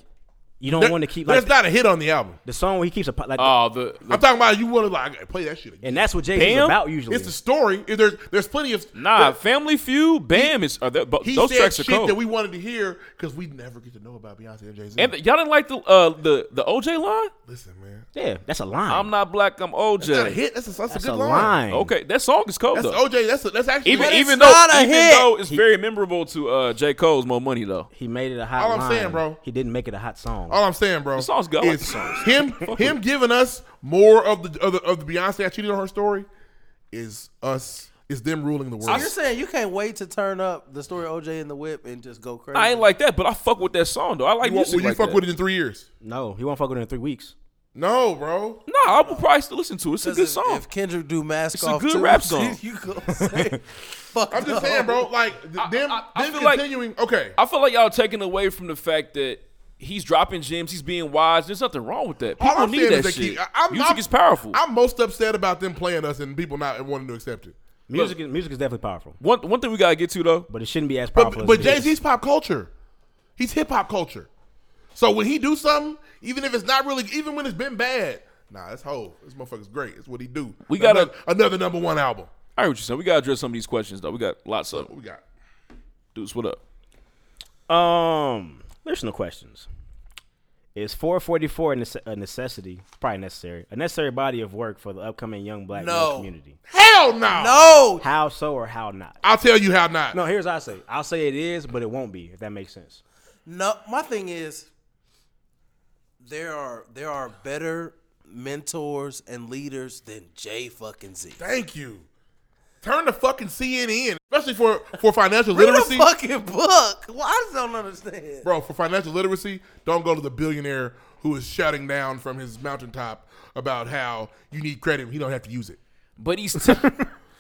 [SPEAKER 5] you don't
[SPEAKER 3] There-
[SPEAKER 5] want to keep.
[SPEAKER 3] there's
[SPEAKER 5] like,
[SPEAKER 3] not a hit on the album.
[SPEAKER 5] The song where he keeps a po- like.
[SPEAKER 4] Oh, the,
[SPEAKER 3] I'm talking about you want to like play that shit again.
[SPEAKER 5] and that's what Jay Z's about usually.
[SPEAKER 3] It's the story. If There's there's plenty of
[SPEAKER 4] Nah, Family Feud, Bam is are that, but
[SPEAKER 3] he
[SPEAKER 4] those
[SPEAKER 3] said
[SPEAKER 4] tracks are
[SPEAKER 3] shit
[SPEAKER 4] cold.
[SPEAKER 3] that we wanted to hear because we never get to know about Beyonce and Jay Z.
[SPEAKER 4] and y'all didn't like the uh the the OJ line.
[SPEAKER 3] Listen, man,
[SPEAKER 5] yeah, that's a line.
[SPEAKER 4] I'm not black. I'm OJ.
[SPEAKER 3] that's not a hit. That's a, that's
[SPEAKER 5] that's
[SPEAKER 3] a good
[SPEAKER 5] a
[SPEAKER 3] line.
[SPEAKER 5] line.
[SPEAKER 4] Okay, that song is cold
[SPEAKER 3] That's
[SPEAKER 4] though.
[SPEAKER 3] OJ. That's a, that's actually
[SPEAKER 4] Even
[SPEAKER 3] But it's
[SPEAKER 4] even though
[SPEAKER 3] not a
[SPEAKER 4] even
[SPEAKER 3] hit.
[SPEAKER 4] though it's very memorable to uh, J Cole's "More Money" though.
[SPEAKER 5] He made it a hot.
[SPEAKER 3] All I'm
[SPEAKER 5] line.
[SPEAKER 3] saying, bro.
[SPEAKER 5] He didn't make it a hot song.
[SPEAKER 3] All I'm saying, bro,
[SPEAKER 4] The song's good. I like the
[SPEAKER 3] is
[SPEAKER 4] songs.
[SPEAKER 3] him him giving us more of the of the, of the Beyonce I cheated on her story is us is them ruling the world.
[SPEAKER 6] You're saying you can't wait to turn up the story of OJ and the whip and just go crazy.
[SPEAKER 4] I ain't like that, but I fuck with that song though. I like
[SPEAKER 3] you won't,
[SPEAKER 4] music
[SPEAKER 3] will you
[SPEAKER 4] like
[SPEAKER 3] fuck
[SPEAKER 4] that.
[SPEAKER 3] with it in three years?
[SPEAKER 5] No, he won't fuck with it in three weeks.
[SPEAKER 3] No, bro.
[SPEAKER 4] Nah, I will probably still listen to it. It's a
[SPEAKER 6] Because
[SPEAKER 4] good
[SPEAKER 6] if-
[SPEAKER 4] song.
[SPEAKER 6] If Kendrick do mask
[SPEAKER 4] It's a
[SPEAKER 6] off,
[SPEAKER 4] good
[SPEAKER 6] too,
[SPEAKER 4] rap song.
[SPEAKER 6] You go say, fuck.
[SPEAKER 3] I'm just
[SPEAKER 6] no.
[SPEAKER 3] saying, bro. Like th- them,
[SPEAKER 4] I- I
[SPEAKER 3] them
[SPEAKER 4] feel like-
[SPEAKER 3] continuing. okay,
[SPEAKER 4] I feel like y'all taking away from the fact that he's dropping gems, he's being wise. There's nothing wrong with that.
[SPEAKER 3] All
[SPEAKER 4] People
[SPEAKER 3] I'm
[SPEAKER 4] need
[SPEAKER 3] saying
[SPEAKER 4] that
[SPEAKER 3] is
[SPEAKER 4] shit.
[SPEAKER 3] they keep- I- I'm-
[SPEAKER 4] music
[SPEAKER 3] I'm-
[SPEAKER 4] is powerful.
[SPEAKER 3] I'm most upset about them playing us and people not wanting to accept it.
[SPEAKER 5] Music, is, music is definitely powerful,
[SPEAKER 4] one one thing we gotta get to though.
[SPEAKER 5] but it shouldn't be as powerful.
[SPEAKER 3] But, but
[SPEAKER 5] as it
[SPEAKER 3] Jay
[SPEAKER 5] is.
[SPEAKER 3] Z's pop culture. He's hip hop culture. So when he do something, even if it's not really, even when it's been bad, nah, it's whole. This motherfucker's great. It's what he do.
[SPEAKER 4] We gotta-
[SPEAKER 3] another, another number one album.
[SPEAKER 4] I heard what you said. We gotta address some of these questions though. We got lots of
[SPEAKER 3] What
[SPEAKER 4] them.
[SPEAKER 3] we got?
[SPEAKER 4] dudes. What up?
[SPEAKER 5] Um, listener questions. Is 444 a, nece- a necessity? Probably necessary. A necessary body of work for the upcoming young black male
[SPEAKER 6] No.
[SPEAKER 5] community.
[SPEAKER 3] Hell no.
[SPEAKER 6] No,
[SPEAKER 5] How so or how not?
[SPEAKER 3] I'll tell you how not.
[SPEAKER 5] No, here's what I say. I'll say it is, but it won't be. If that makes sense.
[SPEAKER 6] no. My thing is, there are there are better mentors and leaders than Jay fucking Z.
[SPEAKER 3] Thank you. Turn the fucking CNN, especially for for financial
[SPEAKER 6] Read a
[SPEAKER 3] literacy.
[SPEAKER 6] fucking book. Well, I just don't understand.
[SPEAKER 3] Bro, for financial literacy, don't go to the billionaire who is shouting down from his mountaintop about how you need credit. He don't have to use it.
[SPEAKER 4] But he's t-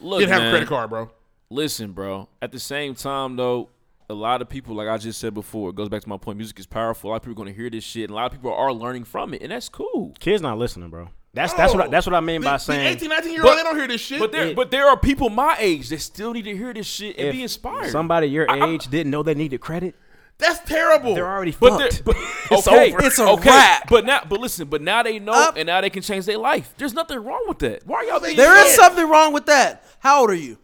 [SPEAKER 4] look.
[SPEAKER 3] He didn't have a
[SPEAKER 4] man.
[SPEAKER 3] credit card, bro.
[SPEAKER 4] Listen, bro. At the same time, though, a lot of people, like I just said before, it goes back to my point. Music is powerful. A lot of people are going to hear this shit, and a lot of people are learning from it, and that's cool.
[SPEAKER 5] Kids not listening, bro. That's that's what I, that's what I mean by
[SPEAKER 3] Oh. The- the
[SPEAKER 5] saying.
[SPEAKER 3] 18, 19 year old,
[SPEAKER 4] But-
[SPEAKER 3] they don't hear this shit.
[SPEAKER 4] But there,
[SPEAKER 5] It-
[SPEAKER 4] but there are people my age that still need to hear this shit and
[SPEAKER 5] if
[SPEAKER 4] be inspired.
[SPEAKER 5] Somebody your
[SPEAKER 4] I- I'm-
[SPEAKER 5] age didn't know they needed credit.
[SPEAKER 3] That's terrible.
[SPEAKER 5] They're already
[SPEAKER 4] But,
[SPEAKER 5] fucked.
[SPEAKER 4] there- but
[SPEAKER 5] It's
[SPEAKER 4] okay,
[SPEAKER 5] over.
[SPEAKER 6] It's a
[SPEAKER 4] okay.
[SPEAKER 6] wrap.
[SPEAKER 4] But now, but listen, but now they know,
[SPEAKER 6] Up.
[SPEAKER 4] and now they can change their life. There's nothing wrong with that. Why are y'all? Being
[SPEAKER 6] There is
[SPEAKER 4] shit?
[SPEAKER 6] something wrong with that. How old are you?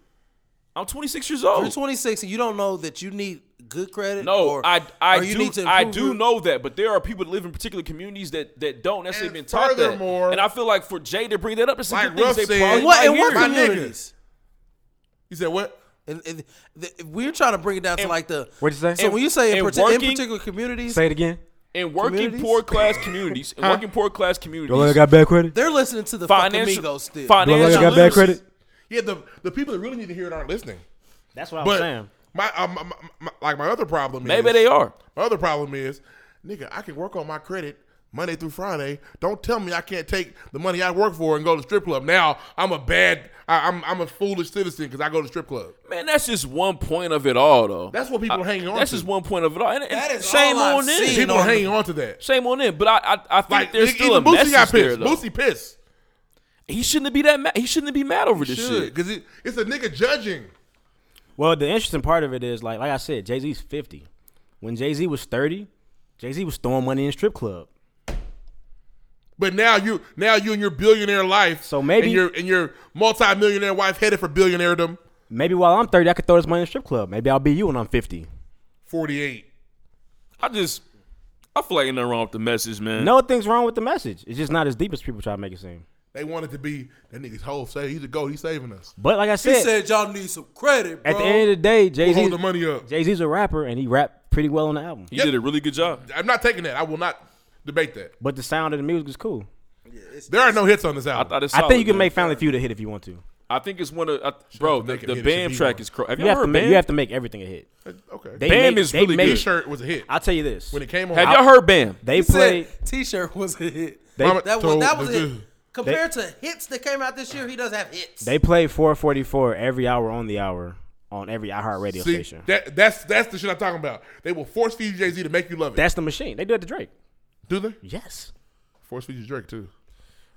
[SPEAKER 4] I'm 26 years
[SPEAKER 6] You're
[SPEAKER 4] old.
[SPEAKER 6] 26 and you don't know that you need good credit.
[SPEAKER 4] No,
[SPEAKER 6] or,
[SPEAKER 4] I I
[SPEAKER 6] or you
[SPEAKER 4] do
[SPEAKER 6] need to
[SPEAKER 4] I
[SPEAKER 6] improve
[SPEAKER 4] do
[SPEAKER 6] your-
[SPEAKER 4] know that, but there are people that live in particular communities that that don't necessarily been
[SPEAKER 3] And
[SPEAKER 4] taught that.
[SPEAKER 3] furthermore-
[SPEAKER 4] And I feel like for Jay to bring that up, it's some
[SPEAKER 3] Like
[SPEAKER 4] good things
[SPEAKER 3] Ruff
[SPEAKER 4] they
[SPEAKER 3] said-
[SPEAKER 4] probably
[SPEAKER 6] In what,
[SPEAKER 4] might
[SPEAKER 6] in what
[SPEAKER 4] hear.
[SPEAKER 3] My nigga.
[SPEAKER 6] communities?
[SPEAKER 3] You said what?
[SPEAKER 6] And, and the, if we're trying to bring it down to like the.
[SPEAKER 5] What'd you say?
[SPEAKER 6] So when you say
[SPEAKER 4] and
[SPEAKER 6] in, parti- in
[SPEAKER 4] working-
[SPEAKER 6] particular communities,
[SPEAKER 5] Say it again.
[SPEAKER 4] in working
[SPEAKER 6] communities?
[SPEAKER 4] poor class communities, in working poor class
[SPEAKER 5] Y'all
[SPEAKER 4] communities,
[SPEAKER 5] got bad credit.
[SPEAKER 6] they're listening to the fucking
[SPEAKER 4] financial,
[SPEAKER 6] Migos still.
[SPEAKER 5] Y'all
[SPEAKER 4] financial
[SPEAKER 5] got bad
[SPEAKER 4] literacy-
[SPEAKER 5] credit.
[SPEAKER 3] Yeah, the the people that really need to hear it aren't listening.
[SPEAKER 5] That's what I'm
[SPEAKER 3] But
[SPEAKER 5] saying.
[SPEAKER 3] my, um, my, my- my- like my other problem
[SPEAKER 4] Maybe
[SPEAKER 3] is
[SPEAKER 4] they are.
[SPEAKER 3] my other problem is nigga I can work on my credit Monday through Friday. Don't tell me I can't take the money I work for and go to strip club. Now I'm a bad I, I'm I'm a foolish citizen because I go to strip club.
[SPEAKER 4] Man, that's just one point of it all, though.
[SPEAKER 3] That's what people are hanging on
[SPEAKER 4] That's
[SPEAKER 3] to.
[SPEAKER 4] just one point of it all. And, and
[SPEAKER 6] That is
[SPEAKER 4] shame
[SPEAKER 6] all I've
[SPEAKER 4] on them.
[SPEAKER 6] seen.
[SPEAKER 3] People
[SPEAKER 6] know,
[SPEAKER 3] are hanging on to that.
[SPEAKER 4] Shame on them. But I I, I think
[SPEAKER 3] Like
[SPEAKER 4] there's
[SPEAKER 3] nigga,
[SPEAKER 4] still a
[SPEAKER 3] even Boosie
[SPEAKER 4] message
[SPEAKER 3] got
[SPEAKER 4] there,
[SPEAKER 3] pissed.
[SPEAKER 4] though.
[SPEAKER 3] Boosie pissed.
[SPEAKER 4] He shouldn't be that. Ma- he shouldn't be mad over this shit.
[SPEAKER 3] Because it, it's a nigga judging.
[SPEAKER 5] Well, the interesting part of it is like like I said, Jay Z's fifty. When Jay Z was thirty, Jay Z was throwing money in strip club.
[SPEAKER 3] But now you now you and your billionaire life.
[SPEAKER 5] So maybe-
[SPEAKER 3] and your and your multi-millionaire wife headed for billionairedom.
[SPEAKER 5] Maybe while I'm thirty, I could throw this money in strip club. Maybe I'll be you when I'm fifty.
[SPEAKER 3] 48.
[SPEAKER 4] I just I feel like ain't nothing wrong with the message, man.
[SPEAKER 5] No thing's wrong with the message. It's just not as deep as people try to make it seem.
[SPEAKER 3] They wanted to be that nigga's whole say he's a goat, he's saving us.
[SPEAKER 5] But like I
[SPEAKER 6] He
[SPEAKER 5] said,
[SPEAKER 6] said y'all need some credit, bro.
[SPEAKER 5] at the end of the day, Jay
[SPEAKER 3] We'll hold the
[SPEAKER 5] Z
[SPEAKER 3] money up.
[SPEAKER 5] Jay Z's a rapper and he rapped pretty well on the album.
[SPEAKER 4] he did a really good job.
[SPEAKER 3] I'm not taking that. I will not debate that.
[SPEAKER 5] But the sound of the music is cool.
[SPEAKER 3] There are no hits on this
[SPEAKER 4] I
[SPEAKER 3] album.
[SPEAKER 4] thought it's.
[SPEAKER 5] I think you
[SPEAKER 4] solid,
[SPEAKER 5] can
[SPEAKER 4] man.
[SPEAKER 5] make Family Feud a hit if you want to.
[SPEAKER 4] I think it's one of I, bro.
[SPEAKER 3] to
[SPEAKER 4] The,
[SPEAKER 3] make it
[SPEAKER 4] the
[SPEAKER 3] hit, it
[SPEAKER 4] Bam
[SPEAKER 3] should be
[SPEAKER 4] track
[SPEAKER 3] one.
[SPEAKER 4] is. Cro- have you,
[SPEAKER 5] You have
[SPEAKER 4] ever
[SPEAKER 5] to
[SPEAKER 4] heard
[SPEAKER 5] make,
[SPEAKER 4] Bam?
[SPEAKER 5] you have to make everything a hit.
[SPEAKER 3] Uh, okay.
[SPEAKER 5] They
[SPEAKER 4] Bam
[SPEAKER 5] made-
[SPEAKER 4] is
[SPEAKER 5] they
[SPEAKER 4] really
[SPEAKER 5] made-
[SPEAKER 4] good.
[SPEAKER 3] T-shirt was a hit
[SPEAKER 5] I'll tell you this.
[SPEAKER 3] when it came on.
[SPEAKER 4] have y'all heard Bam?
[SPEAKER 5] They
[SPEAKER 6] He said
[SPEAKER 5] played
[SPEAKER 6] T-shirt was a hit.
[SPEAKER 5] They-
[SPEAKER 3] Mama
[SPEAKER 6] that was that
[SPEAKER 3] told
[SPEAKER 6] was a
[SPEAKER 3] the
[SPEAKER 6] hit.
[SPEAKER 3] good.
[SPEAKER 6] Compared to hits that came out this year, he does have hits.
[SPEAKER 5] they played 444 every hour on the hour on every iHeart radio
[SPEAKER 3] See,
[SPEAKER 5] station.
[SPEAKER 3] that, that's that's the shit I'm talking about. They will force feed you Jay Z to make you love it.
[SPEAKER 5] That's the machine. They do it to Drake.
[SPEAKER 3] Do they
[SPEAKER 5] Yes.
[SPEAKER 3] force feed you Drake too?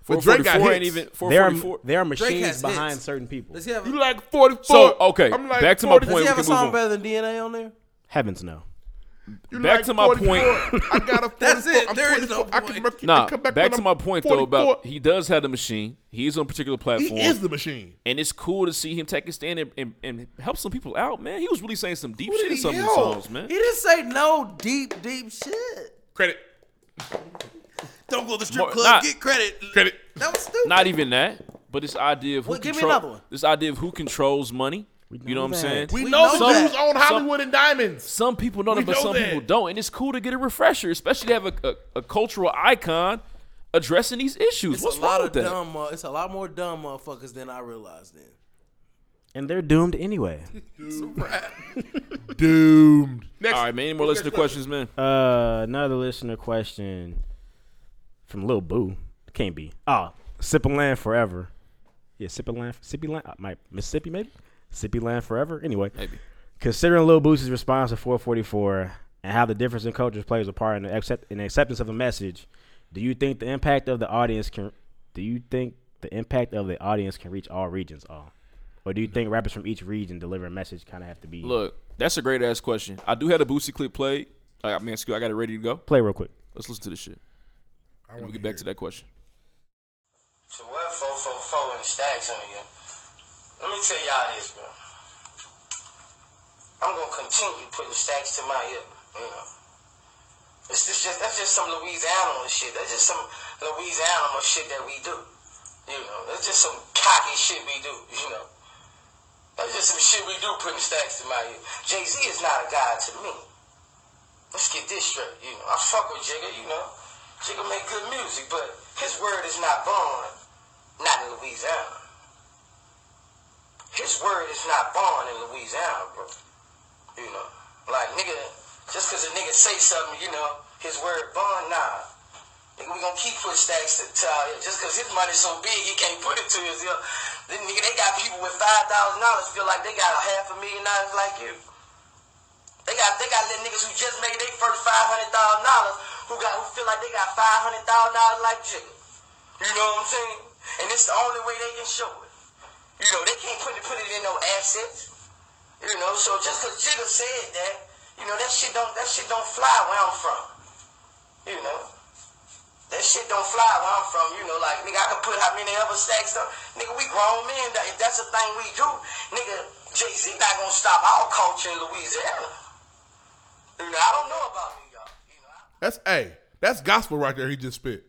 [SPEAKER 3] But Drake got
[SPEAKER 4] 444 ain't
[SPEAKER 3] hits.
[SPEAKER 4] even-
[SPEAKER 5] There are,
[SPEAKER 4] 444.
[SPEAKER 5] there are
[SPEAKER 6] Drake has
[SPEAKER 5] machines
[SPEAKER 6] hits.
[SPEAKER 5] behind certain people.
[SPEAKER 6] Does he have?
[SPEAKER 3] You like 44.
[SPEAKER 4] So, okay,
[SPEAKER 3] I'm like
[SPEAKER 4] back to my
[SPEAKER 3] 40.
[SPEAKER 6] Does
[SPEAKER 4] point.
[SPEAKER 6] he
[SPEAKER 4] we
[SPEAKER 6] have a
[SPEAKER 4] can move
[SPEAKER 6] song
[SPEAKER 4] on.
[SPEAKER 6] better than DNA on there?
[SPEAKER 5] Heavens no.
[SPEAKER 3] You
[SPEAKER 4] Back
[SPEAKER 3] like
[SPEAKER 4] to my
[SPEAKER 3] 44.
[SPEAKER 4] point.
[SPEAKER 3] I got a 44.
[SPEAKER 6] That's it.
[SPEAKER 3] I'm
[SPEAKER 6] There is
[SPEAKER 3] 44.
[SPEAKER 6] no
[SPEAKER 3] I can
[SPEAKER 6] point.
[SPEAKER 3] rep-
[SPEAKER 4] Nah,
[SPEAKER 3] I come
[SPEAKER 4] back,
[SPEAKER 3] when
[SPEAKER 4] to
[SPEAKER 3] I'm
[SPEAKER 4] my point though about
[SPEAKER 3] 44.
[SPEAKER 4] he does have the machine. He's on a particular platform.
[SPEAKER 3] He is the machine.
[SPEAKER 4] And it's cool to see him take a stand and, and, and help some people out, man. He was really saying some deep
[SPEAKER 3] Who
[SPEAKER 4] shit
[SPEAKER 3] did
[SPEAKER 4] in
[SPEAKER 3] he
[SPEAKER 4] some of these
[SPEAKER 3] help?
[SPEAKER 4] songs, man.
[SPEAKER 6] He didn't say no deep, deep shit.
[SPEAKER 3] Credit.
[SPEAKER 6] Don't go to the strip
[SPEAKER 4] More-
[SPEAKER 6] club.
[SPEAKER 4] not-
[SPEAKER 6] get credit.
[SPEAKER 3] Credit.
[SPEAKER 6] That was stupid.
[SPEAKER 4] Not even that, but this idea of who
[SPEAKER 6] Well, give me
[SPEAKER 4] control-
[SPEAKER 6] another one.
[SPEAKER 4] this idea of who controls money. You know what I'm saying?
[SPEAKER 3] We,
[SPEAKER 6] We
[SPEAKER 3] know,
[SPEAKER 6] know
[SPEAKER 3] the
[SPEAKER 6] that.
[SPEAKER 3] dudes own Hollywood and Diamonds.
[SPEAKER 4] some people know
[SPEAKER 3] We
[SPEAKER 4] that, but
[SPEAKER 3] know
[SPEAKER 4] some
[SPEAKER 3] that.
[SPEAKER 4] people don't, and it's cool to get a refresher, especially to have a, a, a cultural icon addressing these issues.
[SPEAKER 6] It's
[SPEAKER 4] What's
[SPEAKER 6] a
[SPEAKER 4] wrong
[SPEAKER 6] lot
[SPEAKER 4] with
[SPEAKER 6] of
[SPEAKER 4] that?
[SPEAKER 6] dumb. Uh, it's a lot more dumb motherfuckers than I realized. Then
[SPEAKER 5] And they're doomed anyway.
[SPEAKER 3] Doomed. Next.
[SPEAKER 4] All right, man. Any more listener questions, man?
[SPEAKER 5] Uh, another listener question from Lil Boo. Can't be. Ah, sipping land forever. Yeah, sipping land, sippy land, uh, my Mississippi maybe, sippy land forever. Anyway,
[SPEAKER 4] Maybe.
[SPEAKER 5] Considering Lil Boosie's response to 444 and how the difference in cultures plays a part in the accept in the acceptance of a message, do you think the impact of the audience can? Do you think the impact of the audience can reach all regions? All, or do you think rappers from each region deliver a message kind of have to be
[SPEAKER 4] Look, that's a great ass question. I do have a Boosie clip played. I I mean, excuse, I got it ready to go.
[SPEAKER 5] play real quick?
[SPEAKER 4] Let's listen to this shit. And we'll get back to that question.
[SPEAKER 12] So what 444 and stacks on you? Let me tell y'all this, bro. I'm gonna continue putting stacks to my ear. You know. It's just, just that's just some Louisiana shit. That's just some Louisiana shit that we do. You know, that's just some cocky shit we do, you know. That's just some shit we do putting stacks to my ear. Jay-Z is not a god to me. Let's get this straight, you know. I fuck with Jigga, you know. Jigga make good music, but his word is not born, not in Louisiana. His word is not born in Louisiana, bro. You know, like nigga, just cause a nigga say something, you know, his word born, nah. Nigga, we gonna keep putting stacks to, to our ear. Just cause his money's so big, he can't put it to his ear. Then nigga, they got people with five thousand dollars feel like they got a half a million dollars like you. They got they got little niggas who just made their first five hundred thousand dollars who got who feel like they got five hundred thousand dollars like Jigga. You know what I'm saying? And it's the only way they can show it. You know, they can't put it put it in no assets. You know, so just cause Jigga said that, you know, that shit don't that shit don't fly where I'm from. You know. That shit don't fly where I'm from, you know, like nigga I could put how many other stacks up. Nigga, we grown men that if that's a thing we do, nigga, Jay-Z not gonna stop our culture in Louisiana. You know, I don't know about New York.
[SPEAKER 3] That's A. That's gospel right there. He just spit.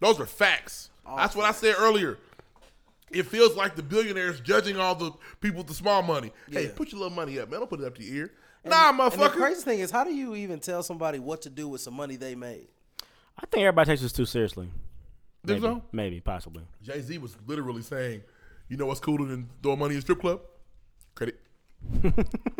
[SPEAKER 3] Those are facts. That's what I said earlier. It feels like the billionaires judging all the people with the small money. Hey,
[SPEAKER 6] Yeah.
[SPEAKER 3] put your little money up, man. Don't put it up to your ear. nah,
[SPEAKER 6] And the
[SPEAKER 3] motherfucker.
[SPEAKER 6] crazy thing is, how do you even tell somebody what to do with some money they made?
[SPEAKER 5] I think everybody takes this too seriously. Maybe,
[SPEAKER 3] Think so?
[SPEAKER 5] maybe, possibly.
[SPEAKER 3] Jay Z was literally saying, "You know what's cooler than throwing money in a strip club? Credit." Uh,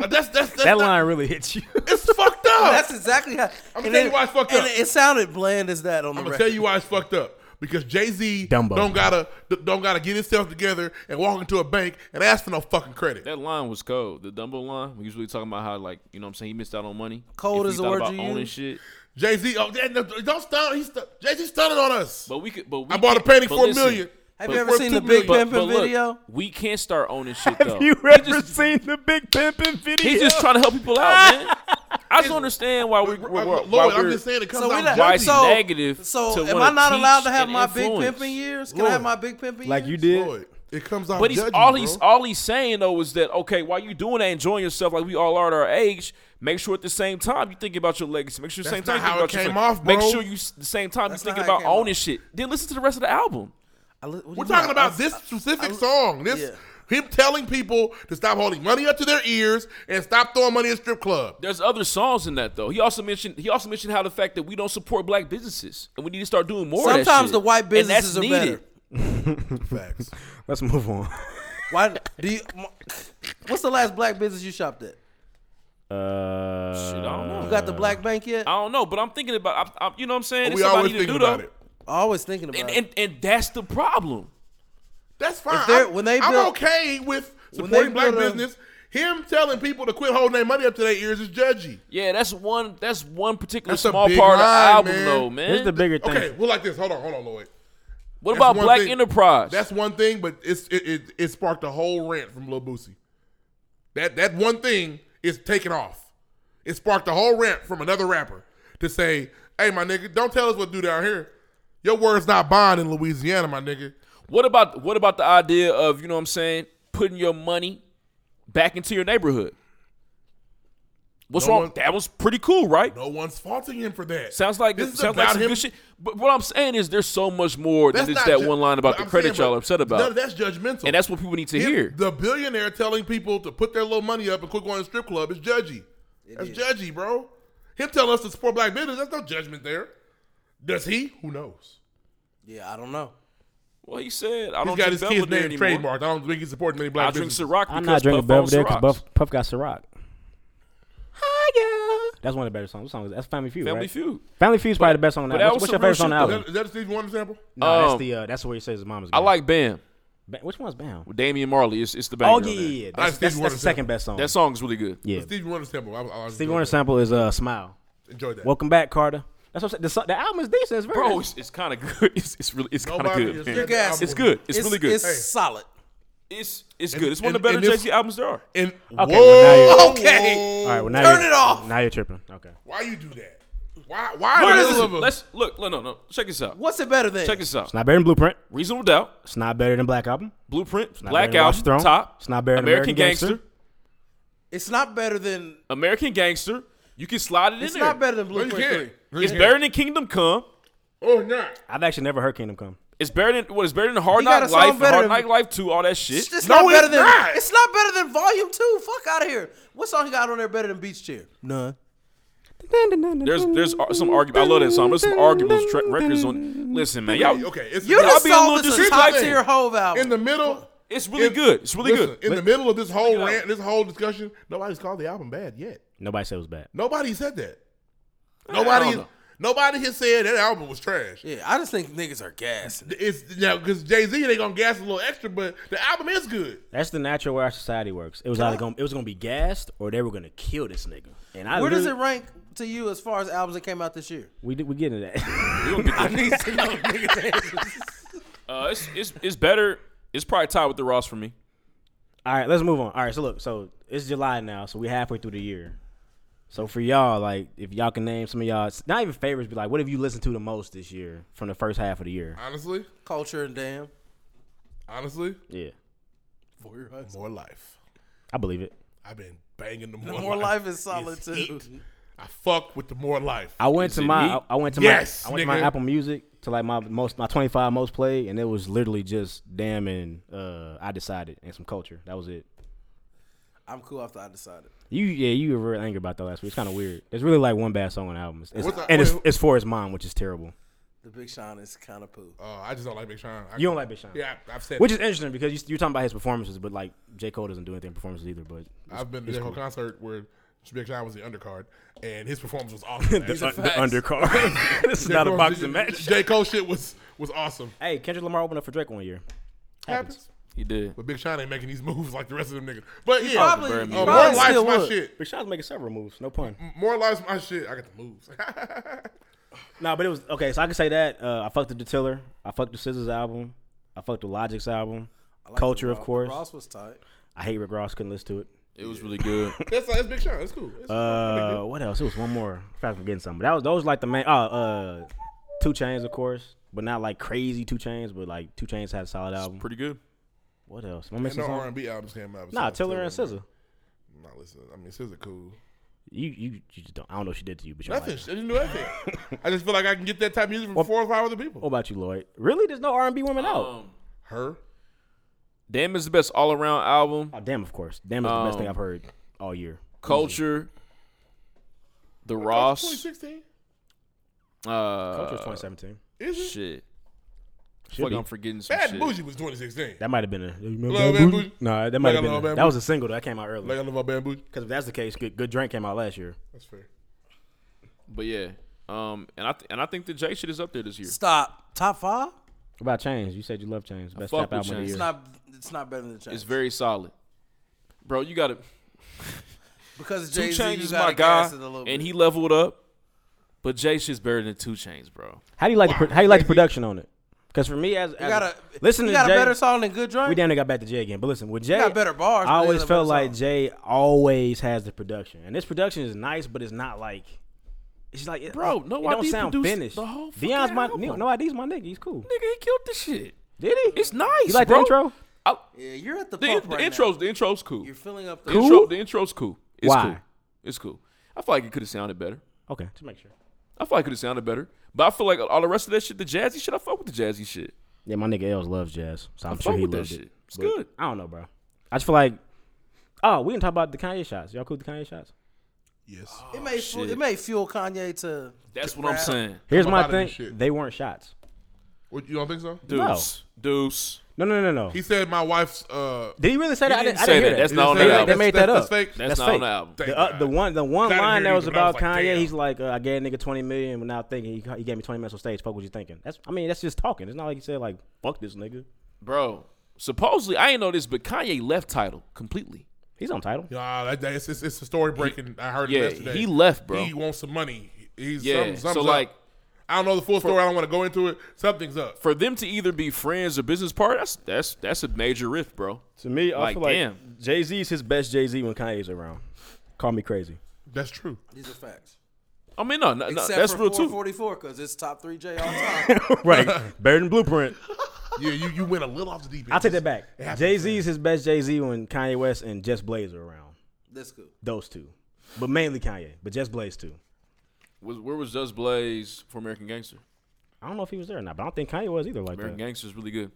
[SPEAKER 3] that's that's, that's
[SPEAKER 5] That
[SPEAKER 3] not-
[SPEAKER 5] line really hits you.
[SPEAKER 3] It's fucked up.
[SPEAKER 6] That's exactly how.
[SPEAKER 3] I'ma
[SPEAKER 6] and
[SPEAKER 3] tell you
[SPEAKER 6] it-
[SPEAKER 3] why it's fucked
[SPEAKER 6] and
[SPEAKER 3] up.
[SPEAKER 6] It, sounded bland as that on the
[SPEAKER 3] I'm gonna
[SPEAKER 6] record.
[SPEAKER 3] tell you why it's fucked up because Jay Z don't
[SPEAKER 5] Dumbo.
[SPEAKER 3] gotta don't gotta get himself together and walk into a bank and ask for no fucking credit.
[SPEAKER 4] That line was cold. The Dumbo line. We usually talking about how, like, you know what I'm saying? He missed out on money.
[SPEAKER 6] Cold
[SPEAKER 4] If he
[SPEAKER 6] is the
[SPEAKER 4] thought
[SPEAKER 6] word
[SPEAKER 4] about
[SPEAKER 6] you
[SPEAKER 4] owning
[SPEAKER 6] use.
[SPEAKER 4] shit.
[SPEAKER 3] Jay Z, oh, yeah, no, don't stun. He's stu- Jay Z stunning on us.
[SPEAKER 4] But we could. But we
[SPEAKER 3] I bought a
[SPEAKER 4] can't-
[SPEAKER 3] painting
[SPEAKER 4] but
[SPEAKER 3] for a
[SPEAKER 4] listen,
[SPEAKER 3] million.
[SPEAKER 6] Have
[SPEAKER 3] but
[SPEAKER 6] you ever
[SPEAKER 3] worth
[SPEAKER 6] seen
[SPEAKER 3] two
[SPEAKER 6] the Big
[SPEAKER 3] million.
[SPEAKER 6] Pimpin' video?
[SPEAKER 4] we can't start owning shit though.
[SPEAKER 5] Have you
[SPEAKER 4] He
[SPEAKER 5] ever
[SPEAKER 4] just-
[SPEAKER 5] seen the Big Pimpin' video?
[SPEAKER 4] He's just trying to help people out, man. I just don't understand why we.
[SPEAKER 3] But,
[SPEAKER 4] Why,
[SPEAKER 3] uh,
[SPEAKER 4] why,
[SPEAKER 3] Lloyd, I'm
[SPEAKER 4] we're-
[SPEAKER 3] just saying it comes
[SPEAKER 6] So we
[SPEAKER 3] out
[SPEAKER 6] not-
[SPEAKER 3] judgy.
[SPEAKER 4] why is he
[SPEAKER 6] So-
[SPEAKER 4] negative?
[SPEAKER 6] So,
[SPEAKER 4] to
[SPEAKER 6] am
[SPEAKER 4] wanna
[SPEAKER 6] I not
[SPEAKER 4] teach
[SPEAKER 6] allowed to have
[SPEAKER 4] and
[SPEAKER 6] my big
[SPEAKER 4] influence?
[SPEAKER 6] pimping years? Can I
[SPEAKER 3] Lord.
[SPEAKER 6] have my big pimping
[SPEAKER 5] like you
[SPEAKER 6] years?
[SPEAKER 5] did.
[SPEAKER 3] Lloyd, it comes out.
[SPEAKER 4] But he's
[SPEAKER 3] judgy,
[SPEAKER 4] all he's
[SPEAKER 3] bro.
[SPEAKER 4] all he's saying though is that okay, while you doing that, enjoying yourself like we all are at our age, make sure at the same time you think about your legacy. Make sure at the same
[SPEAKER 3] That's
[SPEAKER 4] time
[SPEAKER 3] not
[SPEAKER 4] you
[SPEAKER 3] how
[SPEAKER 4] think
[SPEAKER 3] it
[SPEAKER 4] about
[SPEAKER 3] came
[SPEAKER 4] your
[SPEAKER 3] off,
[SPEAKER 4] Make
[SPEAKER 3] bro.
[SPEAKER 4] sure you s- the same time
[SPEAKER 6] That's
[SPEAKER 4] you
[SPEAKER 6] not
[SPEAKER 4] think
[SPEAKER 6] how it
[SPEAKER 4] about
[SPEAKER 6] came
[SPEAKER 4] owning shit. Then listen to the rest of the album.
[SPEAKER 6] I li- what
[SPEAKER 3] We're
[SPEAKER 6] do you
[SPEAKER 3] talking
[SPEAKER 6] mean?
[SPEAKER 3] about
[SPEAKER 6] I-
[SPEAKER 3] this
[SPEAKER 6] I-
[SPEAKER 3] specific
[SPEAKER 6] I-
[SPEAKER 3] song. This him telling people to stop holding money up to their ears and stop throwing money in strip club.
[SPEAKER 4] There's other songs in that though. He also mentioned he also mentioned how the fact that we don't support black businesses and we need to start doing more. of that
[SPEAKER 6] Sometimes
[SPEAKER 4] shit.
[SPEAKER 6] the white
[SPEAKER 4] And that's
[SPEAKER 6] businesses are
[SPEAKER 4] needed.
[SPEAKER 6] better.
[SPEAKER 3] Facts.
[SPEAKER 5] Let's move on.
[SPEAKER 6] Why do you? What's the last black business you shopped at?
[SPEAKER 5] Uh,
[SPEAKER 4] Shit, I don't know.
[SPEAKER 6] You got the black bank yet?
[SPEAKER 4] I don't know, but I'm thinking about. I'm, I'm, you know what I'm saying? It's
[SPEAKER 3] we
[SPEAKER 4] something I
[SPEAKER 3] always
[SPEAKER 4] need to
[SPEAKER 3] thinking
[SPEAKER 4] do,
[SPEAKER 3] about
[SPEAKER 4] though.
[SPEAKER 3] it.
[SPEAKER 6] I always thinking about
[SPEAKER 4] And,
[SPEAKER 6] it.
[SPEAKER 4] and and that's the problem.
[SPEAKER 3] That's fine.
[SPEAKER 6] they're-
[SPEAKER 3] I'm,
[SPEAKER 6] when they
[SPEAKER 3] I'm
[SPEAKER 6] build-
[SPEAKER 3] okay with
[SPEAKER 6] when
[SPEAKER 3] supporting
[SPEAKER 6] they
[SPEAKER 3] black
[SPEAKER 6] build a-
[SPEAKER 3] business. Him telling people to quit holding their money up to their ears is judgy.
[SPEAKER 4] Yeah, that's one. That's one particular
[SPEAKER 3] That's a
[SPEAKER 4] small
[SPEAKER 3] big
[SPEAKER 4] part of the
[SPEAKER 3] line,
[SPEAKER 4] album,
[SPEAKER 3] man.
[SPEAKER 4] though, man.
[SPEAKER 5] Here's the bigger thing.
[SPEAKER 3] Okay, we're like this. Hold on, hold on, Lloyd.
[SPEAKER 4] What
[SPEAKER 3] That's
[SPEAKER 4] about
[SPEAKER 3] one
[SPEAKER 4] Black
[SPEAKER 3] thing-
[SPEAKER 4] Enterprise?
[SPEAKER 3] That's one thing, but it's it, it, it sparked a whole rant from Lil Boosie. That that one thing is taking off. It sparked a whole rant from another rapper to say, "Hey, my nigga, don't tell us what to do down here. Your word's not bond in Louisiana, my nigga."
[SPEAKER 4] What about what about the idea of you know what I'm saying putting your money back into your neighborhood? What's
[SPEAKER 3] No
[SPEAKER 4] wrong?
[SPEAKER 3] one-
[SPEAKER 4] that was pretty cool, right?
[SPEAKER 3] No one's faulting him for that.
[SPEAKER 4] Sounds like
[SPEAKER 3] This is
[SPEAKER 4] sounds like
[SPEAKER 3] about
[SPEAKER 4] some
[SPEAKER 3] him-
[SPEAKER 4] good shit. But what I'm saying is, there's so much more than
[SPEAKER 3] That's
[SPEAKER 4] just
[SPEAKER 3] not
[SPEAKER 4] that
[SPEAKER 3] ju-
[SPEAKER 4] one line about
[SPEAKER 3] but
[SPEAKER 4] the
[SPEAKER 3] I'm
[SPEAKER 4] credit
[SPEAKER 3] saying,
[SPEAKER 4] y'all
[SPEAKER 3] but
[SPEAKER 4] upset
[SPEAKER 3] none
[SPEAKER 4] about.
[SPEAKER 3] of that's judgmental,
[SPEAKER 4] and that's what people need to
[SPEAKER 3] Him-
[SPEAKER 4] hear.
[SPEAKER 3] The billionaire telling people to put their little money up and quit going to strip club is judgy. that's judgy, bro. Him telling us to support black business, there's no judgment there. Does he? Who knows?
[SPEAKER 6] Yeah, I don't know.
[SPEAKER 4] Well, he said I don't
[SPEAKER 3] He's got
[SPEAKER 4] drink
[SPEAKER 3] his kid's
[SPEAKER 4] Belvedere
[SPEAKER 3] name
[SPEAKER 4] anymore.
[SPEAKER 3] trademarked. I don't think he's supporting many black
[SPEAKER 4] I drink
[SPEAKER 3] businesses.
[SPEAKER 4] Ciroc
[SPEAKER 5] I'm
[SPEAKER 4] because
[SPEAKER 5] not drinking
[SPEAKER 4] Puff owns
[SPEAKER 5] Belvedere because
[SPEAKER 4] Cirocs.
[SPEAKER 5] Puff, Puff got Ciroc. That's one of the better songs. What song is that? That's Family Feud.
[SPEAKER 4] Family
[SPEAKER 5] right?
[SPEAKER 4] Feud.
[SPEAKER 5] Family Feud's probably the best song on
[SPEAKER 4] but
[SPEAKER 5] the
[SPEAKER 4] that
[SPEAKER 5] album.
[SPEAKER 4] was
[SPEAKER 5] What's, what's
[SPEAKER 4] some
[SPEAKER 5] your
[SPEAKER 4] real
[SPEAKER 5] favorite song on
[SPEAKER 4] shit,
[SPEAKER 5] the album?
[SPEAKER 4] though.
[SPEAKER 3] Is that a Stevie Wonder sample?
[SPEAKER 5] No,
[SPEAKER 4] Um,
[SPEAKER 5] that's the uh, that's where he says his mama's.
[SPEAKER 4] I like Bam.
[SPEAKER 5] Ba- Which one's Bam?
[SPEAKER 4] With Damian Marley is it's the banger.
[SPEAKER 5] Oh
[SPEAKER 4] on
[SPEAKER 5] yeah,
[SPEAKER 4] there.
[SPEAKER 5] yeah, yeah.
[SPEAKER 3] I
[SPEAKER 5] That's,
[SPEAKER 3] like Stevie
[SPEAKER 5] that's, that's
[SPEAKER 3] Wonder
[SPEAKER 5] the second
[SPEAKER 3] sample.
[SPEAKER 5] best song.
[SPEAKER 4] That song is really good.
[SPEAKER 5] yeah.
[SPEAKER 3] Stevie Wonder sample. Oh, I, I, I
[SPEAKER 5] Stevie Wonder sample is uh, smile.
[SPEAKER 3] Enjoy that.
[SPEAKER 5] Welcome back, Carter. That's what I'm saying. The, so- the album is decent. It's very
[SPEAKER 4] Bro,
[SPEAKER 5] good.
[SPEAKER 4] it's, it's kind of good. It's, it's really it's kind of
[SPEAKER 3] Nobody
[SPEAKER 4] good.
[SPEAKER 3] has
[SPEAKER 4] man.
[SPEAKER 3] said
[SPEAKER 4] It's
[SPEAKER 3] that album-
[SPEAKER 4] good. It's,
[SPEAKER 6] It's-
[SPEAKER 4] really good.
[SPEAKER 6] It's solid.
[SPEAKER 4] It's it's
[SPEAKER 3] And-
[SPEAKER 4] good. It's one of
[SPEAKER 3] and-
[SPEAKER 4] the better
[SPEAKER 3] and this-
[SPEAKER 4] Jay Z albums there are.
[SPEAKER 3] And
[SPEAKER 5] well, now
[SPEAKER 3] whoa,
[SPEAKER 5] you're-
[SPEAKER 6] Okay.
[SPEAKER 5] All right, well now
[SPEAKER 6] Turn
[SPEAKER 5] you're,
[SPEAKER 6] it off.
[SPEAKER 5] Now you're tripping. Okay.
[SPEAKER 3] why you do that? Why? Why
[SPEAKER 4] Bro,
[SPEAKER 3] in the
[SPEAKER 4] listen,
[SPEAKER 3] middle of a-
[SPEAKER 4] let's look. No, no, no. Check this out.
[SPEAKER 6] What's it better than?
[SPEAKER 4] Check this out.
[SPEAKER 5] It's not better than Blueprint.
[SPEAKER 4] Reasonable doubt.
[SPEAKER 5] It's not better than Black Album.
[SPEAKER 4] Blueprint.
[SPEAKER 5] not
[SPEAKER 4] Black
[SPEAKER 5] better than Watch
[SPEAKER 4] Album.
[SPEAKER 5] the Throne.
[SPEAKER 4] Top.
[SPEAKER 5] It's not better than American
[SPEAKER 4] Gangster.
[SPEAKER 5] Gangster.
[SPEAKER 6] It's not better than.
[SPEAKER 4] American Gangster. You can slide it in
[SPEAKER 6] It's
[SPEAKER 4] there.
[SPEAKER 6] not better than
[SPEAKER 3] No, you
[SPEAKER 6] Blueprint Three.
[SPEAKER 3] can't. No, you
[SPEAKER 4] It's
[SPEAKER 3] can't.
[SPEAKER 4] better than Kingdom Come.
[SPEAKER 5] Oh,
[SPEAKER 3] or not.
[SPEAKER 5] I've actually never heard Kingdom Come.
[SPEAKER 4] It's better than what is better than Hard
[SPEAKER 6] You gotta
[SPEAKER 4] Knock Life,
[SPEAKER 6] sound better
[SPEAKER 4] Hard
[SPEAKER 6] than-
[SPEAKER 4] Knock Life Two, all that shit.
[SPEAKER 6] It's just
[SPEAKER 3] No,
[SPEAKER 6] not
[SPEAKER 3] it's
[SPEAKER 6] better than.
[SPEAKER 3] not.
[SPEAKER 6] It's not better than Volume Two. Fuck out of here. What song he got on there better than Beach Chair? None.
[SPEAKER 4] There's there's ar- some argument. I love that song. There's some arguable tra- records on. Listen, man, y'all.
[SPEAKER 3] Okay, it's
[SPEAKER 6] You just
[SPEAKER 4] be a
[SPEAKER 6] saw
[SPEAKER 4] little
[SPEAKER 6] this a
[SPEAKER 4] disrespectful.
[SPEAKER 6] top tier Hove album.
[SPEAKER 3] in the middle.
[SPEAKER 4] It's really good. It's really
[SPEAKER 3] Listen,
[SPEAKER 4] good.
[SPEAKER 3] In the middle of this whole rant, this whole discussion, nobody's called the album bad yet.
[SPEAKER 5] Nobody said it was bad.
[SPEAKER 3] Nobody said that.
[SPEAKER 4] don't
[SPEAKER 3] Nobody.
[SPEAKER 4] know.
[SPEAKER 3] Nobody has said that album was trash.
[SPEAKER 6] yeah, I just think niggas are gassing.
[SPEAKER 3] It's now because Jay Z they gonna gas a little extra, but the album is good.
[SPEAKER 5] That's the natural way our society works. It was either going it was gonna be gassed or they were gonna kill this nigga. And I
[SPEAKER 6] Where does it
[SPEAKER 5] literally-
[SPEAKER 6] rank to you as far as albums that came out this year?
[SPEAKER 5] we did, we get into that.
[SPEAKER 6] I need to know niggas answers.
[SPEAKER 4] Uh, it's it's it's better. It's probably tied with the Ross for me.
[SPEAKER 5] All right, let's move on. All right, so look, so it's July now, so we're halfway through the year. So for y'all, like if y'all can name some of y'all, not even favorites, but like what have you listened to the most this year from the first half of the year?
[SPEAKER 3] Honestly,
[SPEAKER 6] Culture and damn.
[SPEAKER 3] honestly,
[SPEAKER 5] Yeah,
[SPEAKER 3] more life.
[SPEAKER 5] I believe it.
[SPEAKER 3] I've been banging the more,
[SPEAKER 6] More life is solid
[SPEAKER 3] It's
[SPEAKER 6] too.
[SPEAKER 3] heat. I fuck with the more life.
[SPEAKER 5] I went to
[SPEAKER 4] it
[SPEAKER 5] my
[SPEAKER 4] me?
[SPEAKER 5] I, I went to
[SPEAKER 3] Yes,
[SPEAKER 5] my I went to
[SPEAKER 3] nigga.
[SPEAKER 5] my Apple Music to like my most my twenty five most played, and it was literally just damn and uh, I decided and some culture. That was it.
[SPEAKER 6] I'm cool after I decided.
[SPEAKER 5] You yeah, you were real angry about that last week. It's kind of weird. There's really like one bad song on the album, It's- it's-
[SPEAKER 3] What's that-
[SPEAKER 5] and it's,
[SPEAKER 3] wait, wh-
[SPEAKER 5] it's for his mom, which is terrible.
[SPEAKER 6] The Big Sean is kind of poo.
[SPEAKER 3] Oh, I just don't like Big Sean. I-
[SPEAKER 5] You don't like Big Sean,
[SPEAKER 3] Yeah, I- I've said.
[SPEAKER 5] which is interesting because you, you're talking about his performances, but like J Cole doesn't do anything in performances either. But
[SPEAKER 3] I've been to that whole concert where Big Sean was the undercard, and his performance was awesome.
[SPEAKER 5] the, undercard. this is
[SPEAKER 3] J.
[SPEAKER 5] not a
[SPEAKER 3] Cole's-
[SPEAKER 5] boxing match.
[SPEAKER 3] J. Cole shit was was awesome.
[SPEAKER 5] Hey, Kendrick Lamar opened up for Drake one year.
[SPEAKER 3] Happens.
[SPEAKER 4] He did.
[SPEAKER 3] But Big Sean ain't making these moves like the rest of them niggas. But yeah,
[SPEAKER 6] probably-
[SPEAKER 3] uh,
[SPEAKER 6] he
[SPEAKER 3] more
[SPEAKER 6] probably
[SPEAKER 3] life's
[SPEAKER 6] still
[SPEAKER 3] my
[SPEAKER 6] would.
[SPEAKER 3] shit.
[SPEAKER 5] Big Sean's making several moves. No pun.
[SPEAKER 3] More life's my shit. I got the moves.
[SPEAKER 5] No, but it was okay. So I can say that uh, I fucked with the Tiller. I fucked the Scissors album. I fucked the Logic's album.
[SPEAKER 6] I like
[SPEAKER 5] Culture,
[SPEAKER 6] the
[SPEAKER 5] of
[SPEAKER 6] Ross-
[SPEAKER 5] course.
[SPEAKER 6] Ross was tight.
[SPEAKER 5] I hate Rick Ross. Couldn't listen to it.
[SPEAKER 4] It was really good.
[SPEAKER 3] that's that's Big Sean. That's cool. That's cool.
[SPEAKER 5] Uh, what else? It was one more. I forgot I'm forgetting something. But that was those were like the main. Oh, uh, Two Chains, of course, but not like crazy Two Chains, but like Two Chains had a solid album.
[SPEAKER 4] Pretty good.
[SPEAKER 5] What else? Am I
[SPEAKER 3] And
[SPEAKER 5] missing
[SPEAKER 3] no R
[SPEAKER 5] something?
[SPEAKER 3] and B albums came out.
[SPEAKER 5] Nah,
[SPEAKER 3] besides
[SPEAKER 5] Tiller and SZA.
[SPEAKER 3] I'm not listening. I mean, SZA cool.
[SPEAKER 5] You, you you just don't. I don't know what she did to you, but you don't
[SPEAKER 3] Nothing.
[SPEAKER 5] like.
[SPEAKER 3] I
[SPEAKER 5] her.
[SPEAKER 3] didn't do anything. I just feel like I can get that type of music from four or five other
[SPEAKER 5] What
[SPEAKER 3] people.
[SPEAKER 5] about you, Lloyd? Really, there's no R and B woman out.
[SPEAKER 4] Um,
[SPEAKER 3] Her.
[SPEAKER 4] Damn is the best all around album.
[SPEAKER 5] Oh, damn, of course. Damn is the best thing
[SPEAKER 4] um,
[SPEAKER 5] I've heard all year.
[SPEAKER 4] Culture. The
[SPEAKER 3] Twenty
[SPEAKER 4] Ross.
[SPEAKER 3] sixteen.
[SPEAKER 5] Culture
[SPEAKER 4] Uh,
[SPEAKER 5] 2017.
[SPEAKER 3] Is it?
[SPEAKER 4] shit.
[SPEAKER 5] Should
[SPEAKER 4] Fuck,
[SPEAKER 5] be.
[SPEAKER 4] I'm forgetting some
[SPEAKER 3] Bad
[SPEAKER 4] shit.
[SPEAKER 3] Bougie was twenty sixteen.
[SPEAKER 5] That might have been a. you remember Bad
[SPEAKER 3] Love
[SPEAKER 5] Bougie?
[SPEAKER 3] Bad Bougie?
[SPEAKER 5] Nah, that
[SPEAKER 3] Like
[SPEAKER 5] might
[SPEAKER 3] I
[SPEAKER 5] have been.
[SPEAKER 3] love
[SPEAKER 5] a-
[SPEAKER 3] Bad
[SPEAKER 5] that was a single that came out
[SPEAKER 3] Like
[SPEAKER 5] earlier.
[SPEAKER 3] I love about Bad Bougie.
[SPEAKER 5] Because if that's the case, good, good drink came out last year.
[SPEAKER 3] That's fair.
[SPEAKER 4] But yeah. Um, and I th- and I think the J shit is up there this year.
[SPEAKER 6] Stop. Top five?
[SPEAKER 5] What about Chains? You said you love Chains. Best
[SPEAKER 4] fuck
[SPEAKER 5] rap
[SPEAKER 4] with
[SPEAKER 5] album of the
[SPEAKER 4] Chains.
[SPEAKER 5] year.
[SPEAKER 6] It's not. It's not better than the Chains.
[SPEAKER 4] It's very solid, bro. You got to
[SPEAKER 6] because
[SPEAKER 4] two
[SPEAKER 6] Jay Z.
[SPEAKER 4] chains is
[SPEAKER 6] you gotta
[SPEAKER 4] my guy,
[SPEAKER 6] gas it a little
[SPEAKER 4] and
[SPEAKER 6] bit.
[SPEAKER 4] he leveled up. But Jay shit's better than two chains, bro.
[SPEAKER 5] How do you like the pro- how you like the production on it? Because for me, as, as
[SPEAKER 6] got a-
[SPEAKER 5] listen
[SPEAKER 6] you
[SPEAKER 5] to
[SPEAKER 6] got a
[SPEAKER 5] Jay-
[SPEAKER 6] better song than Good Drink?
[SPEAKER 5] We damn near got back to Jay again, but listen, with Jay,
[SPEAKER 6] got better bars,
[SPEAKER 5] I
[SPEAKER 6] but it
[SPEAKER 5] always
[SPEAKER 6] ain't a
[SPEAKER 5] felt
[SPEAKER 6] better
[SPEAKER 5] like Jay always has the production, and this production is nice, but it's not like it's like it-
[SPEAKER 4] Bro, No
[SPEAKER 5] it don't
[SPEAKER 4] ID
[SPEAKER 5] sound
[SPEAKER 4] produced
[SPEAKER 5] finished.
[SPEAKER 4] the whole
[SPEAKER 5] Dion's
[SPEAKER 4] fucking
[SPEAKER 5] my
[SPEAKER 4] album.
[SPEAKER 5] no, no ID's my nigga. He's cool.
[SPEAKER 4] Nigga, he killed this shit.
[SPEAKER 5] Did he?
[SPEAKER 4] It's nice.
[SPEAKER 5] You like
[SPEAKER 4] bro.
[SPEAKER 5] the intro?
[SPEAKER 4] I-
[SPEAKER 6] Yeah, you're at the
[SPEAKER 4] The,
[SPEAKER 6] pump
[SPEAKER 4] the
[SPEAKER 6] right
[SPEAKER 4] intro's the intro's cool.
[SPEAKER 6] You're filling up
[SPEAKER 4] the
[SPEAKER 6] the-
[SPEAKER 4] intro.
[SPEAKER 6] Cool?
[SPEAKER 4] The intro's cool. It's
[SPEAKER 5] Why?
[SPEAKER 4] cool. It's cool. I feel like it could have sounded better.
[SPEAKER 5] Okay, to make sure.
[SPEAKER 4] I feel like it could have sounded better. But I feel like all the rest of that shit, the jazzy shit, I fuck with the jazzy shit.
[SPEAKER 5] Yeah, my nigga Els loves jazz, so I'm
[SPEAKER 4] I
[SPEAKER 5] sure
[SPEAKER 4] fuck
[SPEAKER 5] he
[SPEAKER 4] with that
[SPEAKER 5] loves
[SPEAKER 4] shit.
[SPEAKER 5] it.
[SPEAKER 4] It's
[SPEAKER 5] But
[SPEAKER 4] good.
[SPEAKER 5] I don't know, bro. I just feel like, oh, we can talk about the Kanye shots. Y'all cool with the Kanye shots?
[SPEAKER 3] Yes.
[SPEAKER 6] now. It may fu-
[SPEAKER 5] Oh, shit.
[SPEAKER 6] it may fuel Kanye to.
[SPEAKER 4] That's
[SPEAKER 6] to
[SPEAKER 4] what I'm
[SPEAKER 6] rap.
[SPEAKER 4] saying.
[SPEAKER 5] Here's
[SPEAKER 3] Come
[SPEAKER 5] my
[SPEAKER 3] out of this
[SPEAKER 5] thing. They weren't shots.
[SPEAKER 3] What, you don't think so?
[SPEAKER 4] Deuce. Deuce.
[SPEAKER 5] No, no, no, no.
[SPEAKER 3] He said my wife's. uh
[SPEAKER 5] Did he really say that? I
[SPEAKER 3] He
[SPEAKER 5] didn't, I
[SPEAKER 3] didn't say
[SPEAKER 5] didn't hear
[SPEAKER 3] that.
[SPEAKER 5] that.
[SPEAKER 3] That's not on
[SPEAKER 5] they,
[SPEAKER 3] the
[SPEAKER 5] they
[SPEAKER 3] album.
[SPEAKER 5] made
[SPEAKER 3] That's-
[SPEAKER 5] that
[SPEAKER 3] that's
[SPEAKER 5] up.
[SPEAKER 3] fake.
[SPEAKER 4] That's
[SPEAKER 5] That's
[SPEAKER 4] not on
[SPEAKER 5] fake.
[SPEAKER 4] the album.
[SPEAKER 5] The,
[SPEAKER 3] Thank
[SPEAKER 5] uh, the one, the one
[SPEAKER 3] Glad I didn't
[SPEAKER 5] line
[SPEAKER 3] hear
[SPEAKER 5] that
[SPEAKER 3] you,
[SPEAKER 5] was
[SPEAKER 3] but I was
[SPEAKER 5] about
[SPEAKER 3] like,
[SPEAKER 5] Kanye.
[SPEAKER 3] damn.
[SPEAKER 5] He's like, uh, I gave a nigga twenty million without thinking. He, he gave me twenty minutes on stage. Fuck what you thinking? That's I mean, that's just talking. It's not like he said like fuck this nigga.
[SPEAKER 4] Bro, supposedly, I ain't know this, but Kanye left title completely.
[SPEAKER 5] He's on title.
[SPEAKER 3] Nah, that, that, it's, it's, it's a story breaking. I heard
[SPEAKER 4] yeah,
[SPEAKER 3] it yesterday.
[SPEAKER 4] he left, bro.
[SPEAKER 3] He wants some money. He's
[SPEAKER 4] Yeah,
[SPEAKER 3] something,
[SPEAKER 4] so,
[SPEAKER 3] something's up.
[SPEAKER 4] like,
[SPEAKER 3] I don't know the full story. I don't want to go into it. Something's up.
[SPEAKER 4] For them to either be friends or business partners, that's that's that's a major rift, bro.
[SPEAKER 5] To me, I
[SPEAKER 4] like,
[SPEAKER 5] feel like
[SPEAKER 4] damn.
[SPEAKER 5] Jay Z is his best Jay Z when Kanye's around. Call me crazy.
[SPEAKER 3] That's true.
[SPEAKER 6] These are facts.
[SPEAKER 4] I mean, Uh, no, no, no
[SPEAKER 6] Except
[SPEAKER 4] that's
[SPEAKER 6] for
[SPEAKER 4] real too.
[SPEAKER 6] 444 because it's top three J all time.
[SPEAKER 5] right, better than Blueprint.
[SPEAKER 3] Yeah, you, you went a little off the deep end.
[SPEAKER 5] I'll take that back.
[SPEAKER 3] It happens,
[SPEAKER 5] Jay Z is his best Jay Z when Kanye West and Jess Blaze are around.
[SPEAKER 6] That's cool.
[SPEAKER 5] Those two, but mainly Kanye, but Jess Blaze too.
[SPEAKER 4] Was, where was Just Blaze for American Gangster?
[SPEAKER 5] I don't know if he was there or not, but I don't think Kanye was either. Like
[SPEAKER 4] American
[SPEAKER 5] that.
[SPEAKER 4] Gangster's really good.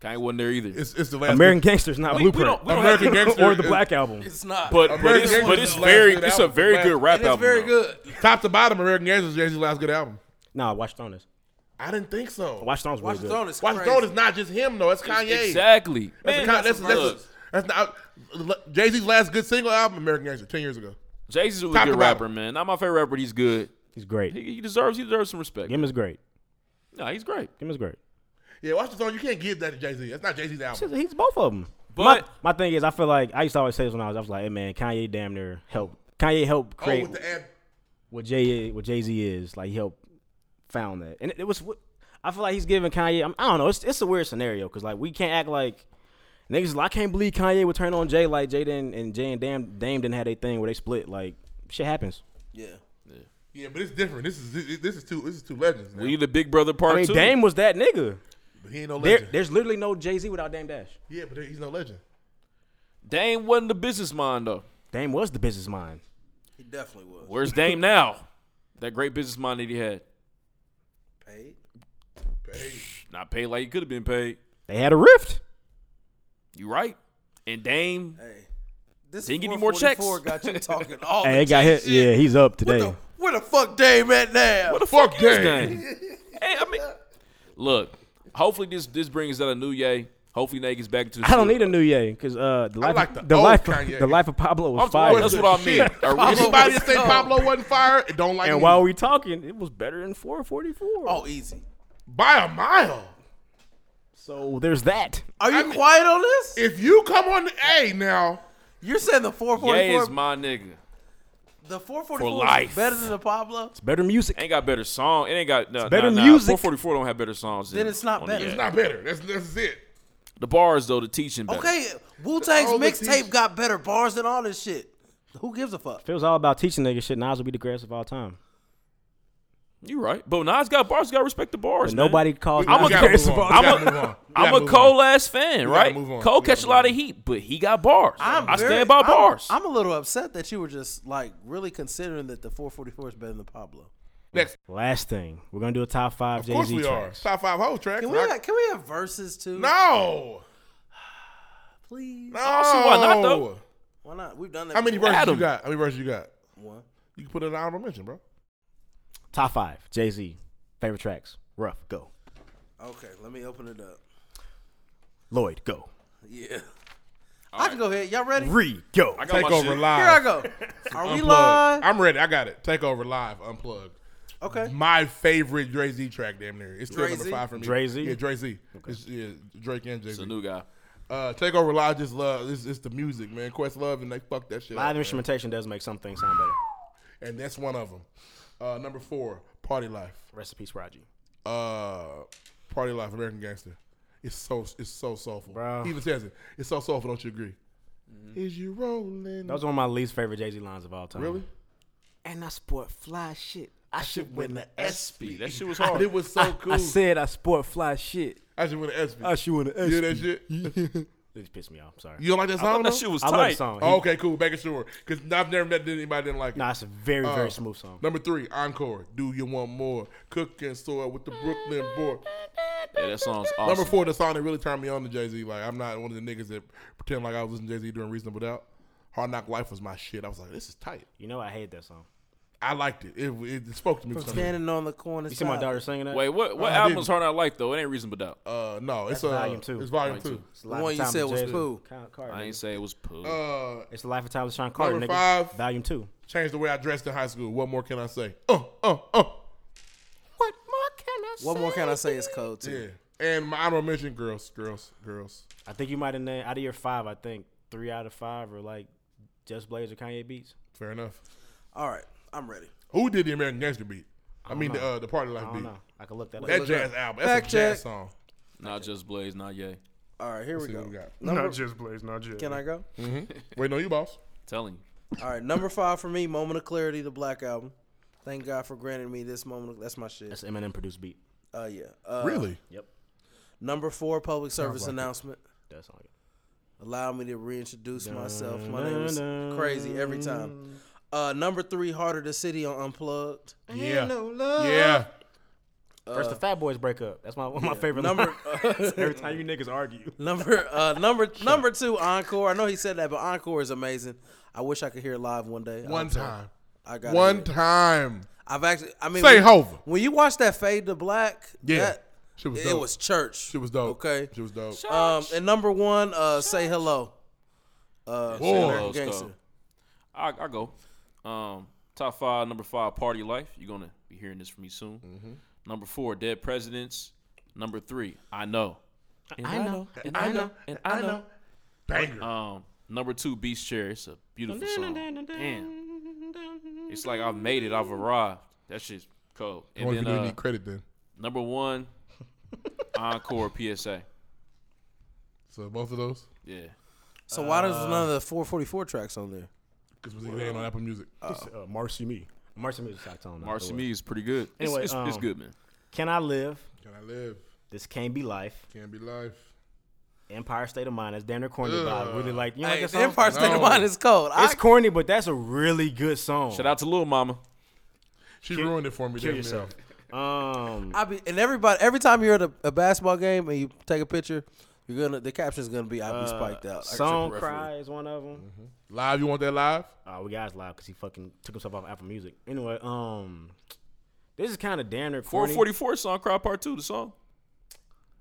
[SPEAKER 4] Kanye wasn't there either.
[SPEAKER 3] It's, it's the last.
[SPEAKER 5] American Gangster's not
[SPEAKER 4] We- we
[SPEAKER 5] Blueprint
[SPEAKER 4] don't- we don't
[SPEAKER 3] American
[SPEAKER 4] have-
[SPEAKER 3] Gangster
[SPEAKER 5] or the
[SPEAKER 3] is-
[SPEAKER 5] Black Album.
[SPEAKER 6] It's not.
[SPEAKER 4] But but
[SPEAKER 3] American
[SPEAKER 4] it's, but
[SPEAKER 3] Gangster's
[SPEAKER 4] it's
[SPEAKER 3] last
[SPEAKER 4] very
[SPEAKER 3] good
[SPEAKER 4] it's a
[SPEAKER 3] album.
[SPEAKER 4] very
[SPEAKER 3] Black-
[SPEAKER 4] good rap
[SPEAKER 6] And it's
[SPEAKER 4] album.
[SPEAKER 6] very
[SPEAKER 4] though.
[SPEAKER 6] good.
[SPEAKER 3] Top to bottom, American Gangster is Jay Z's last good album.
[SPEAKER 5] Nah, Watch Throne is.
[SPEAKER 3] I didn't think so.
[SPEAKER 5] Watch Throne's
[SPEAKER 6] Watch
[SPEAKER 5] really
[SPEAKER 6] the
[SPEAKER 5] good.
[SPEAKER 6] throne is
[SPEAKER 3] Watch
[SPEAKER 6] crazy.
[SPEAKER 3] Throne is not just him though. That's Kanye.
[SPEAKER 4] Exactly.
[SPEAKER 3] That's, a,
[SPEAKER 4] Man,
[SPEAKER 3] Con- that's,
[SPEAKER 4] look,
[SPEAKER 3] that's, that's, not Jay Z's last good single album, American Gangster, ten years ago.
[SPEAKER 4] Jay-Z's a really
[SPEAKER 3] Top
[SPEAKER 4] good
[SPEAKER 3] to bottom.
[SPEAKER 4] rapper, man. Not my favorite rapper, but he's good.
[SPEAKER 5] He's great.
[SPEAKER 4] He, he deserves he deserves some respect.
[SPEAKER 5] Him is great.
[SPEAKER 4] Nah, he's great.
[SPEAKER 5] Him is great.
[SPEAKER 3] Yeah, Watch the Throne. You can't give that to Jay Z. That's not Jay Z's album.
[SPEAKER 5] He's, he's both of them.
[SPEAKER 4] But-
[SPEAKER 5] my, my thing is, I feel like I used to always say this when I was, I was like, hey man, Kanye damn near helped. Kanye helped
[SPEAKER 3] Oh,
[SPEAKER 5] create
[SPEAKER 3] with the ad.
[SPEAKER 5] what Jay what Jay Z is. Like he helped found that, and it, it was. what- I feel like he's giving Kanye. I'm, I don't know. It's it's a weird scenario because like we can't act like niggas. is like, I can't believe Kanye would turn on Jay like Jay didn't and Jay and Dame Dame didn't have their thing where they split. Like shit happens.
[SPEAKER 6] Yeah.
[SPEAKER 3] Yeah, but it's different. This is this is two this is two legends. Now.
[SPEAKER 4] We the Big Brother part
[SPEAKER 5] I mean,
[SPEAKER 4] two.
[SPEAKER 5] Dame was that nigga.
[SPEAKER 3] But he ain't no
[SPEAKER 5] There,
[SPEAKER 3] legend.
[SPEAKER 5] there's literally no Jay Z without Dame Dash.
[SPEAKER 3] yeah, but he's no legend.
[SPEAKER 4] Dame wasn't the business mind though.
[SPEAKER 5] Dame was the business mind.
[SPEAKER 6] He definitely was.
[SPEAKER 4] Where's Dame now? That great business mind that he had.
[SPEAKER 6] Paid.
[SPEAKER 4] Not paid like he could have been paid.
[SPEAKER 5] They had a rift.
[SPEAKER 4] You right. And Dame,
[SPEAKER 6] Hey. This
[SPEAKER 4] Didn't get any more checks.
[SPEAKER 6] 444 got you talking
[SPEAKER 3] Oh,
[SPEAKER 6] all
[SPEAKER 5] Hey, it
[SPEAKER 6] the
[SPEAKER 5] got
[SPEAKER 6] Jay
[SPEAKER 5] hit. Yeah, he's up today.
[SPEAKER 6] What the, where the fuck Dame at now?
[SPEAKER 4] what the fuck,
[SPEAKER 3] Fuck
[SPEAKER 4] is
[SPEAKER 3] Dame.
[SPEAKER 4] Dame? hey, I mean, look. Hopefully this this brings out a new yay. Hopefully Nate gets back into. The
[SPEAKER 5] I don't
[SPEAKER 4] studio.
[SPEAKER 5] need a new Ye because uh, the life,
[SPEAKER 3] like the
[SPEAKER 5] the,
[SPEAKER 3] old
[SPEAKER 5] life,
[SPEAKER 3] Kanye.
[SPEAKER 5] the life of Pablo was
[SPEAKER 4] I'm-
[SPEAKER 5] fire.
[SPEAKER 4] that's what I mean.
[SPEAKER 3] Shit.
[SPEAKER 4] Are we-
[SPEAKER 3] Anybody that say Pablo wasn't fired, don't like
[SPEAKER 5] and
[SPEAKER 3] him.
[SPEAKER 5] while we talking, it was better than 444.
[SPEAKER 6] Oh, easy.
[SPEAKER 3] by a mile.
[SPEAKER 5] so there's that.
[SPEAKER 6] Are you quiet on this?
[SPEAKER 3] If you come on the A now,
[SPEAKER 6] You're saying the
[SPEAKER 4] Ye
[SPEAKER 6] 444
[SPEAKER 4] is my nigga.
[SPEAKER 6] the 444
[SPEAKER 4] life.
[SPEAKER 6] is better than the Pablo?
[SPEAKER 5] It's better music.
[SPEAKER 4] Ain't got better song. It ain't got no,
[SPEAKER 5] better
[SPEAKER 4] nah,
[SPEAKER 5] music.
[SPEAKER 4] Nah, 444 don't have better songs.
[SPEAKER 6] Then
[SPEAKER 4] than-
[SPEAKER 6] it's not
[SPEAKER 4] on the-
[SPEAKER 6] better. It's
[SPEAKER 3] it's not better. That's that's it.
[SPEAKER 4] The bars though, the teaching. Better.
[SPEAKER 6] Okay, Wu Tang's
[SPEAKER 3] all the
[SPEAKER 6] mixtape
[SPEAKER 3] teach-
[SPEAKER 6] got better bars than all this shit. Who gives a fuck?
[SPEAKER 5] If it was all about teaching niggas shit, Nas would be the greatest of all time.
[SPEAKER 4] you right. But Nas got bars. Got to respect the bars.
[SPEAKER 5] But
[SPEAKER 4] man.
[SPEAKER 5] nobody calls
[SPEAKER 4] I'm a-
[SPEAKER 5] Nas the
[SPEAKER 3] gotta
[SPEAKER 5] greatest
[SPEAKER 3] move
[SPEAKER 5] of all
[SPEAKER 3] on. We gotta
[SPEAKER 5] time.
[SPEAKER 3] move on. We
[SPEAKER 4] I'm
[SPEAKER 3] gotta
[SPEAKER 4] a
[SPEAKER 3] move
[SPEAKER 4] Cole ass fan,
[SPEAKER 3] gotta
[SPEAKER 4] right?
[SPEAKER 3] move on.
[SPEAKER 4] Cole
[SPEAKER 3] We
[SPEAKER 4] catch
[SPEAKER 3] gotta
[SPEAKER 4] a lot of heat, but he got bars. i
[SPEAKER 6] very-
[SPEAKER 4] stand by
[SPEAKER 6] I'm-
[SPEAKER 4] bars.
[SPEAKER 6] I'm a little upset that you were just like really considering that the 444 is better than Pablo.
[SPEAKER 3] Next,
[SPEAKER 5] Last thing, we're gonna do a top five
[SPEAKER 3] of
[SPEAKER 5] Jay
[SPEAKER 3] course
[SPEAKER 5] Z
[SPEAKER 3] we
[SPEAKER 5] tracks.
[SPEAKER 3] are top five whole tracks.
[SPEAKER 6] Can we
[SPEAKER 3] Like-
[SPEAKER 6] have, can we have verses too?
[SPEAKER 3] no,
[SPEAKER 6] please.
[SPEAKER 3] no.
[SPEAKER 4] don't see Oh, why not, though.
[SPEAKER 6] Why not? We've done that.
[SPEAKER 3] How many
[SPEAKER 6] before.
[SPEAKER 3] verses
[SPEAKER 4] Adam.
[SPEAKER 3] you got? How many verses you got?
[SPEAKER 6] One.
[SPEAKER 3] You can put it in honorable mention, bro.
[SPEAKER 5] Top five Jay Z favorite tracks. Rough go.
[SPEAKER 6] Okay, let me open it up.
[SPEAKER 5] Lloyd go.
[SPEAKER 6] Yeah. I can go ahead. Y'all ready?
[SPEAKER 5] Re go.
[SPEAKER 4] I got
[SPEAKER 3] Take
[SPEAKER 4] my
[SPEAKER 3] over
[SPEAKER 4] shit.
[SPEAKER 3] live.
[SPEAKER 6] Here I go. Are we
[SPEAKER 3] Unplugged.
[SPEAKER 6] live?
[SPEAKER 3] I'm ready. I got it. Take over live. Unplugged.
[SPEAKER 6] Okay.
[SPEAKER 3] My favorite Dre Z track, damn near. It's still
[SPEAKER 6] Dre
[SPEAKER 3] number
[SPEAKER 6] Z?
[SPEAKER 3] five for me.
[SPEAKER 5] Dre Z?
[SPEAKER 3] Yeah, Dre Z. It's, yeah, Drake and Jay
[SPEAKER 4] It's
[SPEAKER 3] Z.
[SPEAKER 4] a new guy.
[SPEAKER 3] Uh, Take over live. Just love. It's, it's the music, man. Quest love, and they fuck that shit. up,
[SPEAKER 5] Live
[SPEAKER 3] man.
[SPEAKER 5] instrumentation does make some things sound better.
[SPEAKER 3] and that's one of them. Uh, number four, party life.
[SPEAKER 5] Recipes, Raji.
[SPEAKER 3] Uh, Party Life, American Gangster. It's so it's so soulful.
[SPEAKER 5] Bro.
[SPEAKER 3] Even says it. It's so soulful. Don't you agree? Is you rolling?
[SPEAKER 5] That was one of my least favorite Jay Z lines of all time.
[SPEAKER 3] Really?
[SPEAKER 13] And I sport fly shit. I should win the
[SPEAKER 3] SB.
[SPEAKER 4] That shit was
[SPEAKER 3] hard. It was so
[SPEAKER 13] I,
[SPEAKER 3] cool.
[SPEAKER 13] I said I sport fly shit.
[SPEAKER 3] I should win the SB.
[SPEAKER 5] Ah,
[SPEAKER 13] I should win the SB.
[SPEAKER 3] Yeah, that shit.
[SPEAKER 5] It just pissed me off. Sorry.
[SPEAKER 3] You don't like that
[SPEAKER 5] I
[SPEAKER 3] song?
[SPEAKER 5] thought that
[SPEAKER 3] though?
[SPEAKER 5] shit was I love the tight. song. He-
[SPEAKER 3] Oh, okay, cool. Back sure. Because I've never met anybody didn't like it. Uh,
[SPEAKER 5] Nah, it's a very, very smooth song.
[SPEAKER 3] Number three, Encore. Do you want more? Cook and soil with the Brooklyn boy.
[SPEAKER 4] Yeah, that song's awesome.
[SPEAKER 3] Number four, the song that really turned me on to Jay Z. Like, I'm not one of the niggas that pretend like I was listening to Jay Z during Reasonable Doubt. Hard Knock Life was my shit. I was like, this is tight.
[SPEAKER 5] You know I hate that song.
[SPEAKER 3] I liked it. It, it spoke to me.
[SPEAKER 6] From
[SPEAKER 3] for some reason.
[SPEAKER 6] standing on the corner.
[SPEAKER 5] You see my daughter singing that?
[SPEAKER 4] Wait, what what
[SPEAKER 3] I
[SPEAKER 4] album
[SPEAKER 3] didn't.
[SPEAKER 4] was hard I like though? It ain't Reasonable Doubt.
[SPEAKER 3] Uh, no, it's
[SPEAKER 5] That's
[SPEAKER 3] uh,
[SPEAKER 5] volume two.
[SPEAKER 3] It's volume
[SPEAKER 4] Volume
[SPEAKER 3] two.
[SPEAKER 4] two.
[SPEAKER 5] It's The Life one of you Time said with was Jay-Z. poo. Count Carter,
[SPEAKER 4] I
[SPEAKER 5] nigga.
[SPEAKER 4] ain't say it was poo.
[SPEAKER 3] Uh,
[SPEAKER 5] It's the life and times of Sean Carter,
[SPEAKER 3] number
[SPEAKER 5] nigga.
[SPEAKER 3] five.
[SPEAKER 5] Volume two.
[SPEAKER 3] Changed the way I dressed in high school. What more can I say? Uh, uh, uh.
[SPEAKER 6] What more can I say? It's cold too.
[SPEAKER 3] Yeah. And my honorable mention, girls, girls, girls.
[SPEAKER 5] I think you might have named out of your five. I think three out of five are like Just Blaze or Kanye beats.
[SPEAKER 3] Fair enough.
[SPEAKER 6] All right, I'm ready.
[SPEAKER 3] Who did the American Gangster beat? I,
[SPEAKER 5] don't
[SPEAKER 3] mean, the,
[SPEAKER 5] know.
[SPEAKER 3] uh, the Party Life
[SPEAKER 5] I
[SPEAKER 3] beat.
[SPEAKER 5] don't know. I could look that up.
[SPEAKER 3] That
[SPEAKER 5] Look
[SPEAKER 3] jazz
[SPEAKER 5] up.
[SPEAKER 3] album. That's
[SPEAKER 5] Fact
[SPEAKER 3] a jazz
[SPEAKER 5] check.
[SPEAKER 3] song.
[SPEAKER 4] Not just Blaze, not Ye.
[SPEAKER 6] All right, here
[SPEAKER 3] Let's
[SPEAKER 6] we
[SPEAKER 3] see
[SPEAKER 6] go.
[SPEAKER 3] what we got.
[SPEAKER 6] Number-
[SPEAKER 14] Not just Blaze, not just.
[SPEAKER 6] Can I go?
[SPEAKER 4] Mm-hmm.
[SPEAKER 3] Wait, no, you boss.
[SPEAKER 4] Telling you.
[SPEAKER 6] All right, number five for me, Moment of Clarity, the Black Album. Thank God for granting me this moment. Of, that's my shit.
[SPEAKER 5] That's Eminem produced beat.
[SPEAKER 6] Uh, yeah. Uh,
[SPEAKER 3] Really?
[SPEAKER 5] Yep.
[SPEAKER 6] Number four, public
[SPEAKER 5] Sounds
[SPEAKER 6] service
[SPEAKER 5] like it.
[SPEAKER 6] announcement.
[SPEAKER 5] That's all.
[SPEAKER 6] Allow me to reintroduce
[SPEAKER 5] Dun,
[SPEAKER 6] myself. My
[SPEAKER 5] dun,
[SPEAKER 6] name is
[SPEAKER 5] dun.
[SPEAKER 6] crazy every time. Uh, number three, Heart of the City on Unplugged.
[SPEAKER 5] Yeah.
[SPEAKER 6] Ain't no love.
[SPEAKER 5] Yeah.
[SPEAKER 6] Uh,
[SPEAKER 5] First, the Fat Boys break up. That's my one of my
[SPEAKER 6] yeah.
[SPEAKER 5] favorite
[SPEAKER 6] Number- uh,
[SPEAKER 5] lines. Every time you niggas argue.
[SPEAKER 6] Number uh, number number two, Encore. I know he said that, but Encore is amazing. I wish I could hear it live one day.
[SPEAKER 3] One
[SPEAKER 6] I'm sorry.
[SPEAKER 3] time.
[SPEAKER 6] I got
[SPEAKER 3] One time.
[SPEAKER 6] I've actually. I mean,
[SPEAKER 3] Say
[SPEAKER 6] when,
[SPEAKER 3] Hova.
[SPEAKER 6] When you watch that Fade to Black,
[SPEAKER 3] Yeah.
[SPEAKER 6] that,
[SPEAKER 3] Shit was
[SPEAKER 6] it
[SPEAKER 3] dope.
[SPEAKER 6] was church.
[SPEAKER 3] Shit was dope.
[SPEAKER 6] Okay.
[SPEAKER 3] Shit was dope.
[SPEAKER 6] Um, and number one, uh, say hello.
[SPEAKER 4] Say
[SPEAKER 6] Uh, Say
[SPEAKER 4] Hello
[SPEAKER 6] American
[SPEAKER 4] is
[SPEAKER 6] Gangster.
[SPEAKER 4] dope. I I go. Um, top five, number five, Party Life. You're gonna be hearing this from me soon.
[SPEAKER 3] Mm-hmm.
[SPEAKER 4] Number four, Dead Presidents. Number three, I know. And
[SPEAKER 13] I know.
[SPEAKER 4] And I know. And I know.
[SPEAKER 3] Banger.
[SPEAKER 4] Um, number two, Beast Chair. It's a beautiful song. Damn. It's like I've made it. I've arrived. That shit's cold.
[SPEAKER 3] I wonder if you
[SPEAKER 4] uh,
[SPEAKER 3] didn't need credit then.
[SPEAKER 4] number one, Encore PSA.
[SPEAKER 3] So both of those.
[SPEAKER 4] Yeah.
[SPEAKER 6] So why does
[SPEAKER 5] Uh,
[SPEAKER 6] none of the 444 tracks on there?
[SPEAKER 3] Because we ain't on Apple Music.
[SPEAKER 5] Uh, Marcy Me. Marcy Me is Saxon.
[SPEAKER 4] Marcy Me is pretty good. It's-
[SPEAKER 5] Anyway,
[SPEAKER 4] it's, it's
[SPEAKER 5] um,
[SPEAKER 4] good, man.
[SPEAKER 5] Can I live?
[SPEAKER 3] Can I live?
[SPEAKER 5] This can't be life.
[SPEAKER 3] Can't be life.
[SPEAKER 5] Empire State of Mind. That's damn near corny, but I really like. You know,
[SPEAKER 6] Hey,
[SPEAKER 5] like that
[SPEAKER 6] the
[SPEAKER 5] song?
[SPEAKER 6] Empire State of Mind is cold. I-
[SPEAKER 5] It's corny, but that's a really good song.
[SPEAKER 4] Shout out to Lil Mama.
[SPEAKER 3] She ruined it for me.
[SPEAKER 5] Kill
[SPEAKER 3] damn
[SPEAKER 5] yourself.
[SPEAKER 3] near.
[SPEAKER 5] Um,
[SPEAKER 6] I be and everybody every time you're at a, a basketball game and you take a picture, you're gonna the caption's gonna be "I'll be spiked out." Like,
[SPEAKER 5] Uh, Song
[SPEAKER 6] triple referee.
[SPEAKER 5] Cry is one of them.
[SPEAKER 4] Mm-hmm.
[SPEAKER 3] Live, you want that live?
[SPEAKER 5] Uh, we guys live because he fucking took himself off Apple Music. Anyway, um, this is kind of damn near corny.
[SPEAKER 4] 444 song, Cry Part Two. The song.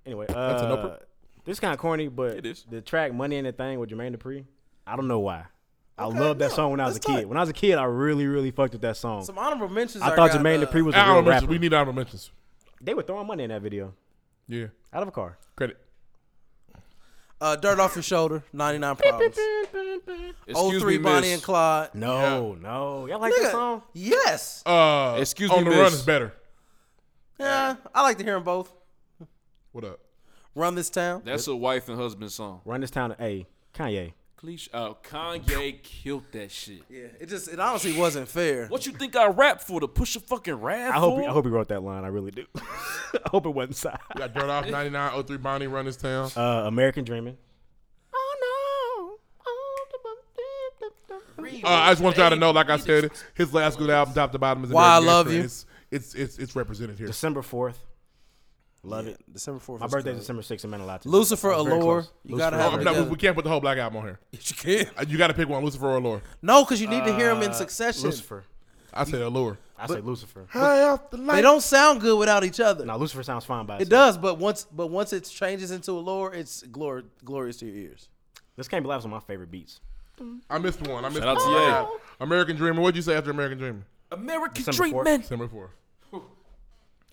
[SPEAKER 5] Anyway,
[SPEAKER 4] That's an
[SPEAKER 5] uh,
[SPEAKER 4] upper.
[SPEAKER 5] this is kind of corny, but
[SPEAKER 4] It is.
[SPEAKER 5] the track "Money and the Thing" with Jermaine Dupri. I don't know why. I loved that song when I was a kid. When I was a kid, I really, really fucked with that song.
[SPEAKER 6] Some honorable mentions.
[SPEAKER 5] I
[SPEAKER 6] are
[SPEAKER 5] thought
[SPEAKER 6] got,
[SPEAKER 5] Jermaine
[SPEAKER 6] uh,
[SPEAKER 5] Dupri was a real
[SPEAKER 3] Honorable mentions.
[SPEAKER 5] rapper.
[SPEAKER 3] We need honorable mentions.
[SPEAKER 5] They were throwing money in that video
[SPEAKER 3] Yeah.
[SPEAKER 5] out of a car.
[SPEAKER 3] Credit.
[SPEAKER 6] Uh, Dirt off your shoulder, 99 problems. Oh
[SPEAKER 4] Excuse
[SPEAKER 6] three
[SPEAKER 4] me,
[SPEAKER 6] Bonnie
[SPEAKER 4] miss.
[SPEAKER 6] and Clyde.
[SPEAKER 5] No, no, y'all like
[SPEAKER 6] Nigga,
[SPEAKER 5] that song?
[SPEAKER 6] Yes.
[SPEAKER 3] Uh,
[SPEAKER 4] Excuse
[SPEAKER 3] on
[SPEAKER 4] me,
[SPEAKER 3] the run
[SPEAKER 4] miss.
[SPEAKER 3] is better.
[SPEAKER 6] Yeah, I like to hear them both.
[SPEAKER 3] What up?
[SPEAKER 6] Run this town.
[SPEAKER 4] That's a wife and husband song.
[SPEAKER 5] Run this town to A. Kanye.
[SPEAKER 4] Cliche. Uh, Kanye killed that shit.
[SPEAKER 6] Yeah, it just it honestly wasn't fair.
[SPEAKER 4] What you think I rap for? To push a fucking rap?
[SPEAKER 5] I hope
[SPEAKER 4] for?
[SPEAKER 5] I hope he wrote that line. I really do. I hope it wasn't side.
[SPEAKER 3] We got Dirt Off 99, 03 Bonnie, Run This Town.
[SPEAKER 5] Uh, American Dreaming.
[SPEAKER 3] Uh, I just want y'all to know, like I said, his last good album, Top to Bottom, is
[SPEAKER 6] Why I
[SPEAKER 3] American
[SPEAKER 6] Love
[SPEAKER 3] Gangster,
[SPEAKER 6] You.
[SPEAKER 3] and It's, it's, it's, it's represented here.
[SPEAKER 5] December fourth. Love it.
[SPEAKER 6] December fourth.
[SPEAKER 5] My birthday's December sixth. It meant a lot to me.
[SPEAKER 6] Lucifer
[SPEAKER 5] Very
[SPEAKER 6] Allure.
[SPEAKER 5] close.
[SPEAKER 6] You gotta
[SPEAKER 5] Lucifer
[SPEAKER 6] have
[SPEAKER 3] Oh,
[SPEAKER 6] it
[SPEAKER 3] no,
[SPEAKER 6] together.
[SPEAKER 3] we can't put the whole black album on here.
[SPEAKER 6] Yes, you can.
[SPEAKER 3] Uh, You got to pick one, Lucifer or Allure.
[SPEAKER 6] No, because you need to hear them in succession.
[SPEAKER 5] Uh, Lucifer.
[SPEAKER 3] I said Allure.
[SPEAKER 5] I say Lucifer.
[SPEAKER 6] They don't sound good without each other.
[SPEAKER 5] Now Lucifer sounds fine by
[SPEAKER 6] It
[SPEAKER 5] itself.
[SPEAKER 6] does, but once but once it changes into a lore, it's glor- glorious to your ears.
[SPEAKER 5] This can't be loud. It's one of my favorite beats.
[SPEAKER 3] I missed one. I missed
[SPEAKER 4] Shout out
[SPEAKER 3] one.
[SPEAKER 4] to Ye.
[SPEAKER 3] Oh, American Dreamer. What'd you say after American Dreamer?
[SPEAKER 4] American
[SPEAKER 5] December fourth.
[SPEAKER 4] treatment.
[SPEAKER 3] December 4th.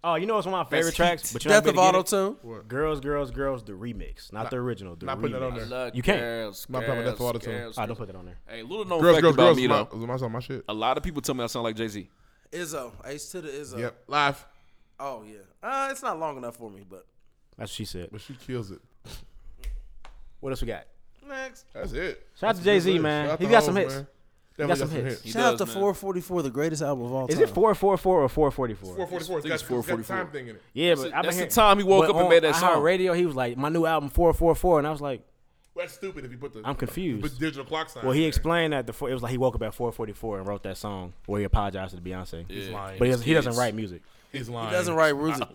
[SPEAKER 5] Oh, you know it's one of my
[SPEAKER 4] That's
[SPEAKER 5] favorite tracks.
[SPEAKER 4] heat.
[SPEAKER 5] But you know
[SPEAKER 6] Death of
[SPEAKER 5] how I'm
[SPEAKER 6] Auto
[SPEAKER 5] gonna get
[SPEAKER 6] Tune.
[SPEAKER 5] it? Girls, girls, girls. The remix, not, the original. The
[SPEAKER 3] not
[SPEAKER 5] remix.
[SPEAKER 3] putting that on there.
[SPEAKER 4] Look,
[SPEAKER 5] You can't.
[SPEAKER 4] Girls,
[SPEAKER 3] Not playing
[SPEAKER 4] girls,
[SPEAKER 3] with that for autotune.
[SPEAKER 4] girls,
[SPEAKER 5] I don't
[SPEAKER 4] girls.
[SPEAKER 5] put that on there.
[SPEAKER 4] Hey, little known
[SPEAKER 3] Girls,
[SPEAKER 4] fact
[SPEAKER 3] girls,
[SPEAKER 4] about
[SPEAKER 3] girls.
[SPEAKER 4] me
[SPEAKER 3] Was my,
[SPEAKER 4] though.
[SPEAKER 3] was my song, my shit.
[SPEAKER 4] A lot of people tell me I sound like Jay Z.
[SPEAKER 6] Izzo, Ace to the Izzo.
[SPEAKER 3] Yep. Live.
[SPEAKER 6] Oh yeah. Uh, it's not long enough for me, but
[SPEAKER 5] That's what she said.
[SPEAKER 3] But she kills it.
[SPEAKER 5] What else we got?
[SPEAKER 3] Next. That's it.
[SPEAKER 5] Shout out to Jay Z, man. He got some hits. He got some hits.
[SPEAKER 6] Shout out to 444, the greatest album of all
[SPEAKER 5] Is
[SPEAKER 6] time.
[SPEAKER 5] it 444 or 444?
[SPEAKER 3] 444. It's got, it's got the time thing in it.
[SPEAKER 5] Yeah, but I've been
[SPEAKER 4] that's the
[SPEAKER 5] hearing-
[SPEAKER 4] time he woke
[SPEAKER 5] but
[SPEAKER 4] up and
[SPEAKER 5] on
[SPEAKER 4] made that song.
[SPEAKER 5] Radio, he was like, "My new album 444," and I was like,
[SPEAKER 3] That's stupid if you put the.
[SPEAKER 5] "I'm confused."
[SPEAKER 3] Put digital clock sign.
[SPEAKER 5] Well, he
[SPEAKER 3] in
[SPEAKER 5] explained that the four, it was like he woke up at 444 and wrote that song where he apologized to Beyonce.
[SPEAKER 3] He's lying.
[SPEAKER 5] But he doesn't, he doesn't
[SPEAKER 6] Yes.
[SPEAKER 5] write music.
[SPEAKER 3] He's
[SPEAKER 6] He doesn't write music.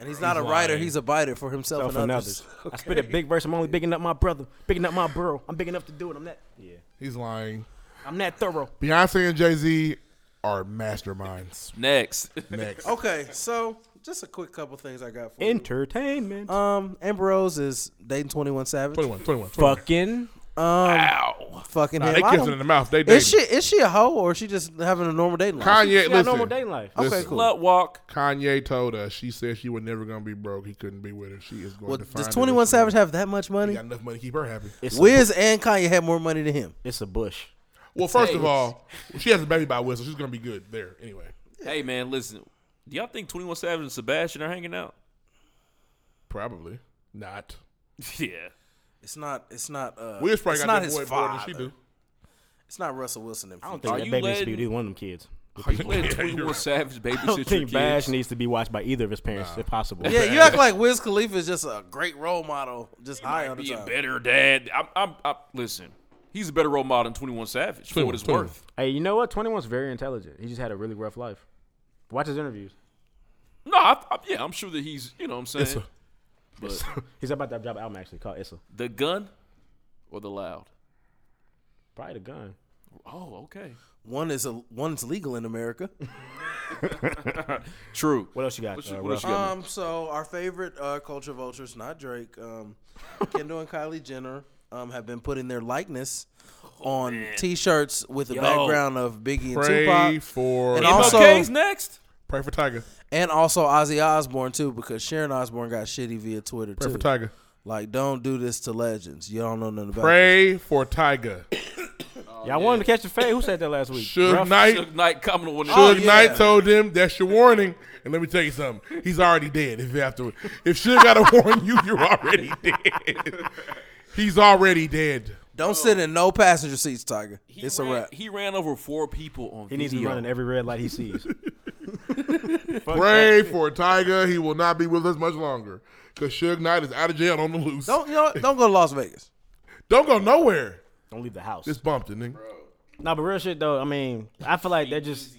[SPEAKER 6] and he's
[SPEAKER 5] bro.
[SPEAKER 6] not a
[SPEAKER 5] He's
[SPEAKER 6] writer.
[SPEAKER 5] lying.
[SPEAKER 6] He's a biter for himself
[SPEAKER 5] Self and others. I spit a big verse. I'm only bigging up my brother, bigging up my bro. I'm bigging up to do it. I'm that. Yeah.
[SPEAKER 3] He's lying.
[SPEAKER 5] I'm that thorough.
[SPEAKER 3] it. Beyonce and Jay Z are masterminds.
[SPEAKER 4] Next.
[SPEAKER 3] Next.
[SPEAKER 6] Okay, so just a quick couple things I got for you.
[SPEAKER 5] Entertainment.
[SPEAKER 6] Um, Amber Rose is dating 21 Savage.
[SPEAKER 3] 21, 21,
[SPEAKER 5] Fucking. Um,
[SPEAKER 6] wow. Fucking
[SPEAKER 3] Oh, Nah,
[SPEAKER 6] him.
[SPEAKER 3] they
[SPEAKER 6] I
[SPEAKER 3] kissing
[SPEAKER 6] don't-
[SPEAKER 3] in the mouth. They dating.
[SPEAKER 6] is she is she a hoe or is she just having a normal dating life?
[SPEAKER 3] Kanye, listen.
[SPEAKER 6] Okay,
[SPEAKER 3] Listen.
[SPEAKER 6] cool.
[SPEAKER 4] walk.
[SPEAKER 3] Kanye told us she said she was never gonna be broke. He couldn't be with her. She is going
[SPEAKER 6] Well,
[SPEAKER 3] to find.
[SPEAKER 6] does
[SPEAKER 3] her.
[SPEAKER 6] 21 Savage have that much
[SPEAKER 3] He
[SPEAKER 6] money?
[SPEAKER 3] got enough money to keep her happy.
[SPEAKER 6] Wiz and Kanye had more money than him.
[SPEAKER 5] It's a bush.
[SPEAKER 3] Well, first of all, she has a baby by Wiz, so she's gonna be good there anyway.
[SPEAKER 4] Hey man, listen. Do y'all think Twenty One Savage and Sebastian are hanging out?
[SPEAKER 3] Probably not.
[SPEAKER 4] Yeah.
[SPEAKER 6] It's not. It's not. Uh,
[SPEAKER 3] Wiz probably got
[SPEAKER 6] it's not
[SPEAKER 3] that
[SPEAKER 6] his
[SPEAKER 3] boy more than
[SPEAKER 6] father.
[SPEAKER 3] she do.
[SPEAKER 6] It's not Russell Wilson. And
[SPEAKER 5] I don't think that baby needs to be with either one of them kids.
[SPEAKER 4] Are you letting 21 Savage
[SPEAKER 5] I don't
[SPEAKER 4] babysit your
[SPEAKER 5] think Bash
[SPEAKER 4] kids?
[SPEAKER 5] needs to be watched by either of his parents, if possible.
[SPEAKER 6] Yeah, you act like Wiz Khalifa is just a great role model, just high on the
[SPEAKER 4] Be a
[SPEAKER 6] time.
[SPEAKER 4] better dad. I'm, I'm, I'm, listen, he's a better role model than 21 Savage for what it's worth.
[SPEAKER 5] Hey, you know what? 21's very intelligent. He just had a really rough life. Watch his interviews.
[SPEAKER 4] No, I, I, yeah, I'm sure that he's, you know what I'm saying?
[SPEAKER 5] Yes, sir.
[SPEAKER 4] but
[SPEAKER 5] He's about to drop an album actually called Issa.
[SPEAKER 4] the gun or the loud?
[SPEAKER 5] Probably the gun.
[SPEAKER 4] Oh, okay.
[SPEAKER 6] One is a one's legal in America.
[SPEAKER 4] True.
[SPEAKER 5] What else you got?
[SPEAKER 4] What
[SPEAKER 5] uh,
[SPEAKER 4] you- what else
[SPEAKER 5] Ruff?
[SPEAKER 4] you got, man?
[SPEAKER 6] Um, so our favorite uh, culture vultures, not Drake, um, Kendall and Kylie Jenner, um, have been putting their likeness on T-shirts with the
[SPEAKER 4] Oh, Yo.
[SPEAKER 6] background of Biggie and
[SPEAKER 3] Pray
[SPEAKER 6] Tupac,
[SPEAKER 3] for-
[SPEAKER 6] and also
[SPEAKER 4] MLK's next.
[SPEAKER 3] Pray for Tiger.
[SPEAKER 6] and also Ozzy Osbourne too, because Sharon Osbourne got shitty via Twitter
[SPEAKER 3] Pray
[SPEAKER 6] too.
[SPEAKER 3] for Tiger.
[SPEAKER 6] Like, don't do this to legends. You don't know nothing about.
[SPEAKER 3] Pray for Tiger.
[SPEAKER 5] Um, Y'all wanted to catch the fade. Who said that last week?
[SPEAKER 3] Suge
[SPEAKER 5] Ruff?
[SPEAKER 3] Knight. Oh,
[SPEAKER 4] Suge Knight coming on.
[SPEAKER 3] Suge
[SPEAKER 6] Oh,
[SPEAKER 3] Knight told him that's your warning. And let me tell you something. He's already dead. If after if Suge got to warn you, you're already dead. He's already dead.
[SPEAKER 6] Don't sit in no passenger seats, Tiger. it's a wrap.
[SPEAKER 4] He ran over four people on
[SPEAKER 5] He
[SPEAKER 4] video.
[SPEAKER 5] needs to be running every red light he sees.
[SPEAKER 3] Pray for Tiger. He will not be with us much longer because Suge Knight is out of jail on the loose.
[SPEAKER 6] Don't you know, don't go to Las Vegas.
[SPEAKER 3] Don't go nowhere.
[SPEAKER 5] Don't leave the house.
[SPEAKER 3] Just bumped it, nigga.
[SPEAKER 5] Nah, but real shit though. I mean, I feel like they're just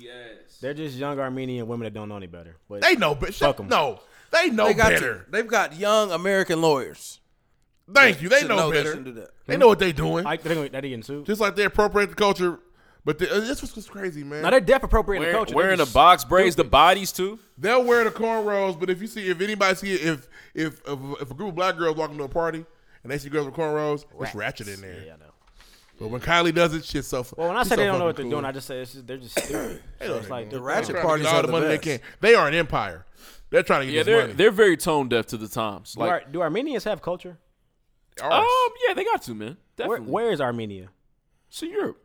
[SPEAKER 5] they're just young Armenian women that don't know any better. But
[SPEAKER 3] They know better.
[SPEAKER 5] Fuck 'em.
[SPEAKER 3] No, they know
[SPEAKER 6] They got
[SPEAKER 3] better.
[SPEAKER 6] they've got young American lawyers.
[SPEAKER 3] Thank you. They
[SPEAKER 6] Should
[SPEAKER 3] know,
[SPEAKER 6] know they
[SPEAKER 3] better.
[SPEAKER 6] shouldn't do that.
[SPEAKER 3] They know what they're doing.
[SPEAKER 5] I, they're gonna, they're getting sued.
[SPEAKER 3] Just like they appropriate the culture, but they, uh, this was just crazy, man.
[SPEAKER 5] Now they're deaf appropriating the
[SPEAKER 4] Wearing,
[SPEAKER 5] culture.
[SPEAKER 4] wearing
[SPEAKER 5] They're
[SPEAKER 4] the
[SPEAKER 5] just-
[SPEAKER 4] box braids, the bodies too.
[SPEAKER 3] They'll wear the cornrows, but if you see if anybody see it, if if if, if a group of black girls walking to a party and they see girls with cornrows, it's ratchet in there.
[SPEAKER 5] Yeah, I know.
[SPEAKER 3] But when Kylie does it, shit's so. fu-
[SPEAKER 5] Well, when I
[SPEAKER 3] she's
[SPEAKER 5] say
[SPEAKER 3] so
[SPEAKER 5] they don't know what they're
[SPEAKER 3] fucking
[SPEAKER 5] doing,
[SPEAKER 3] cool.
[SPEAKER 5] I just say it's just, they're just stupid. so it's like
[SPEAKER 6] The
[SPEAKER 5] they're
[SPEAKER 6] ratchet
[SPEAKER 3] They're trying to
[SPEAKER 6] parties
[SPEAKER 3] get all
[SPEAKER 6] are
[SPEAKER 3] the,
[SPEAKER 6] the
[SPEAKER 3] money
[SPEAKER 6] best.
[SPEAKER 3] they can. They are an empire. They're trying to get
[SPEAKER 4] Yeah,
[SPEAKER 3] this
[SPEAKER 4] they're
[SPEAKER 3] money.
[SPEAKER 4] they're very tone deaf to the times.
[SPEAKER 5] do, Ar-
[SPEAKER 4] Like,
[SPEAKER 5] do Armenians have culture?
[SPEAKER 3] Ours.
[SPEAKER 4] um, yeah, they got to man.
[SPEAKER 5] Where,
[SPEAKER 4] Definitely.
[SPEAKER 5] where is Armenia?
[SPEAKER 4] So Europe,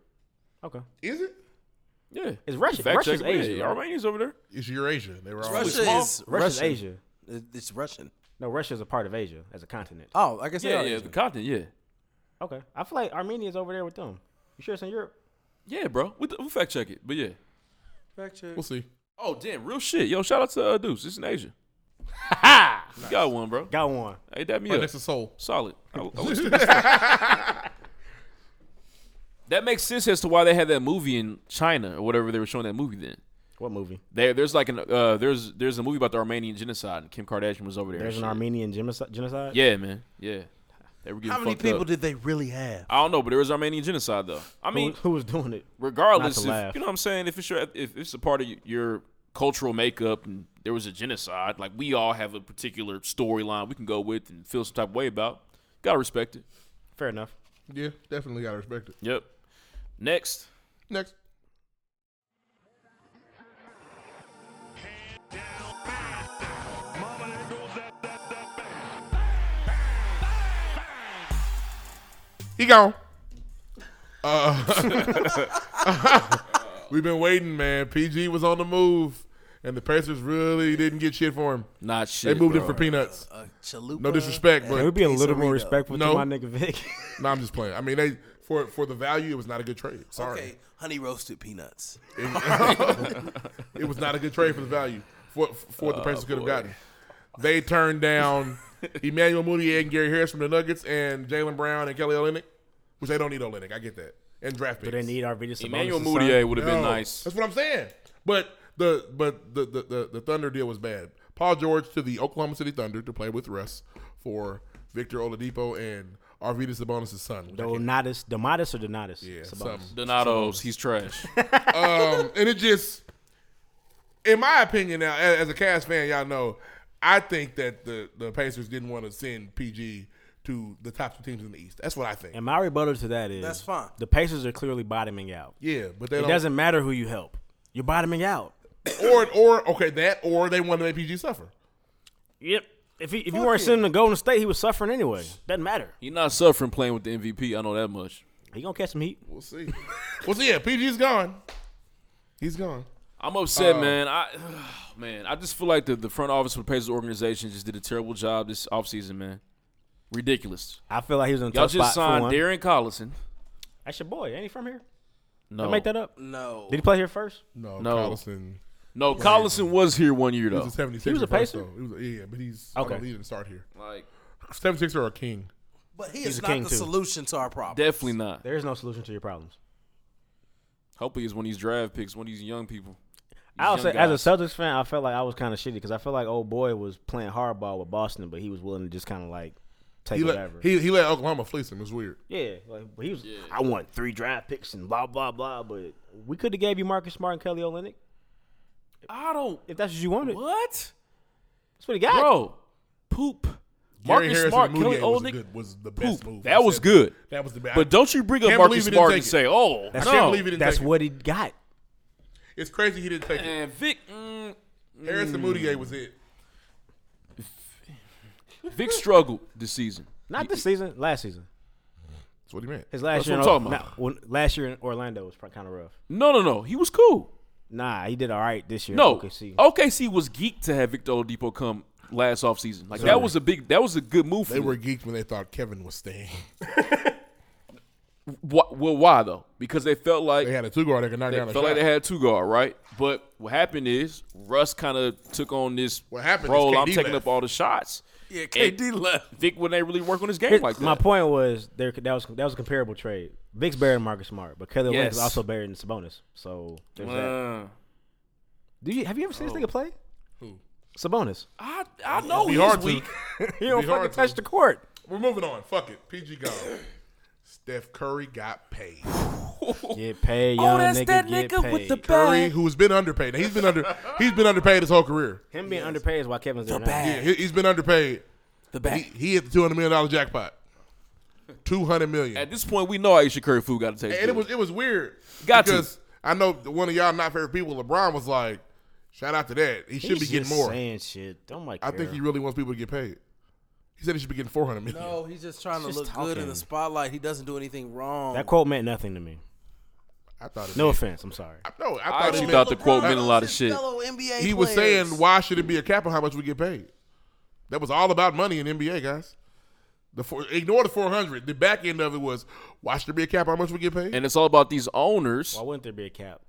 [SPEAKER 5] Okay,
[SPEAKER 3] Is it?
[SPEAKER 4] yeah,
[SPEAKER 5] it's Russia.
[SPEAKER 4] Fact
[SPEAKER 5] Russia's
[SPEAKER 4] check, yeah,
[SPEAKER 5] Asia. right?
[SPEAKER 4] Armenians over there.
[SPEAKER 3] It's Eurasia. They were all
[SPEAKER 6] Russia
[SPEAKER 4] small.
[SPEAKER 6] is
[SPEAKER 5] Russia's
[SPEAKER 6] Russian.
[SPEAKER 5] Asia.
[SPEAKER 6] It- It's Russian.
[SPEAKER 5] No, Russia's a part of Asia as a continent.
[SPEAKER 6] Oh, I guess they
[SPEAKER 4] Yeah,
[SPEAKER 6] are
[SPEAKER 4] yeah,
[SPEAKER 6] Asian.
[SPEAKER 4] the continent. Yeah,
[SPEAKER 5] Okay, I feel like Armenia's over there with them. You sure it's in Europe?
[SPEAKER 4] yeah, bro. We, we fact check it, but yeah.
[SPEAKER 6] Fact check.
[SPEAKER 3] We'll see.
[SPEAKER 4] Oh damn, real shit. Yo, shout out to uh, Deuce. It's in Asia.
[SPEAKER 5] Ha!
[SPEAKER 4] You got one, bro.
[SPEAKER 5] Got one.
[SPEAKER 4] Hey, that me
[SPEAKER 3] Right
[SPEAKER 4] up.
[SPEAKER 3] next to Seoul.
[SPEAKER 4] Solid. I- I was- that makes sense as to why they had that movie in China or whatever they were showing that movie then.
[SPEAKER 5] What movie?
[SPEAKER 4] There, there's like an uh, there's there's a movie about the Armenian genocide and Kim Kardashian was over there. and
[SPEAKER 5] There's an
[SPEAKER 4] shit.
[SPEAKER 5] Armenian genocide. genocide?
[SPEAKER 4] Yeah, man. Yeah. They were getting
[SPEAKER 6] How many
[SPEAKER 4] fucked
[SPEAKER 6] people
[SPEAKER 4] up.
[SPEAKER 6] did they really have?
[SPEAKER 4] I don't know, but there was Armenian genocide though. I
[SPEAKER 5] Who-
[SPEAKER 4] mean,
[SPEAKER 5] who, was doing it?
[SPEAKER 4] regardless,
[SPEAKER 5] Not to
[SPEAKER 4] if,
[SPEAKER 5] laugh.
[SPEAKER 4] you know what I'm saying. If it's your, if it's a part of y- your cultural makeup and there was a genocide, like we all have a particular storyline we can go with and feel some type of way about. Gotta respect it.
[SPEAKER 5] Fair enough.
[SPEAKER 3] Yeah, definitely gotta respect it.
[SPEAKER 4] Yep. Next,
[SPEAKER 3] Next. He gone. Uh, we've been waiting, man. PG was on the move, and the Pacers really didn't get shit for him.
[SPEAKER 4] Not
[SPEAKER 3] They
[SPEAKER 4] shit,
[SPEAKER 3] moved him
[SPEAKER 4] bro.
[SPEAKER 3] for peanuts.
[SPEAKER 6] A- a chalupa
[SPEAKER 3] no disrespect,
[SPEAKER 6] and
[SPEAKER 3] but
[SPEAKER 5] Can we be a little more respectful to
[SPEAKER 3] no.
[SPEAKER 5] my nigga Vic?
[SPEAKER 3] no, I'm just playing. I mean, they for for the value, it was not a good trade. Sorry,
[SPEAKER 6] Okay, honey roasted peanuts.
[SPEAKER 3] it, it was not a good trade for the value for for what the
[SPEAKER 6] Oh,
[SPEAKER 3] Pacers could have
[SPEAKER 6] boy.
[SPEAKER 3] gotten. They turned down Emmanuel Moody and Gary Harris from the Nuggets and Jalen Brown and Kelly Olynyk, which they don't need Olynyk. I get that. And draft picks.
[SPEAKER 5] Do they need Arvidas Sabonis
[SPEAKER 4] Emmanuel to sign? Moutier would've been nice.
[SPEAKER 3] That's what I'm saying. But the but the the, the the Thunder deal was bad. Paul George to the Oklahoma City Thunder to play with Russ for Victor Oladipo and Arvidas Sabonis' son. which I can't-
[SPEAKER 5] Donatus, Donatus or Donatus? Yeah,
[SPEAKER 3] something.
[SPEAKER 4] Donato's, he's trash.
[SPEAKER 3] um, and it just, in my opinion, now as, as a Cavs fan, y'all know, I think that the the Pacers didn't want to send PG to the top two teams in the East. That's what I think.
[SPEAKER 5] And my rebuttal to that is
[SPEAKER 3] That's fine.
[SPEAKER 5] The Pacers are clearly bottoming out.
[SPEAKER 3] Yeah, but they
[SPEAKER 5] it
[SPEAKER 3] don't-
[SPEAKER 5] doesn't matter who you help. You're bottoming out.
[SPEAKER 3] or or okay, that or they want to make PG suffer.
[SPEAKER 5] Yep. If he, if you
[SPEAKER 3] Fuck
[SPEAKER 5] weren't
[SPEAKER 3] yeah.
[SPEAKER 5] sending him to Golden State, he was suffering anyway. Doesn't matter.
[SPEAKER 4] You're not suffering playing with the MVP. I know that much.
[SPEAKER 5] He gonna catch some heat.
[SPEAKER 3] We'll see. well, see, yeah, PG's gone. He's gone.
[SPEAKER 4] I'm upset,
[SPEAKER 3] Uh,
[SPEAKER 5] Um,
[SPEAKER 4] man. I man, I just feel like the, the front office for the Pacers organization just did a terrible job this offseason, man. Ridiculous.
[SPEAKER 5] I feel like he was in a
[SPEAKER 4] Y'all
[SPEAKER 5] tough
[SPEAKER 4] just
[SPEAKER 5] spot for
[SPEAKER 4] signed
[SPEAKER 5] one.
[SPEAKER 4] Darren Collison.
[SPEAKER 5] That's your boy. Ain't he from here?
[SPEAKER 4] No.
[SPEAKER 5] Did I make that up?
[SPEAKER 6] No.
[SPEAKER 5] Did he play here first?
[SPEAKER 3] No.
[SPEAKER 4] No.
[SPEAKER 3] Collison-
[SPEAKER 4] No, Collison was here one year
[SPEAKER 3] He
[SPEAKER 4] though.
[SPEAKER 3] was a 76
[SPEAKER 5] He was a
[SPEAKER 3] first,
[SPEAKER 5] Pacer?
[SPEAKER 3] though. He was a- yeah, but he's
[SPEAKER 5] Okay.
[SPEAKER 3] okay. he didn't start here.
[SPEAKER 4] Like
[SPEAKER 3] 76 or a king.
[SPEAKER 6] But he
[SPEAKER 5] He's
[SPEAKER 6] is
[SPEAKER 5] a
[SPEAKER 6] not
[SPEAKER 5] king,
[SPEAKER 6] the
[SPEAKER 5] too.
[SPEAKER 6] solution to our problem.
[SPEAKER 4] Definitely not.
[SPEAKER 5] There is no solution to your problems.
[SPEAKER 4] Hopefully it's one of these draft picks, one of these young people.
[SPEAKER 5] I would
[SPEAKER 4] These
[SPEAKER 5] say,
[SPEAKER 4] young
[SPEAKER 5] as a Celtics fan, I felt like I was kind of shitty because I felt like old boy was playing hardball with Boston, but he was willing to just kind of like take
[SPEAKER 3] He let,
[SPEAKER 5] whatever.
[SPEAKER 3] he, he let Oklahoma fleece him. It's weird.
[SPEAKER 5] yeah, like but he was. I want three draft picks and blah blah blah. But we could have gave you Marcus Smart and Kelly Olynyk.
[SPEAKER 4] I don't.
[SPEAKER 5] If that's what you wanted,
[SPEAKER 4] what?
[SPEAKER 5] That's what he got,
[SPEAKER 4] bro. Poop.
[SPEAKER 3] Gary
[SPEAKER 4] Marcus
[SPEAKER 3] Harris
[SPEAKER 4] Smart,
[SPEAKER 3] and Moody
[SPEAKER 4] Kelly
[SPEAKER 3] was, a
[SPEAKER 4] Olynyk,
[SPEAKER 3] good, was the best
[SPEAKER 4] poop.
[SPEAKER 3] move.
[SPEAKER 4] That
[SPEAKER 3] I
[SPEAKER 4] was
[SPEAKER 3] said
[SPEAKER 4] good.
[SPEAKER 3] That was the best.
[SPEAKER 4] But don't you bring up
[SPEAKER 3] Can't
[SPEAKER 4] Marcus
[SPEAKER 3] believe he didn't
[SPEAKER 4] Smart
[SPEAKER 3] take
[SPEAKER 4] and
[SPEAKER 3] it.
[SPEAKER 4] say, "Oh,
[SPEAKER 3] I
[SPEAKER 4] no."
[SPEAKER 3] can't believe he didn't
[SPEAKER 5] That's
[SPEAKER 3] take
[SPEAKER 5] what he got.
[SPEAKER 3] it. It's crazy he didn't take it.
[SPEAKER 4] And Vic,
[SPEAKER 3] Harrison
[SPEAKER 4] mm.
[SPEAKER 3] Moutier was it.
[SPEAKER 4] Vic struggled this season.
[SPEAKER 5] Not this season, last season.
[SPEAKER 3] That's what he meant.
[SPEAKER 5] His last
[SPEAKER 4] That's
[SPEAKER 5] year,
[SPEAKER 4] what
[SPEAKER 5] in
[SPEAKER 4] I'm
[SPEAKER 5] O-
[SPEAKER 4] talking about.
[SPEAKER 5] nah, well, last year in Orlando was kind of rough.
[SPEAKER 4] No, no, no. He was cool.
[SPEAKER 5] Nah, he did all right this year.
[SPEAKER 4] No,
[SPEAKER 5] in OKC.
[SPEAKER 4] OKC. was geeked to have Victor Oladipo come last offseason. Like
[SPEAKER 3] Sorry.
[SPEAKER 4] that was a big, that was a good move.
[SPEAKER 3] They
[SPEAKER 4] for
[SPEAKER 3] were
[SPEAKER 4] them.
[SPEAKER 3] geeked when they thought Kevin was staying.
[SPEAKER 4] Why- well, why though? Because they felt like
[SPEAKER 3] They had a two guard that could knock
[SPEAKER 4] they
[SPEAKER 3] down a
[SPEAKER 4] felt like
[SPEAKER 3] shot.
[SPEAKER 4] they had two guard, right? But what happened is Russ kind of took on this
[SPEAKER 3] What happened is
[SPEAKER 4] role. I'm
[SPEAKER 3] KD
[SPEAKER 4] taking
[SPEAKER 3] left.
[SPEAKER 4] up all the shots.
[SPEAKER 6] Yeah,
[SPEAKER 4] KD left. Vic wouldn't they really work on his game
[SPEAKER 5] Here's-
[SPEAKER 4] like that.
[SPEAKER 5] my point was there. That was that was a comparable trade. Vic's buried in Marcus Smart, but Kelly Olynyk
[SPEAKER 4] Yes.
[SPEAKER 5] is also buried in Sabonis. So there's that.
[SPEAKER 4] Uh,
[SPEAKER 5] Do you have you ever seen this nigga play?
[SPEAKER 3] Who?
[SPEAKER 5] Sabonis.
[SPEAKER 4] oh. I I know
[SPEAKER 3] Be
[SPEAKER 4] he's
[SPEAKER 3] hard to.
[SPEAKER 4] weak.
[SPEAKER 5] he don't fucking
[SPEAKER 3] Be hard
[SPEAKER 5] touch
[SPEAKER 3] to.
[SPEAKER 5] the court.
[SPEAKER 3] We're moving on. Fuck it. PG gone. Steph Curry got paid.
[SPEAKER 5] Get paid,
[SPEAKER 4] Oh,
[SPEAKER 5] young
[SPEAKER 4] that's
[SPEAKER 5] nigga.
[SPEAKER 4] that
[SPEAKER 5] get
[SPEAKER 4] nigga
[SPEAKER 5] paid.
[SPEAKER 4] with the
[SPEAKER 3] Curry,
[SPEAKER 4] bag.
[SPEAKER 3] who's been underpaid. Now, he's been under he's been underpaid his whole career.
[SPEAKER 5] Him being underpaid is why Kevin's there. now.
[SPEAKER 3] Yeah, he, he's been underpaid. The back. He, he hit the two hundred million dollar jackpot. Two hundred million.
[SPEAKER 4] At this point, we know Aisha Curry food got to taste.
[SPEAKER 3] And it
[SPEAKER 4] good.
[SPEAKER 3] was it was weird.
[SPEAKER 4] Got to.
[SPEAKER 3] because I know one of y'all not favorite people, LeBron was like, shout out to that. He should
[SPEAKER 5] He's
[SPEAKER 3] be getting
[SPEAKER 5] just
[SPEAKER 3] more.
[SPEAKER 5] Saying shit. Don't like.
[SPEAKER 3] I think he really wants people to get paid. He said he should be getting four hundred million.
[SPEAKER 6] No, he's just trying
[SPEAKER 5] He's
[SPEAKER 6] to look
[SPEAKER 5] just
[SPEAKER 6] good in
[SPEAKER 5] talking.
[SPEAKER 6] the spotlight. He doesn't do anything wrong.
[SPEAKER 5] that quote meant nothing to me.
[SPEAKER 3] I thought it
[SPEAKER 5] No
[SPEAKER 3] did.
[SPEAKER 5] offense. I'm sorry.
[SPEAKER 3] No, I,
[SPEAKER 4] I
[SPEAKER 3] thought it
[SPEAKER 4] actually
[SPEAKER 3] meant-
[SPEAKER 4] thought the quote
[SPEAKER 3] I-
[SPEAKER 4] meant a lot of shit.
[SPEAKER 6] NBA
[SPEAKER 3] He was saying, why should it be a cap on how much we get paid? That was all about money in NBA, guys. The four, ignore the four hundred. The back end of it was why should there be a cap on how much we get paid?
[SPEAKER 4] And it's all about these owners.
[SPEAKER 5] Why wouldn't there be a cap?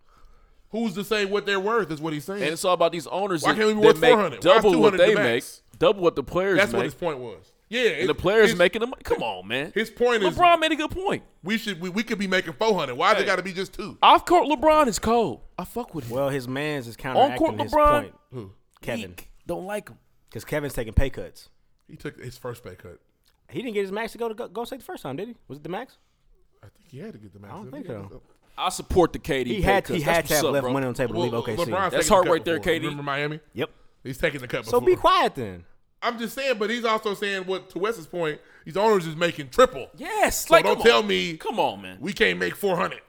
[SPEAKER 3] Who's to say what they're worth? Is what he's saying.
[SPEAKER 4] And it's all about these owners
[SPEAKER 3] Why
[SPEAKER 4] that,
[SPEAKER 3] can't we be
[SPEAKER 4] that
[SPEAKER 3] worth
[SPEAKER 4] make
[SPEAKER 3] 400? Why is
[SPEAKER 4] double what
[SPEAKER 3] 200
[SPEAKER 4] they
[SPEAKER 3] the
[SPEAKER 4] make,
[SPEAKER 3] max?
[SPEAKER 4] double what the players
[SPEAKER 3] That's
[SPEAKER 4] make.
[SPEAKER 3] what his point was. Yeah,
[SPEAKER 4] and the
[SPEAKER 3] it-
[SPEAKER 4] players
[SPEAKER 3] his-
[SPEAKER 4] making the money. Come on, man.
[SPEAKER 3] His point is
[SPEAKER 4] LeBron made a good point.
[SPEAKER 3] we should we, we could be making four hundred. Why
[SPEAKER 4] Hey.
[SPEAKER 3] they got to be just two?
[SPEAKER 4] Off court, LeBron is cold. I fuck with him.
[SPEAKER 5] Well, his man's is
[SPEAKER 4] On
[SPEAKER 5] counteracting
[SPEAKER 4] court,
[SPEAKER 5] his
[SPEAKER 4] LeBron.
[SPEAKER 5] point.
[SPEAKER 3] Hmm.
[SPEAKER 5] Who? Kevin.
[SPEAKER 4] Don't like him.
[SPEAKER 5] Because Kevin's taking pay cuts.
[SPEAKER 3] He took his first pay cut.
[SPEAKER 5] He didn't get his max to go to go, go state the first time, did he? Was it the max?
[SPEAKER 3] I think he had to get the max.
[SPEAKER 5] I don't
[SPEAKER 3] didn't he?
[SPEAKER 5] think so.
[SPEAKER 4] I support the KD.
[SPEAKER 5] He
[SPEAKER 4] pay
[SPEAKER 5] had
[SPEAKER 4] cuts.
[SPEAKER 5] he
[SPEAKER 4] That's
[SPEAKER 5] had to
[SPEAKER 4] what's
[SPEAKER 5] have
[SPEAKER 4] up,
[SPEAKER 5] left
[SPEAKER 4] bro.
[SPEAKER 5] money on the table
[SPEAKER 3] Well,
[SPEAKER 5] to leave OKC.
[SPEAKER 4] That's
[SPEAKER 3] LeBron's taking the
[SPEAKER 4] hard
[SPEAKER 3] cut
[SPEAKER 4] right there,
[SPEAKER 3] before.
[SPEAKER 4] KD.
[SPEAKER 3] Remember Miami?
[SPEAKER 5] Yep.
[SPEAKER 3] He's taking the cut.
[SPEAKER 5] So
[SPEAKER 3] before.
[SPEAKER 5] be quiet then.
[SPEAKER 3] I'm just saying, but he's also saying what to Wes's point. These owners is making triple.
[SPEAKER 4] Yes,
[SPEAKER 3] So
[SPEAKER 4] like
[SPEAKER 3] don't
[SPEAKER 4] come
[SPEAKER 3] tell
[SPEAKER 4] on.
[SPEAKER 3] me
[SPEAKER 4] Come on, man.
[SPEAKER 3] we can't make 400.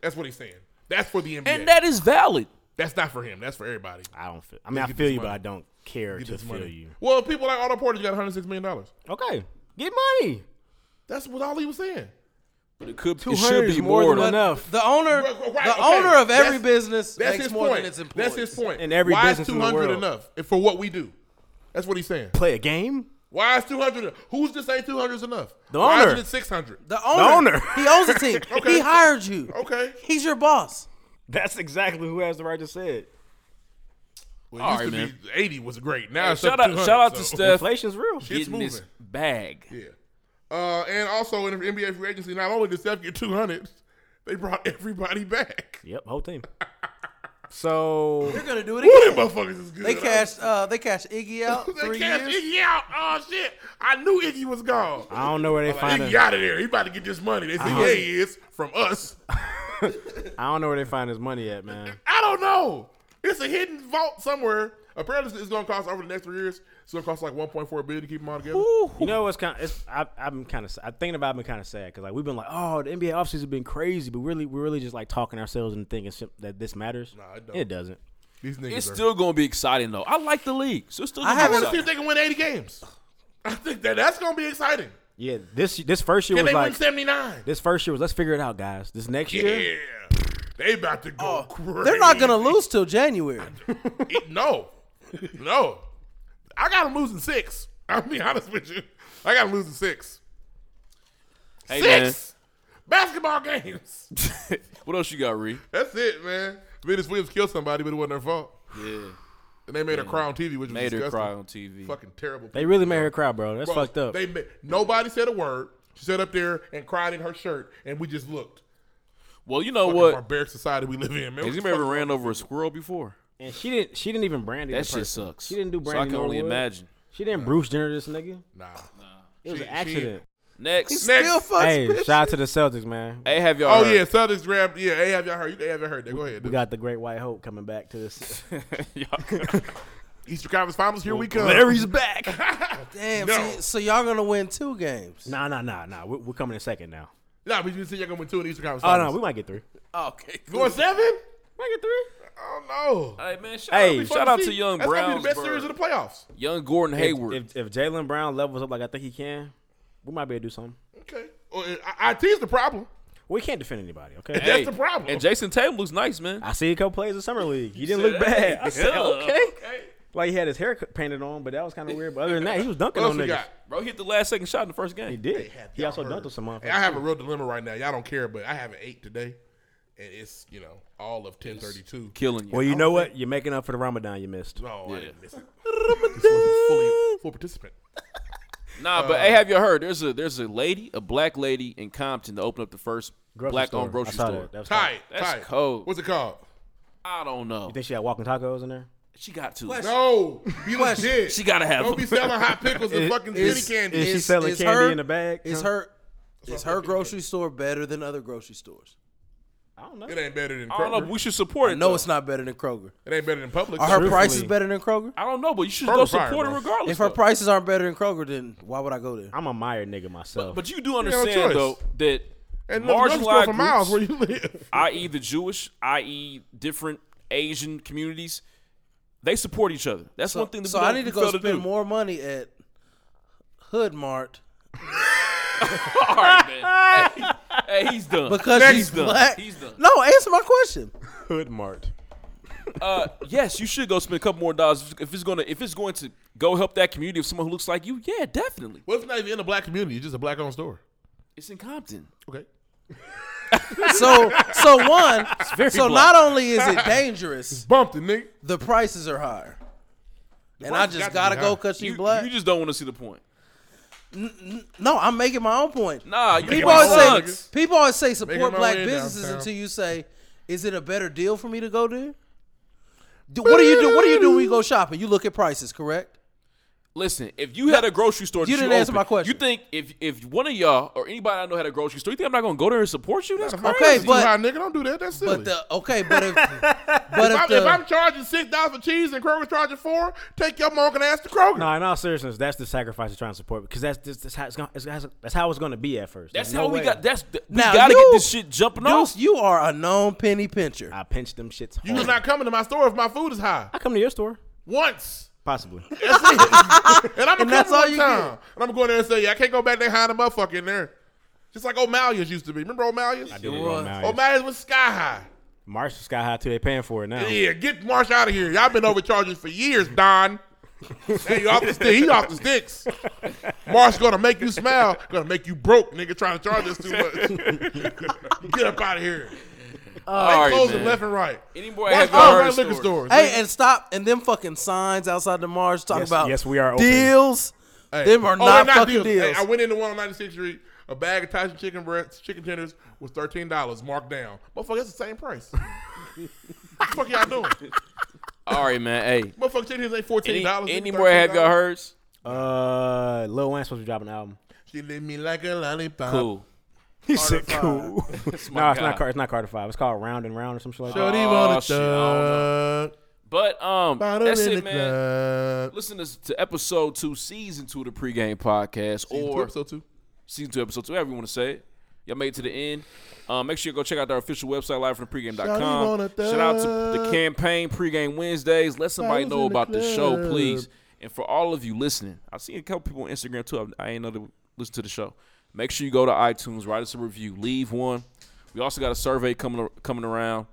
[SPEAKER 3] That's what he's saying. That's for the NBA.
[SPEAKER 4] and that is valid.
[SPEAKER 3] That's not for him. That's for everybody.
[SPEAKER 5] I don't feel. I mean,
[SPEAKER 3] Let's
[SPEAKER 5] I
[SPEAKER 3] get
[SPEAKER 5] feel
[SPEAKER 3] this
[SPEAKER 5] you, but
[SPEAKER 3] money.
[SPEAKER 5] I don't care
[SPEAKER 3] Get
[SPEAKER 5] to
[SPEAKER 3] this
[SPEAKER 5] feel
[SPEAKER 3] money.
[SPEAKER 5] you.
[SPEAKER 3] Well, people like Otto Porter got 106 million dollars.
[SPEAKER 5] Okay, get money.
[SPEAKER 3] That's what all he was saying.
[SPEAKER 4] But it could it
[SPEAKER 6] 200
[SPEAKER 4] should
[SPEAKER 6] is
[SPEAKER 4] be
[SPEAKER 6] more than
[SPEAKER 4] than-
[SPEAKER 6] enough. The owner- the owner of every business makes
[SPEAKER 3] his
[SPEAKER 6] more than
[SPEAKER 3] point.
[SPEAKER 6] its
[SPEAKER 3] That's his
[SPEAKER 6] employees.
[SPEAKER 3] point.
[SPEAKER 6] In every
[SPEAKER 3] Why is
[SPEAKER 6] business in
[SPEAKER 3] two
[SPEAKER 6] the
[SPEAKER 3] hundred
[SPEAKER 6] world.
[SPEAKER 3] enough and for what we do? That's what he's saying.
[SPEAKER 5] Play a game.
[SPEAKER 3] Why is two hundred? Who's just saying two hundred is enough?
[SPEAKER 5] The
[SPEAKER 3] Why
[SPEAKER 5] owner.
[SPEAKER 3] isn't it six hundred?
[SPEAKER 6] The owner. He owns the team.
[SPEAKER 3] Okay.
[SPEAKER 6] He hired you.
[SPEAKER 3] Okay.
[SPEAKER 6] He's your boss.
[SPEAKER 5] That's exactly who has the right to say it.
[SPEAKER 3] Well, it All used right, to be man. 80 was great. Now
[SPEAKER 4] Hey,
[SPEAKER 3] it's
[SPEAKER 4] shout
[SPEAKER 3] up
[SPEAKER 4] out-
[SPEAKER 3] 200,
[SPEAKER 4] shout out to
[SPEAKER 3] so-
[SPEAKER 4] Steph.
[SPEAKER 5] Inflation's real.
[SPEAKER 3] Shit's
[SPEAKER 4] Getting this
[SPEAKER 3] moving.
[SPEAKER 4] bag.
[SPEAKER 3] Yeah. Uh, and also in the NBA free agency, not only did Steph get two hundred, they brought everybody back.
[SPEAKER 5] Yep, whole team. So
[SPEAKER 6] They're gonna do it
[SPEAKER 3] Woo,
[SPEAKER 6] again.
[SPEAKER 3] them motherfuckers is good.
[SPEAKER 6] They cashed. Uh, they cashed Iggy out.
[SPEAKER 3] They
[SPEAKER 6] three
[SPEAKER 3] cashed
[SPEAKER 6] years.
[SPEAKER 3] Iggy out. Oh shit! I knew Iggy was gone.
[SPEAKER 5] I don't know where they
[SPEAKER 3] I'm
[SPEAKER 5] find
[SPEAKER 3] like, Iggy
[SPEAKER 5] him.
[SPEAKER 3] out of there. He about to get this money. They said,
[SPEAKER 5] Uh-huh.
[SPEAKER 3] yeah, he is from us.
[SPEAKER 5] I don't know where they find his money at, man.
[SPEAKER 3] I don't know. It's a hidden vault somewhere. Apparently, it's going to cost over the next three years. It's going to cost like 1.4 billion to keep them all together.
[SPEAKER 5] You know what's kind? Of, it's, I, I've been kind of. I'm thinking about. it, I've been kind of sad because like we've been like, oh, the NBA offseason has been crazy, but really, we're really just like talking ourselves and thinking sim- that this matters. Nah,
[SPEAKER 3] it
[SPEAKER 4] don't.
[SPEAKER 5] doesn't.
[SPEAKER 3] These niggas
[SPEAKER 4] It's still gonna be exciting though. I like the league, so it's still.
[SPEAKER 3] I,
[SPEAKER 4] Gonna be
[SPEAKER 3] want to
[SPEAKER 4] exciting.
[SPEAKER 3] see if they can win 80 games. I think that that's going to be exciting.
[SPEAKER 5] Yeah, this this first year
[SPEAKER 3] Can
[SPEAKER 5] was
[SPEAKER 3] they win
[SPEAKER 5] like
[SPEAKER 3] 79?
[SPEAKER 5] This first year was let's figure it out, guys. This next year,
[SPEAKER 3] Yeah. They about to go
[SPEAKER 4] Oh.
[SPEAKER 3] crazy.
[SPEAKER 6] They're not gonna lose till January.
[SPEAKER 3] It- no, no. I got them losing six. I'll be honest with you. I got them losing six.
[SPEAKER 4] Hey,
[SPEAKER 3] six basketball games.
[SPEAKER 4] What else you got, Ree?
[SPEAKER 3] That's it, man. Venus Williams killed somebody, but it wasn't her fault.
[SPEAKER 4] Yeah.
[SPEAKER 3] And they made her cry on TV, which
[SPEAKER 4] Made
[SPEAKER 3] was
[SPEAKER 4] her
[SPEAKER 3] disgusting.
[SPEAKER 4] cry on TV.
[SPEAKER 3] Fucking terrible.
[SPEAKER 5] they really made her cry, bro. That's
[SPEAKER 3] Bro,
[SPEAKER 5] fucked up.
[SPEAKER 3] They ma- nobody said a word. She sat up there and cried in her shirt, and we just looked.
[SPEAKER 4] Well, you know
[SPEAKER 3] Fucking
[SPEAKER 4] what?
[SPEAKER 3] Barbaric society we live in, man.
[SPEAKER 4] Has
[SPEAKER 3] What
[SPEAKER 4] you
[SPEAKER 3] the
[SPEAKER 4] ever
[SPEAKER 3] fuck-
[SPEAKER 4] ran over a squirrel before?
[SPEAKER 5] and she didn't. She didn't even brandy.
[SPEAKER 4] That
[SPEAKER 5] the
[SPEAKER 4] shit
[SPEAKER 5] person.
[SPEAKER 4] sucks.
[SPEAKER 5] She didn't do
[SPEAKER 4] So I
[SPEAKER 5] brandy.
[SPEAKER 4] can only
[SPEAKER 5] Norwood.
[SPEAKER 4] imagine.
[SPEAKER 5] She didn't Bruce Jenner this nigga.
[SPEAKER 3] Nah.
[SPEAKER 5] It was
[SPEAKER 3] She-
[SPEAKER 5] an accident.
[SPEAKER 4] Next.
[SPEAKER 3] He
[SPEAKER 4] Next.
[SPEAKER 3] still fucks
[SPEAKER 5] hey,
[SPEAKER 3] bitches.
[SPEAKER 5] shout out to the Celtics, man.
[SPEAKER 4] Hey, have y'all?
[SPEAKER 3] Oh
[SPEAKER 4] heard?
[SPEAKER 3] yeah, Celtics grabbed. Yeah, hey, have y'all heard? They haven't heard that. Go ahead.
[SPEAKER 5] We got the Great White Hope coming back to this.
[SPEAKER 3] Eastern Conference Finals. Here we come.
[SPEAKER 5] Larry's back.
[SPEAKER 6] Damn.
[SPEAKER 3] No.
[SPEAKER 6] see, so y'all gonna win two games.
[SPEAKER 5] nah, nah, nah, nah. We're, we're coming in second now.
[SPEAKER 3] Nah, but you said y'all gonna win two in the Eastern Conference
[SPEAKER 5] Oh no,
[SPEAKER 3] Finals.
[SPEAKER 5] we might get three.
[SPEAKER 6] Okay.
[SPEAKER 3] Going seven?
[SPEAKER 5] Might get three.
[SPEAKER 3] I don't know.
[SPEAKER 4] Hey man, shout
[SPEAKER 5] Hey,
[SPEAKER 4] out,
[SPEAKER 5] shout
[SPEAKER 4] shout out to Young
[SPEAKER 3] That's gonna be
[SPEAKER 4] Browns.
[SPEAKER 3] the best series of the playoffs.
[SPEAKER 4] Young Gordon Hayward.
[SPEAKER 5] If, if, if Jalen Brown levels up like I think he can, we might be able to do something.
[SPEAKER 3] Okay. Well, I, IT's the problem.
[SPEAKER 5] We can't defend anybody, okay?
[SPEAKER 3] That's the problem.
[SPEAKER 4] and Jason Tatum looks nice, man.
[SPEAKER 5] I see a couple plays in summer league. He didn't look bad. I said,
[SPEAKER 4] Yeah,
[SPEAKER 5] okay. Like he had his hair c- painted on, but that was kind of weird. But other than that, he was dunking
[SPEAKER 3] What else
[SPEAKER 5] on
[SPEAKER 3] we
[SPEAKER 5] niggas.
[SPEAKER 3] got?
[SPEAKER 4] Bro, he hit the last second shot in the first game.
[SPEAKER 5] He did.
[SPEAKER 3] Have
[SPEAKER 5] He
[SPEAKER 3] y'all
[SPEAKER 5] also
[SPEAKER 3] heard?
[SPEAKER 5] dunked on some motherfuckers.
[SPEAKER 3] Hey, I have a real dilemma right now. Y'all don't care, but I have an eight today, and it's you know all of ten thirty two.
[SPEAKER 4] Killing you.
[SPEAKER 5] well, you know what? You're making up for the Ramadan you missed.
[SPEAKER 3] No, Oh, I
[SPEAKER 4] Yeah.
[SPEAKER 3] didn't miss it. This wasn't fully full participant. Uh,
[SPEAKER 4] Nah, but hey, have you heard? There's a there's a lady, a black lady in Compton to open up the first
[SPEAKER 5] Grocery
[SPEAKER 4] black
[SPEAKER 5] store.
[SPEAKER 4] owned grocery
[SPEAKER 5] I saw
[SPEAKER 4] store.
[SPEAKER 5] That. That was tight.
[SPEAKER 3] Tight,
[SPEAKER 4] That's
[SPEAKER 3] tight.
[SPEAKER 4] cold.
[SPEAKER 3] What's it called?
[SPEAKER 4] I don't know.
[SPEAKER 5] You think she had walking tacos in there?
[SPEAKER 4] She got to.
[SPEAKER 3] No, be legit.
[SPEAKER 4] She gotta have
[SPEAKER 3] Don't be
[SPEAKER 4] them.
[SPEAKER 3] selling hot pickles and
[SPEAKER 5] Is-
[SPEAKER 3] fucking
[SPEAKER 5] is-
[SPEAKER 3] city candy.
[SPEAKER 5] is she selling candy in a bag?
[SPEAKER 6] Is
[SPEAKER 5] Huh?
[SPEAKER 6] her is her grocery store better than other grocery stores?
[SPEAKER 5] I don't know.
[SPEAKER 3] it ain't better than
[SPEAKER 4] I don't know.
[SPEAKER 3] Kroger.
[SPEAKER 4] But we should support it.
[SPEAKER 6] No,
[SPEAKER 4] though.
[SPEAKER 6] it's not better than Kroger.
[SPEAKER 3] It ain't better than Publix.
[SPEAKER 6] Are her
[SPEAKER 5] Truthfully.
[SPEAKER 6] prices better than Kroger?
[SPEAKER 4] I don't know, but you should
[SPEAKER 3] Kroger
[SPEAKER 4] go
[SPEAKER 3] fire,
[SPEAKER 4] support it
[SPEAKER 3] bro.
[SPEAKER 4] regardless.
[SPEAKER 6] If her
[SPEAKER 4] though.
[SPEAKER 6] prices aren't better than Kroger, then why would I go there?
[SPEAKER 5] I'm a Meyer nigga myself.
[SPEAKER 4] but you do
[SPEAKER 3] no
[SPEAKER 4] understand
[SPEAKER 3] choice.
[SPEAKER 4] though that
[SPEAKER 3] and marginalized
[SPEAKER 4] marginalized
[SPEAKER 3] for miles where
[SPEAKER 4] groups,
[SPEAKER 3] you live.
[SPEAKER 4] i.e., the Jewish, i.e., different Asian communities, they support each other. That's
[SPEAKER 6] So,
[SPEAKER 4] one thing. That
[SPEAKER 6] so
[SPEAKER 4] we
[SPEAKER 6] I
[SPEAKER 4] don't-
[SPEAKER 6] need to
[SPEAKER 4] we
[SPEAKER 6] go
[SPEAKER 4] fail
[SPEAKER 6] spend
[SPEAKER 4] do.
[SPEAKER 6] more money at Hood Mart
[SPEAKER 4] All right, man. hey, hey, he's done.
[SPEAKER 6] because
[SPEAKER 4] he's
[SPEAKER 6] she's
[SPEAKER 4] done.
[SPEAKER 6] black.
[SPEAKER 4] He's done.
[SPEAKER 6] No, answer my question.
[SPEAKER 5] Hood Mart.
[SPEAKER 4] Uh, yes, you should go spend a couple more dollars if it's gonna if it's going to go help that community of someone who looks like you. Yeah, definitely.
[SPEAKER 3] Well, it's not even in the black community. It's just a black-owned store.
[SPEAKER 4] It's in Compton.
[SPEAKER 3] Okay.
[SPEAKER 6] So, so one,
[SPEAKER 4] very
[SPEAKER 6] so
[SPEAKER 4] black.
[SPEAKER 6] not only is it dangerous,
[SPEAKER 3] Bumped it, nigga.
[SPEAKER 6] the prices are higher, and I
[SPEAKER 3] prices
[SPEAKER 6] just
[SPEAKER 3] got to
[SPEAKER 6] gotta
[SPEAKER 3] be
[SPEAKER 6] go
[SPEAKER 3] high.
[SPEAKER 6] because
[SPEAKER 4] You,
[SPEAKER 6] she's black.
[SPEAKER 4] you just don't want to see the point.
[SPEAKER 6] no, I'm making my own point.
[SPEAKER 4] Nah, you
[SPEAKER 6] people always say
[SPEAKER 3] own, nigga.
[SPEAKER 6] people always say
[SPEAKER 3] Making
[SPEAKER 6] support
[SPEAKER 3] my
[SPEAKER 6] black
[SPEAKER 3] way
[SPEAKER 6] businesses
[SPEAKER 3] downtown.
[SPEAKER 6] until you say, "Is it a better deal for me to go there?" Do, what do you do? What do you do when you go shopping? You look at prices, correct?
[SPEAKER 4] Listen, if you had a grocery store, that
[SPEAKER 6] You didn't answer
[SPEAKER 4] opened,
[SPEAKER 6] my question.
[SPEAKER 4] You think if if one of y'all or anybody I know had a grocery store, you think I'm not gonna go there and support you? That's
[SPEAKER 3] My
[SPEAKER 4] crazy.
[SPEAKER 6] Okay,
[SPEAKER 3] prices
[SPEAKER 6] but-
[SPEAKER 3] too high, nigga, don't do that. That's silly.
[SPEAKER 6] But the okay, but if but
[SPEAKER 3] if,
[SPEAKER 6] if,
[SPEAKER 3] I'm,
[SPEAKER 6] the,
[SPEAKER 3] if I'm charging six dollars for cheese and Kroger's charging four, take your monk and ask the Kroger.
[SPEAKER 5] No, in all seriousness, that's the sacrifice you're trying to support because that's that's, that's, how, it's gonna, it's- that's, that's how it's going to be at first.
[SPEAKER 4] That's
[SPEAKER 5] There's
[SPEAKER 4] how
[SPEAKER 5] no
[SPEAKER 4] we
[SPEAKER 5] way.
[SPEAKER 4] got. That's th- we
[SPEAKER 6] Now
[SPEAKER 4] gotta
[SPEAKER 6] you-
[SPEAKER 4] get this shit jumping
[SPEAKER 6] Deuce,
[SPEAKER 4] off.
[SPEAKER 6] you are a known penny pincher.
[SPEAKER 5] I pinched them shits.
[SPEAKER 3] you
[SPEAKER 5] hard.
[SPEAKER 3] just not coming to my store if my food is high.
[SPEAKER 5] I come to your store
[SPEAKER 3] Once.
[SPEAKER 5] possibly.
[SPEAKER 3] That's it. and I'm gonna
[SPEAKER 6] that's
[SPEAKER 3] come
[SPEAKER 6] all
[SPEAKER 3] one
[SPEAKER 6] you
[SPEAKER 3] time. And I'm gonna go in there and say, yeah, I can't go back there high the motherfucker in there. Just like O'Malley's used to be. Remember O'Malley's?
[SPEAKER 5] I do remember O'Malley's.
[SPEAKER 3] O'Malley's was sky high.
[SPEAKER 5] Marsh is sky high too. They paying for it now.
[SPEAKER 3] Yeah, get Marsh out of here. Y'all been overcharging for years, Don. hey, you off the stick. He off the sticks. Marsh gonna make you smile. Gonna make you broke, nigga. Trying to charge us too much. get up out of here.
[SPEAKER 6] Uh,
[SPEAKER 3] they closing left and right.
[SPEAKER 6] Any
[SPEAKER 3] boy Watch all right liquor stores.
[SPEAKER 6] Hey, and stop and them fucking signs outside the Mars talking
[SPEAKER 3] Yes,
[SPEAKER 6] about
[SPEAKER 5] yes, we are open.
[SPEAKER 6] deals.
[SPEAKER 3] Hey.
[SPEAKER 6] Them are
[SPEAKER 3] Oh,
[SPEAKER 6] not,
[SPEAKER 3] they're
[SPEAKER 6] fucking
[SPEAKER 3] Hey,
[SPEAKER 6] deals.
[SPEAKER 3] I went into one on 96th Street. A bag of Tyson chicken breasts, chicken tenders was thirteen dollars, marked down. Motherfucker, that's the same price. what the fuck y'all doing?
[SPEAKER 4] All right, man. Hey,
[SPEAKER 3] Motherfucker, chicken tenders ain't fourteen dollars.
[SPEAKER 4] Any more have y'all heard?
[SPEAKER 5] Uh, Lil Wayne's supposed to be dropping an album.
[SPEAKER 3] She lit me like a lollipop.
[SPEAKER 5] Cool. He said
[SPEAKER 3] Carter
[SPEAKER 5] cool.
[SPEAKER 3] Five.
[SPEAKER 5] no, it's
[SPEAKER 3] That's my guy.
[SPEAKER 5] not. Car- it's not Carter Five. It's called Round and Round or something like
[SPEAKER 3] Shorty
[SPEAKER 5] that.
[SPEAKER 3] wanna
[SPEAKER 4] shit, I don't
[SPEAKER 3] thug.
[SPEAKER 4] But um,
[SPEAKER 3] Bottle
[SPEAKER 4] that's
[SPEAKER 3] in
[SPEAKER 4] it,
[SPEAKER 3] the
[SPEAKER 4] man. Listen to, to episode two, season two of the pregame podcast,
[SPEAKER 3] Season two,
[SPEAKER 4] or
[SPEAKER 3] episode two,
[SPEAKER 4] season two, episode two, however you want to say it. Y'all made it to the end. Um, make sure you go check out our official website, live from
[SPEAKER 3] Shawty
[SPEAKER 4] pregame.com.
[SPEAKER 3] wanna
[SPEAKER 4] Shout out to
[SPEAKER 3] thug.
[SPEAKER 4] the campaign, pregame Wednesdays. Let somebody
[SPEAKER 3] Bottles
[SPEAKER 4] know
[SPEAKER 3] in the
[SPEAKER 4] about the show,
[SPEAKER 3] club.
[SPEAKER 4] please. And for all of you listening, I've seen a couple people on Instagram too. I've- I ain't know to listen to the show. Make sure you go to iTunes, write us a review, leave one. We also got a survey coming coming around.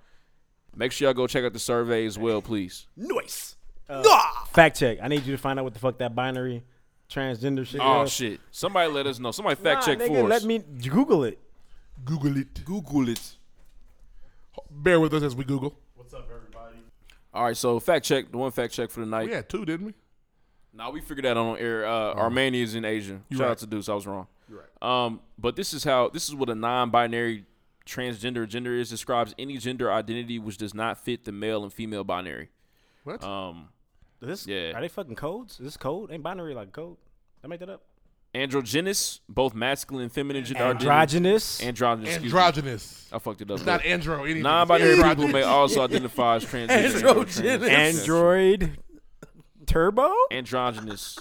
[SPEAKER 4] Make sure y'all go check out the survey as well, please.
[SPEAKER 5] Noise. Uh, Fact check. I need you to find out what the fuck that binary transgender shit
[SPEAKER 4] Oh
[SPEAKER 5] is.
[SPEAKER 4] shit! Somebody let us know. Somebody fact
[SPEAKER 5] Nah,
[SPEAKER 4] check
[SPEAKER 5] nigga,
[SPEAKER 4] for us.
[SPEAKER 5] Let me Google it.
[SPEAKER 3] Google it.
[SPEAKER 4] Google it.
[SPEAKER 3] Bear with us as we Google.
[SPEAKER 4] All right, so fact check. The one fact check for the night.
[SPEAKER 3] We had two, didn't we?
[SPEAKER 4] Now we figured that out on air. Uh, Armenia is in Asia.
[SPEAKER 3] You
[SPEAKER 4] Shout
[SPEAKER 3] right.
[SPEAKER 4] out to Deuce. I was wrong.
[SPEAKER 3] You
[SPEAKER 4] right. Um, but this is how this is what a non-binary transgender gender is describes any gender identity which does not fit the male and female binary.
[SPEAKER 5] What?
[SPEAKER 4] Um,
[SPEAKER 5] this
[SPEAKER 4] yeah.
[SPEAKER 5] Are they fucking codes? Is this code? Ain't binary like code? I make that up.
[SPEAKER 4] androgynous, both masculine and feminine gender. identity-
[SPEAKER 5] Androgynous?
[SPEAKER 4] Androgynous. excuse me.
[SPEAKER 3] Androgynous.
[SPEAKER 4] I fucked it up.
[SPEAKER 3] It's not
[SPEAKER 4] bro.
[SPEAKER 3] andro, anything.
[SPEAKER 4] Non-binary
[SPEAKER 3] It's
[SPEAKER 4] people may
[SPEAKER 3] androgynous.
[SPEAKER 4] also identify as transgender.
[SPEAKER 3] Androgynous.
[SPEAKER 5] Android Turbo?
[SPEAKER 4] Androgynous.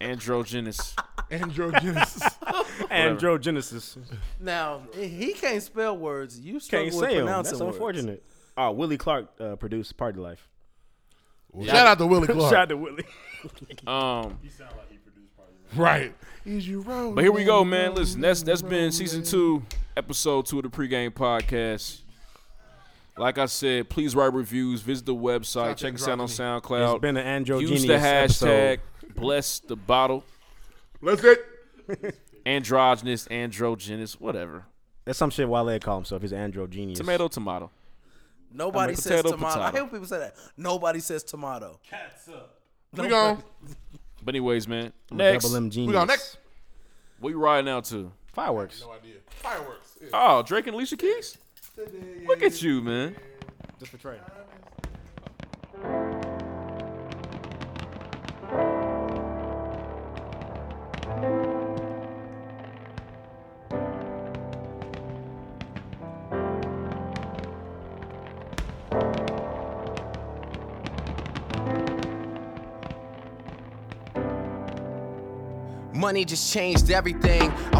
[SPEAKER 4] Androgynous.
[SPEAKER 3] Androgynous.
[SPEAKER 5] Androgenesis.
[SPEAKER 6] Now he can't spell words. You struggle
[SPEAKER 5] Can't
[SPEAKER 6] with
[SPEAKER 5] say 'em.
[SPEAKER 6] pronouncing
[SPEAKER 5] That's
[SPEAKER 6] words.
[SPEAKER 5] unfortunate. Oh, Willie Clark uh, produced Party Life.
[SPEAKER 3] Shout out to Willie Clark.
[SPEAKER 5] Shout out to Willie.
[SPEAKER 4] Um,
[SPEAKER 3] Right. Is you rolling?
[SPEAKER 4] But here we go, man. Listen, that's that's been season two, episode two of the pregame podcast. Like I said, please write reviews, visit the website, check us out on SoundCloud.
[SPEAKER 5] It's been an
[SPEAKER 4] Use the
[SPEAKER 5] androgynous
[SPEAKER 4] hashtag
[SPEAKER 5] episode.
[SPEAKER 4] bless the bottle.
[SPEAKER 3] Bless it.
[SPEAKER 4] Androgynous, androgynous, whatever.
[SPEAKER 5] That's some shit Wale call himself. He's androgenius.
[SPEAKER 4] Tomato, tomato.
[SPEAKER 6] Nobody
[SPEAKER 5] I mean,
[SPEAKER 6] says
[SPEAKER 5] potato,
[SPEAKER 6] tomato. I
[SPEAKER 5] potato.
[SPEAKER 6] hate when people say that. Nobody says tomato. Cats up.
[SPEAKER 3] We gone.
[SPEAKER 4] But anyways, man.
[SPEAKER 5] I'm a
[SPEAKER 4] Next.
[SPEAKER 5] double M genius.
[SPEAKER 3] We gone next.
[SPEAKER 4] What you riding out to?
[SPEAKER 5] Fireworks.
[SPEAKER 3] No idea. Fireworks.
[SPEAKER 4] Oh, Drake and Alicia Keys? Look at you, man.
[SPEAKER 5] Just for training.
[SPEAKER 14] Money just changed everything. I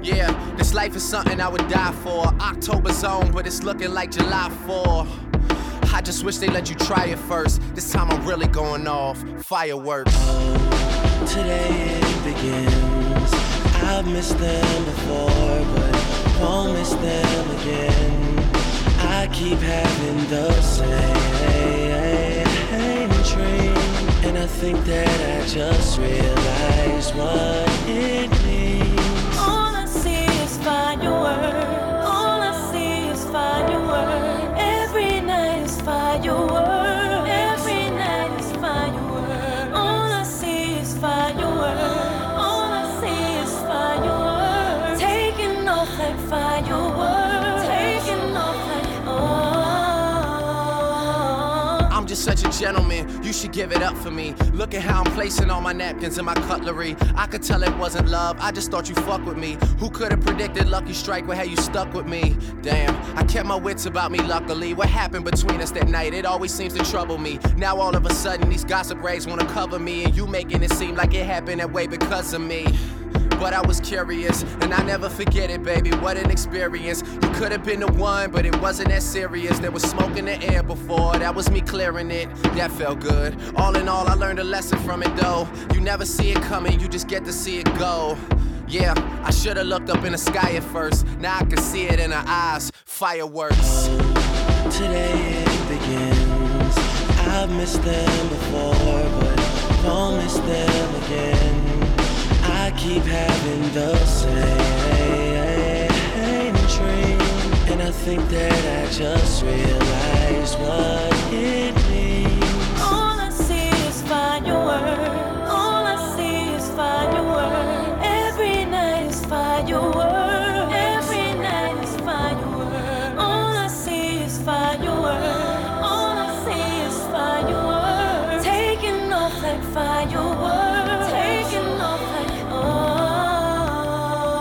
[SPEAKER 14] Yeah, this life is something I would die for. October's on, but it's looking like July 4. I just wish they let you try it first. This time I'm really going off. Fireworks.
[SPEAKER 15] today it begins. I've missed them before, but won't miss them again. I keep having the same dream, and I think that I just realized what it means.
[SPEAKER 16] All I see is fireworks. All I see is fireworks. Every night is fireworks. Every night is fireworks. All I see is fireworks. All I see is fireworks. Taking off like fireworks. Taking off like oh.
[SPEAKER 14] I'm I'm just such a gentleman, you should give it up for me. Look at how I'm placing all my napkins and my cutlery. I could tell it wasn't love, I just thought you fuck with me. Who could have predicted Lucky Strike with how you stuck with me? Damn, I kept my wits about me, luckily. What happened between us that night? It always seems to trouble me. Now all of a sudden, these gossip rags wanna cover me, and you making it seem like it happened that way because of me. But I was curious, and I never forget it, baby. What an experience. You could have been the one, but it wasn't that serious. There was smoke in the air before, that was me clearing it. That felt good. All in all, I learned a lesson from it, though. You never see it coming, you just get to see it go. Yeah, I should have looked up in the sky at first. Now I can see it in her eyes. Fireworks.
[SPEAKER 15] Today it begins. I've missed them before, but won't miss them again. I keep having the same dream, and I think that I just realized what it means.
[SPEAKER 16] All I see is firework. All I see is firework. Every night is firework. Every night is firework. All I see is firework. All I see is firework. Taking off like firework. Taking off like oh.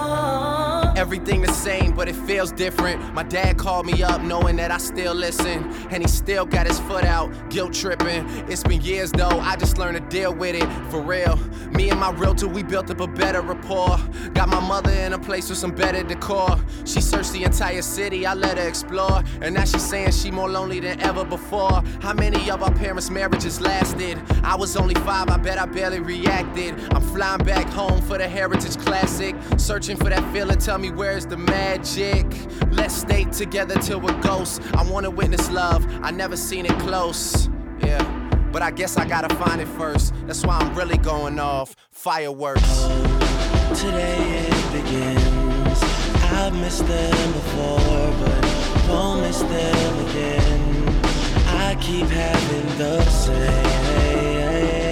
[SPEAKER 14] Everything the same, but it feels different. My dad called me up knowing that I still listen, and he still got his foot out, guilt tripping. It's been years though, I just learned to deal with it for real. Me and my realtor, we built up a better rapport. Got my mother in a place with some better decor. She searched the entire city, I let her explore, and now she's saying she more lonely than ever before. How many of our parents' marriages lasted? I was only five, I bet I barely reacted. I'm flying back home for the Heritage Classic, searching for that feeling. Tell me where's the magic? Let's stay together till we're ghosts. I wanna witness love, I never seen it close. Yeah, but I guess I gotta find it first. That's why I'm really going off fireworks.
[SPEAKER 15] Today it begins. I've missed them before, but won't miss them again. I keep having the same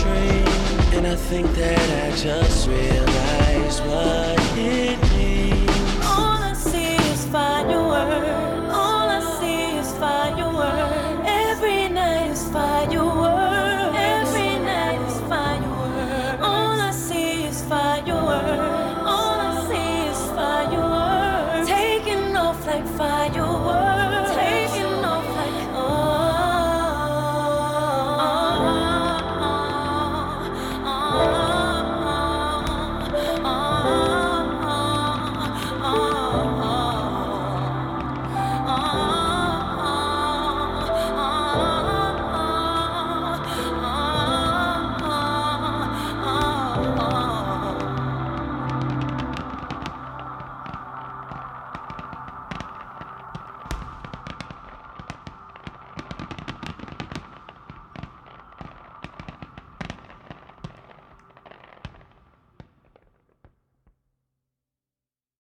[SPEAKER 15] dream, and I think that I just realized what it
[SPEAKER 16] oh.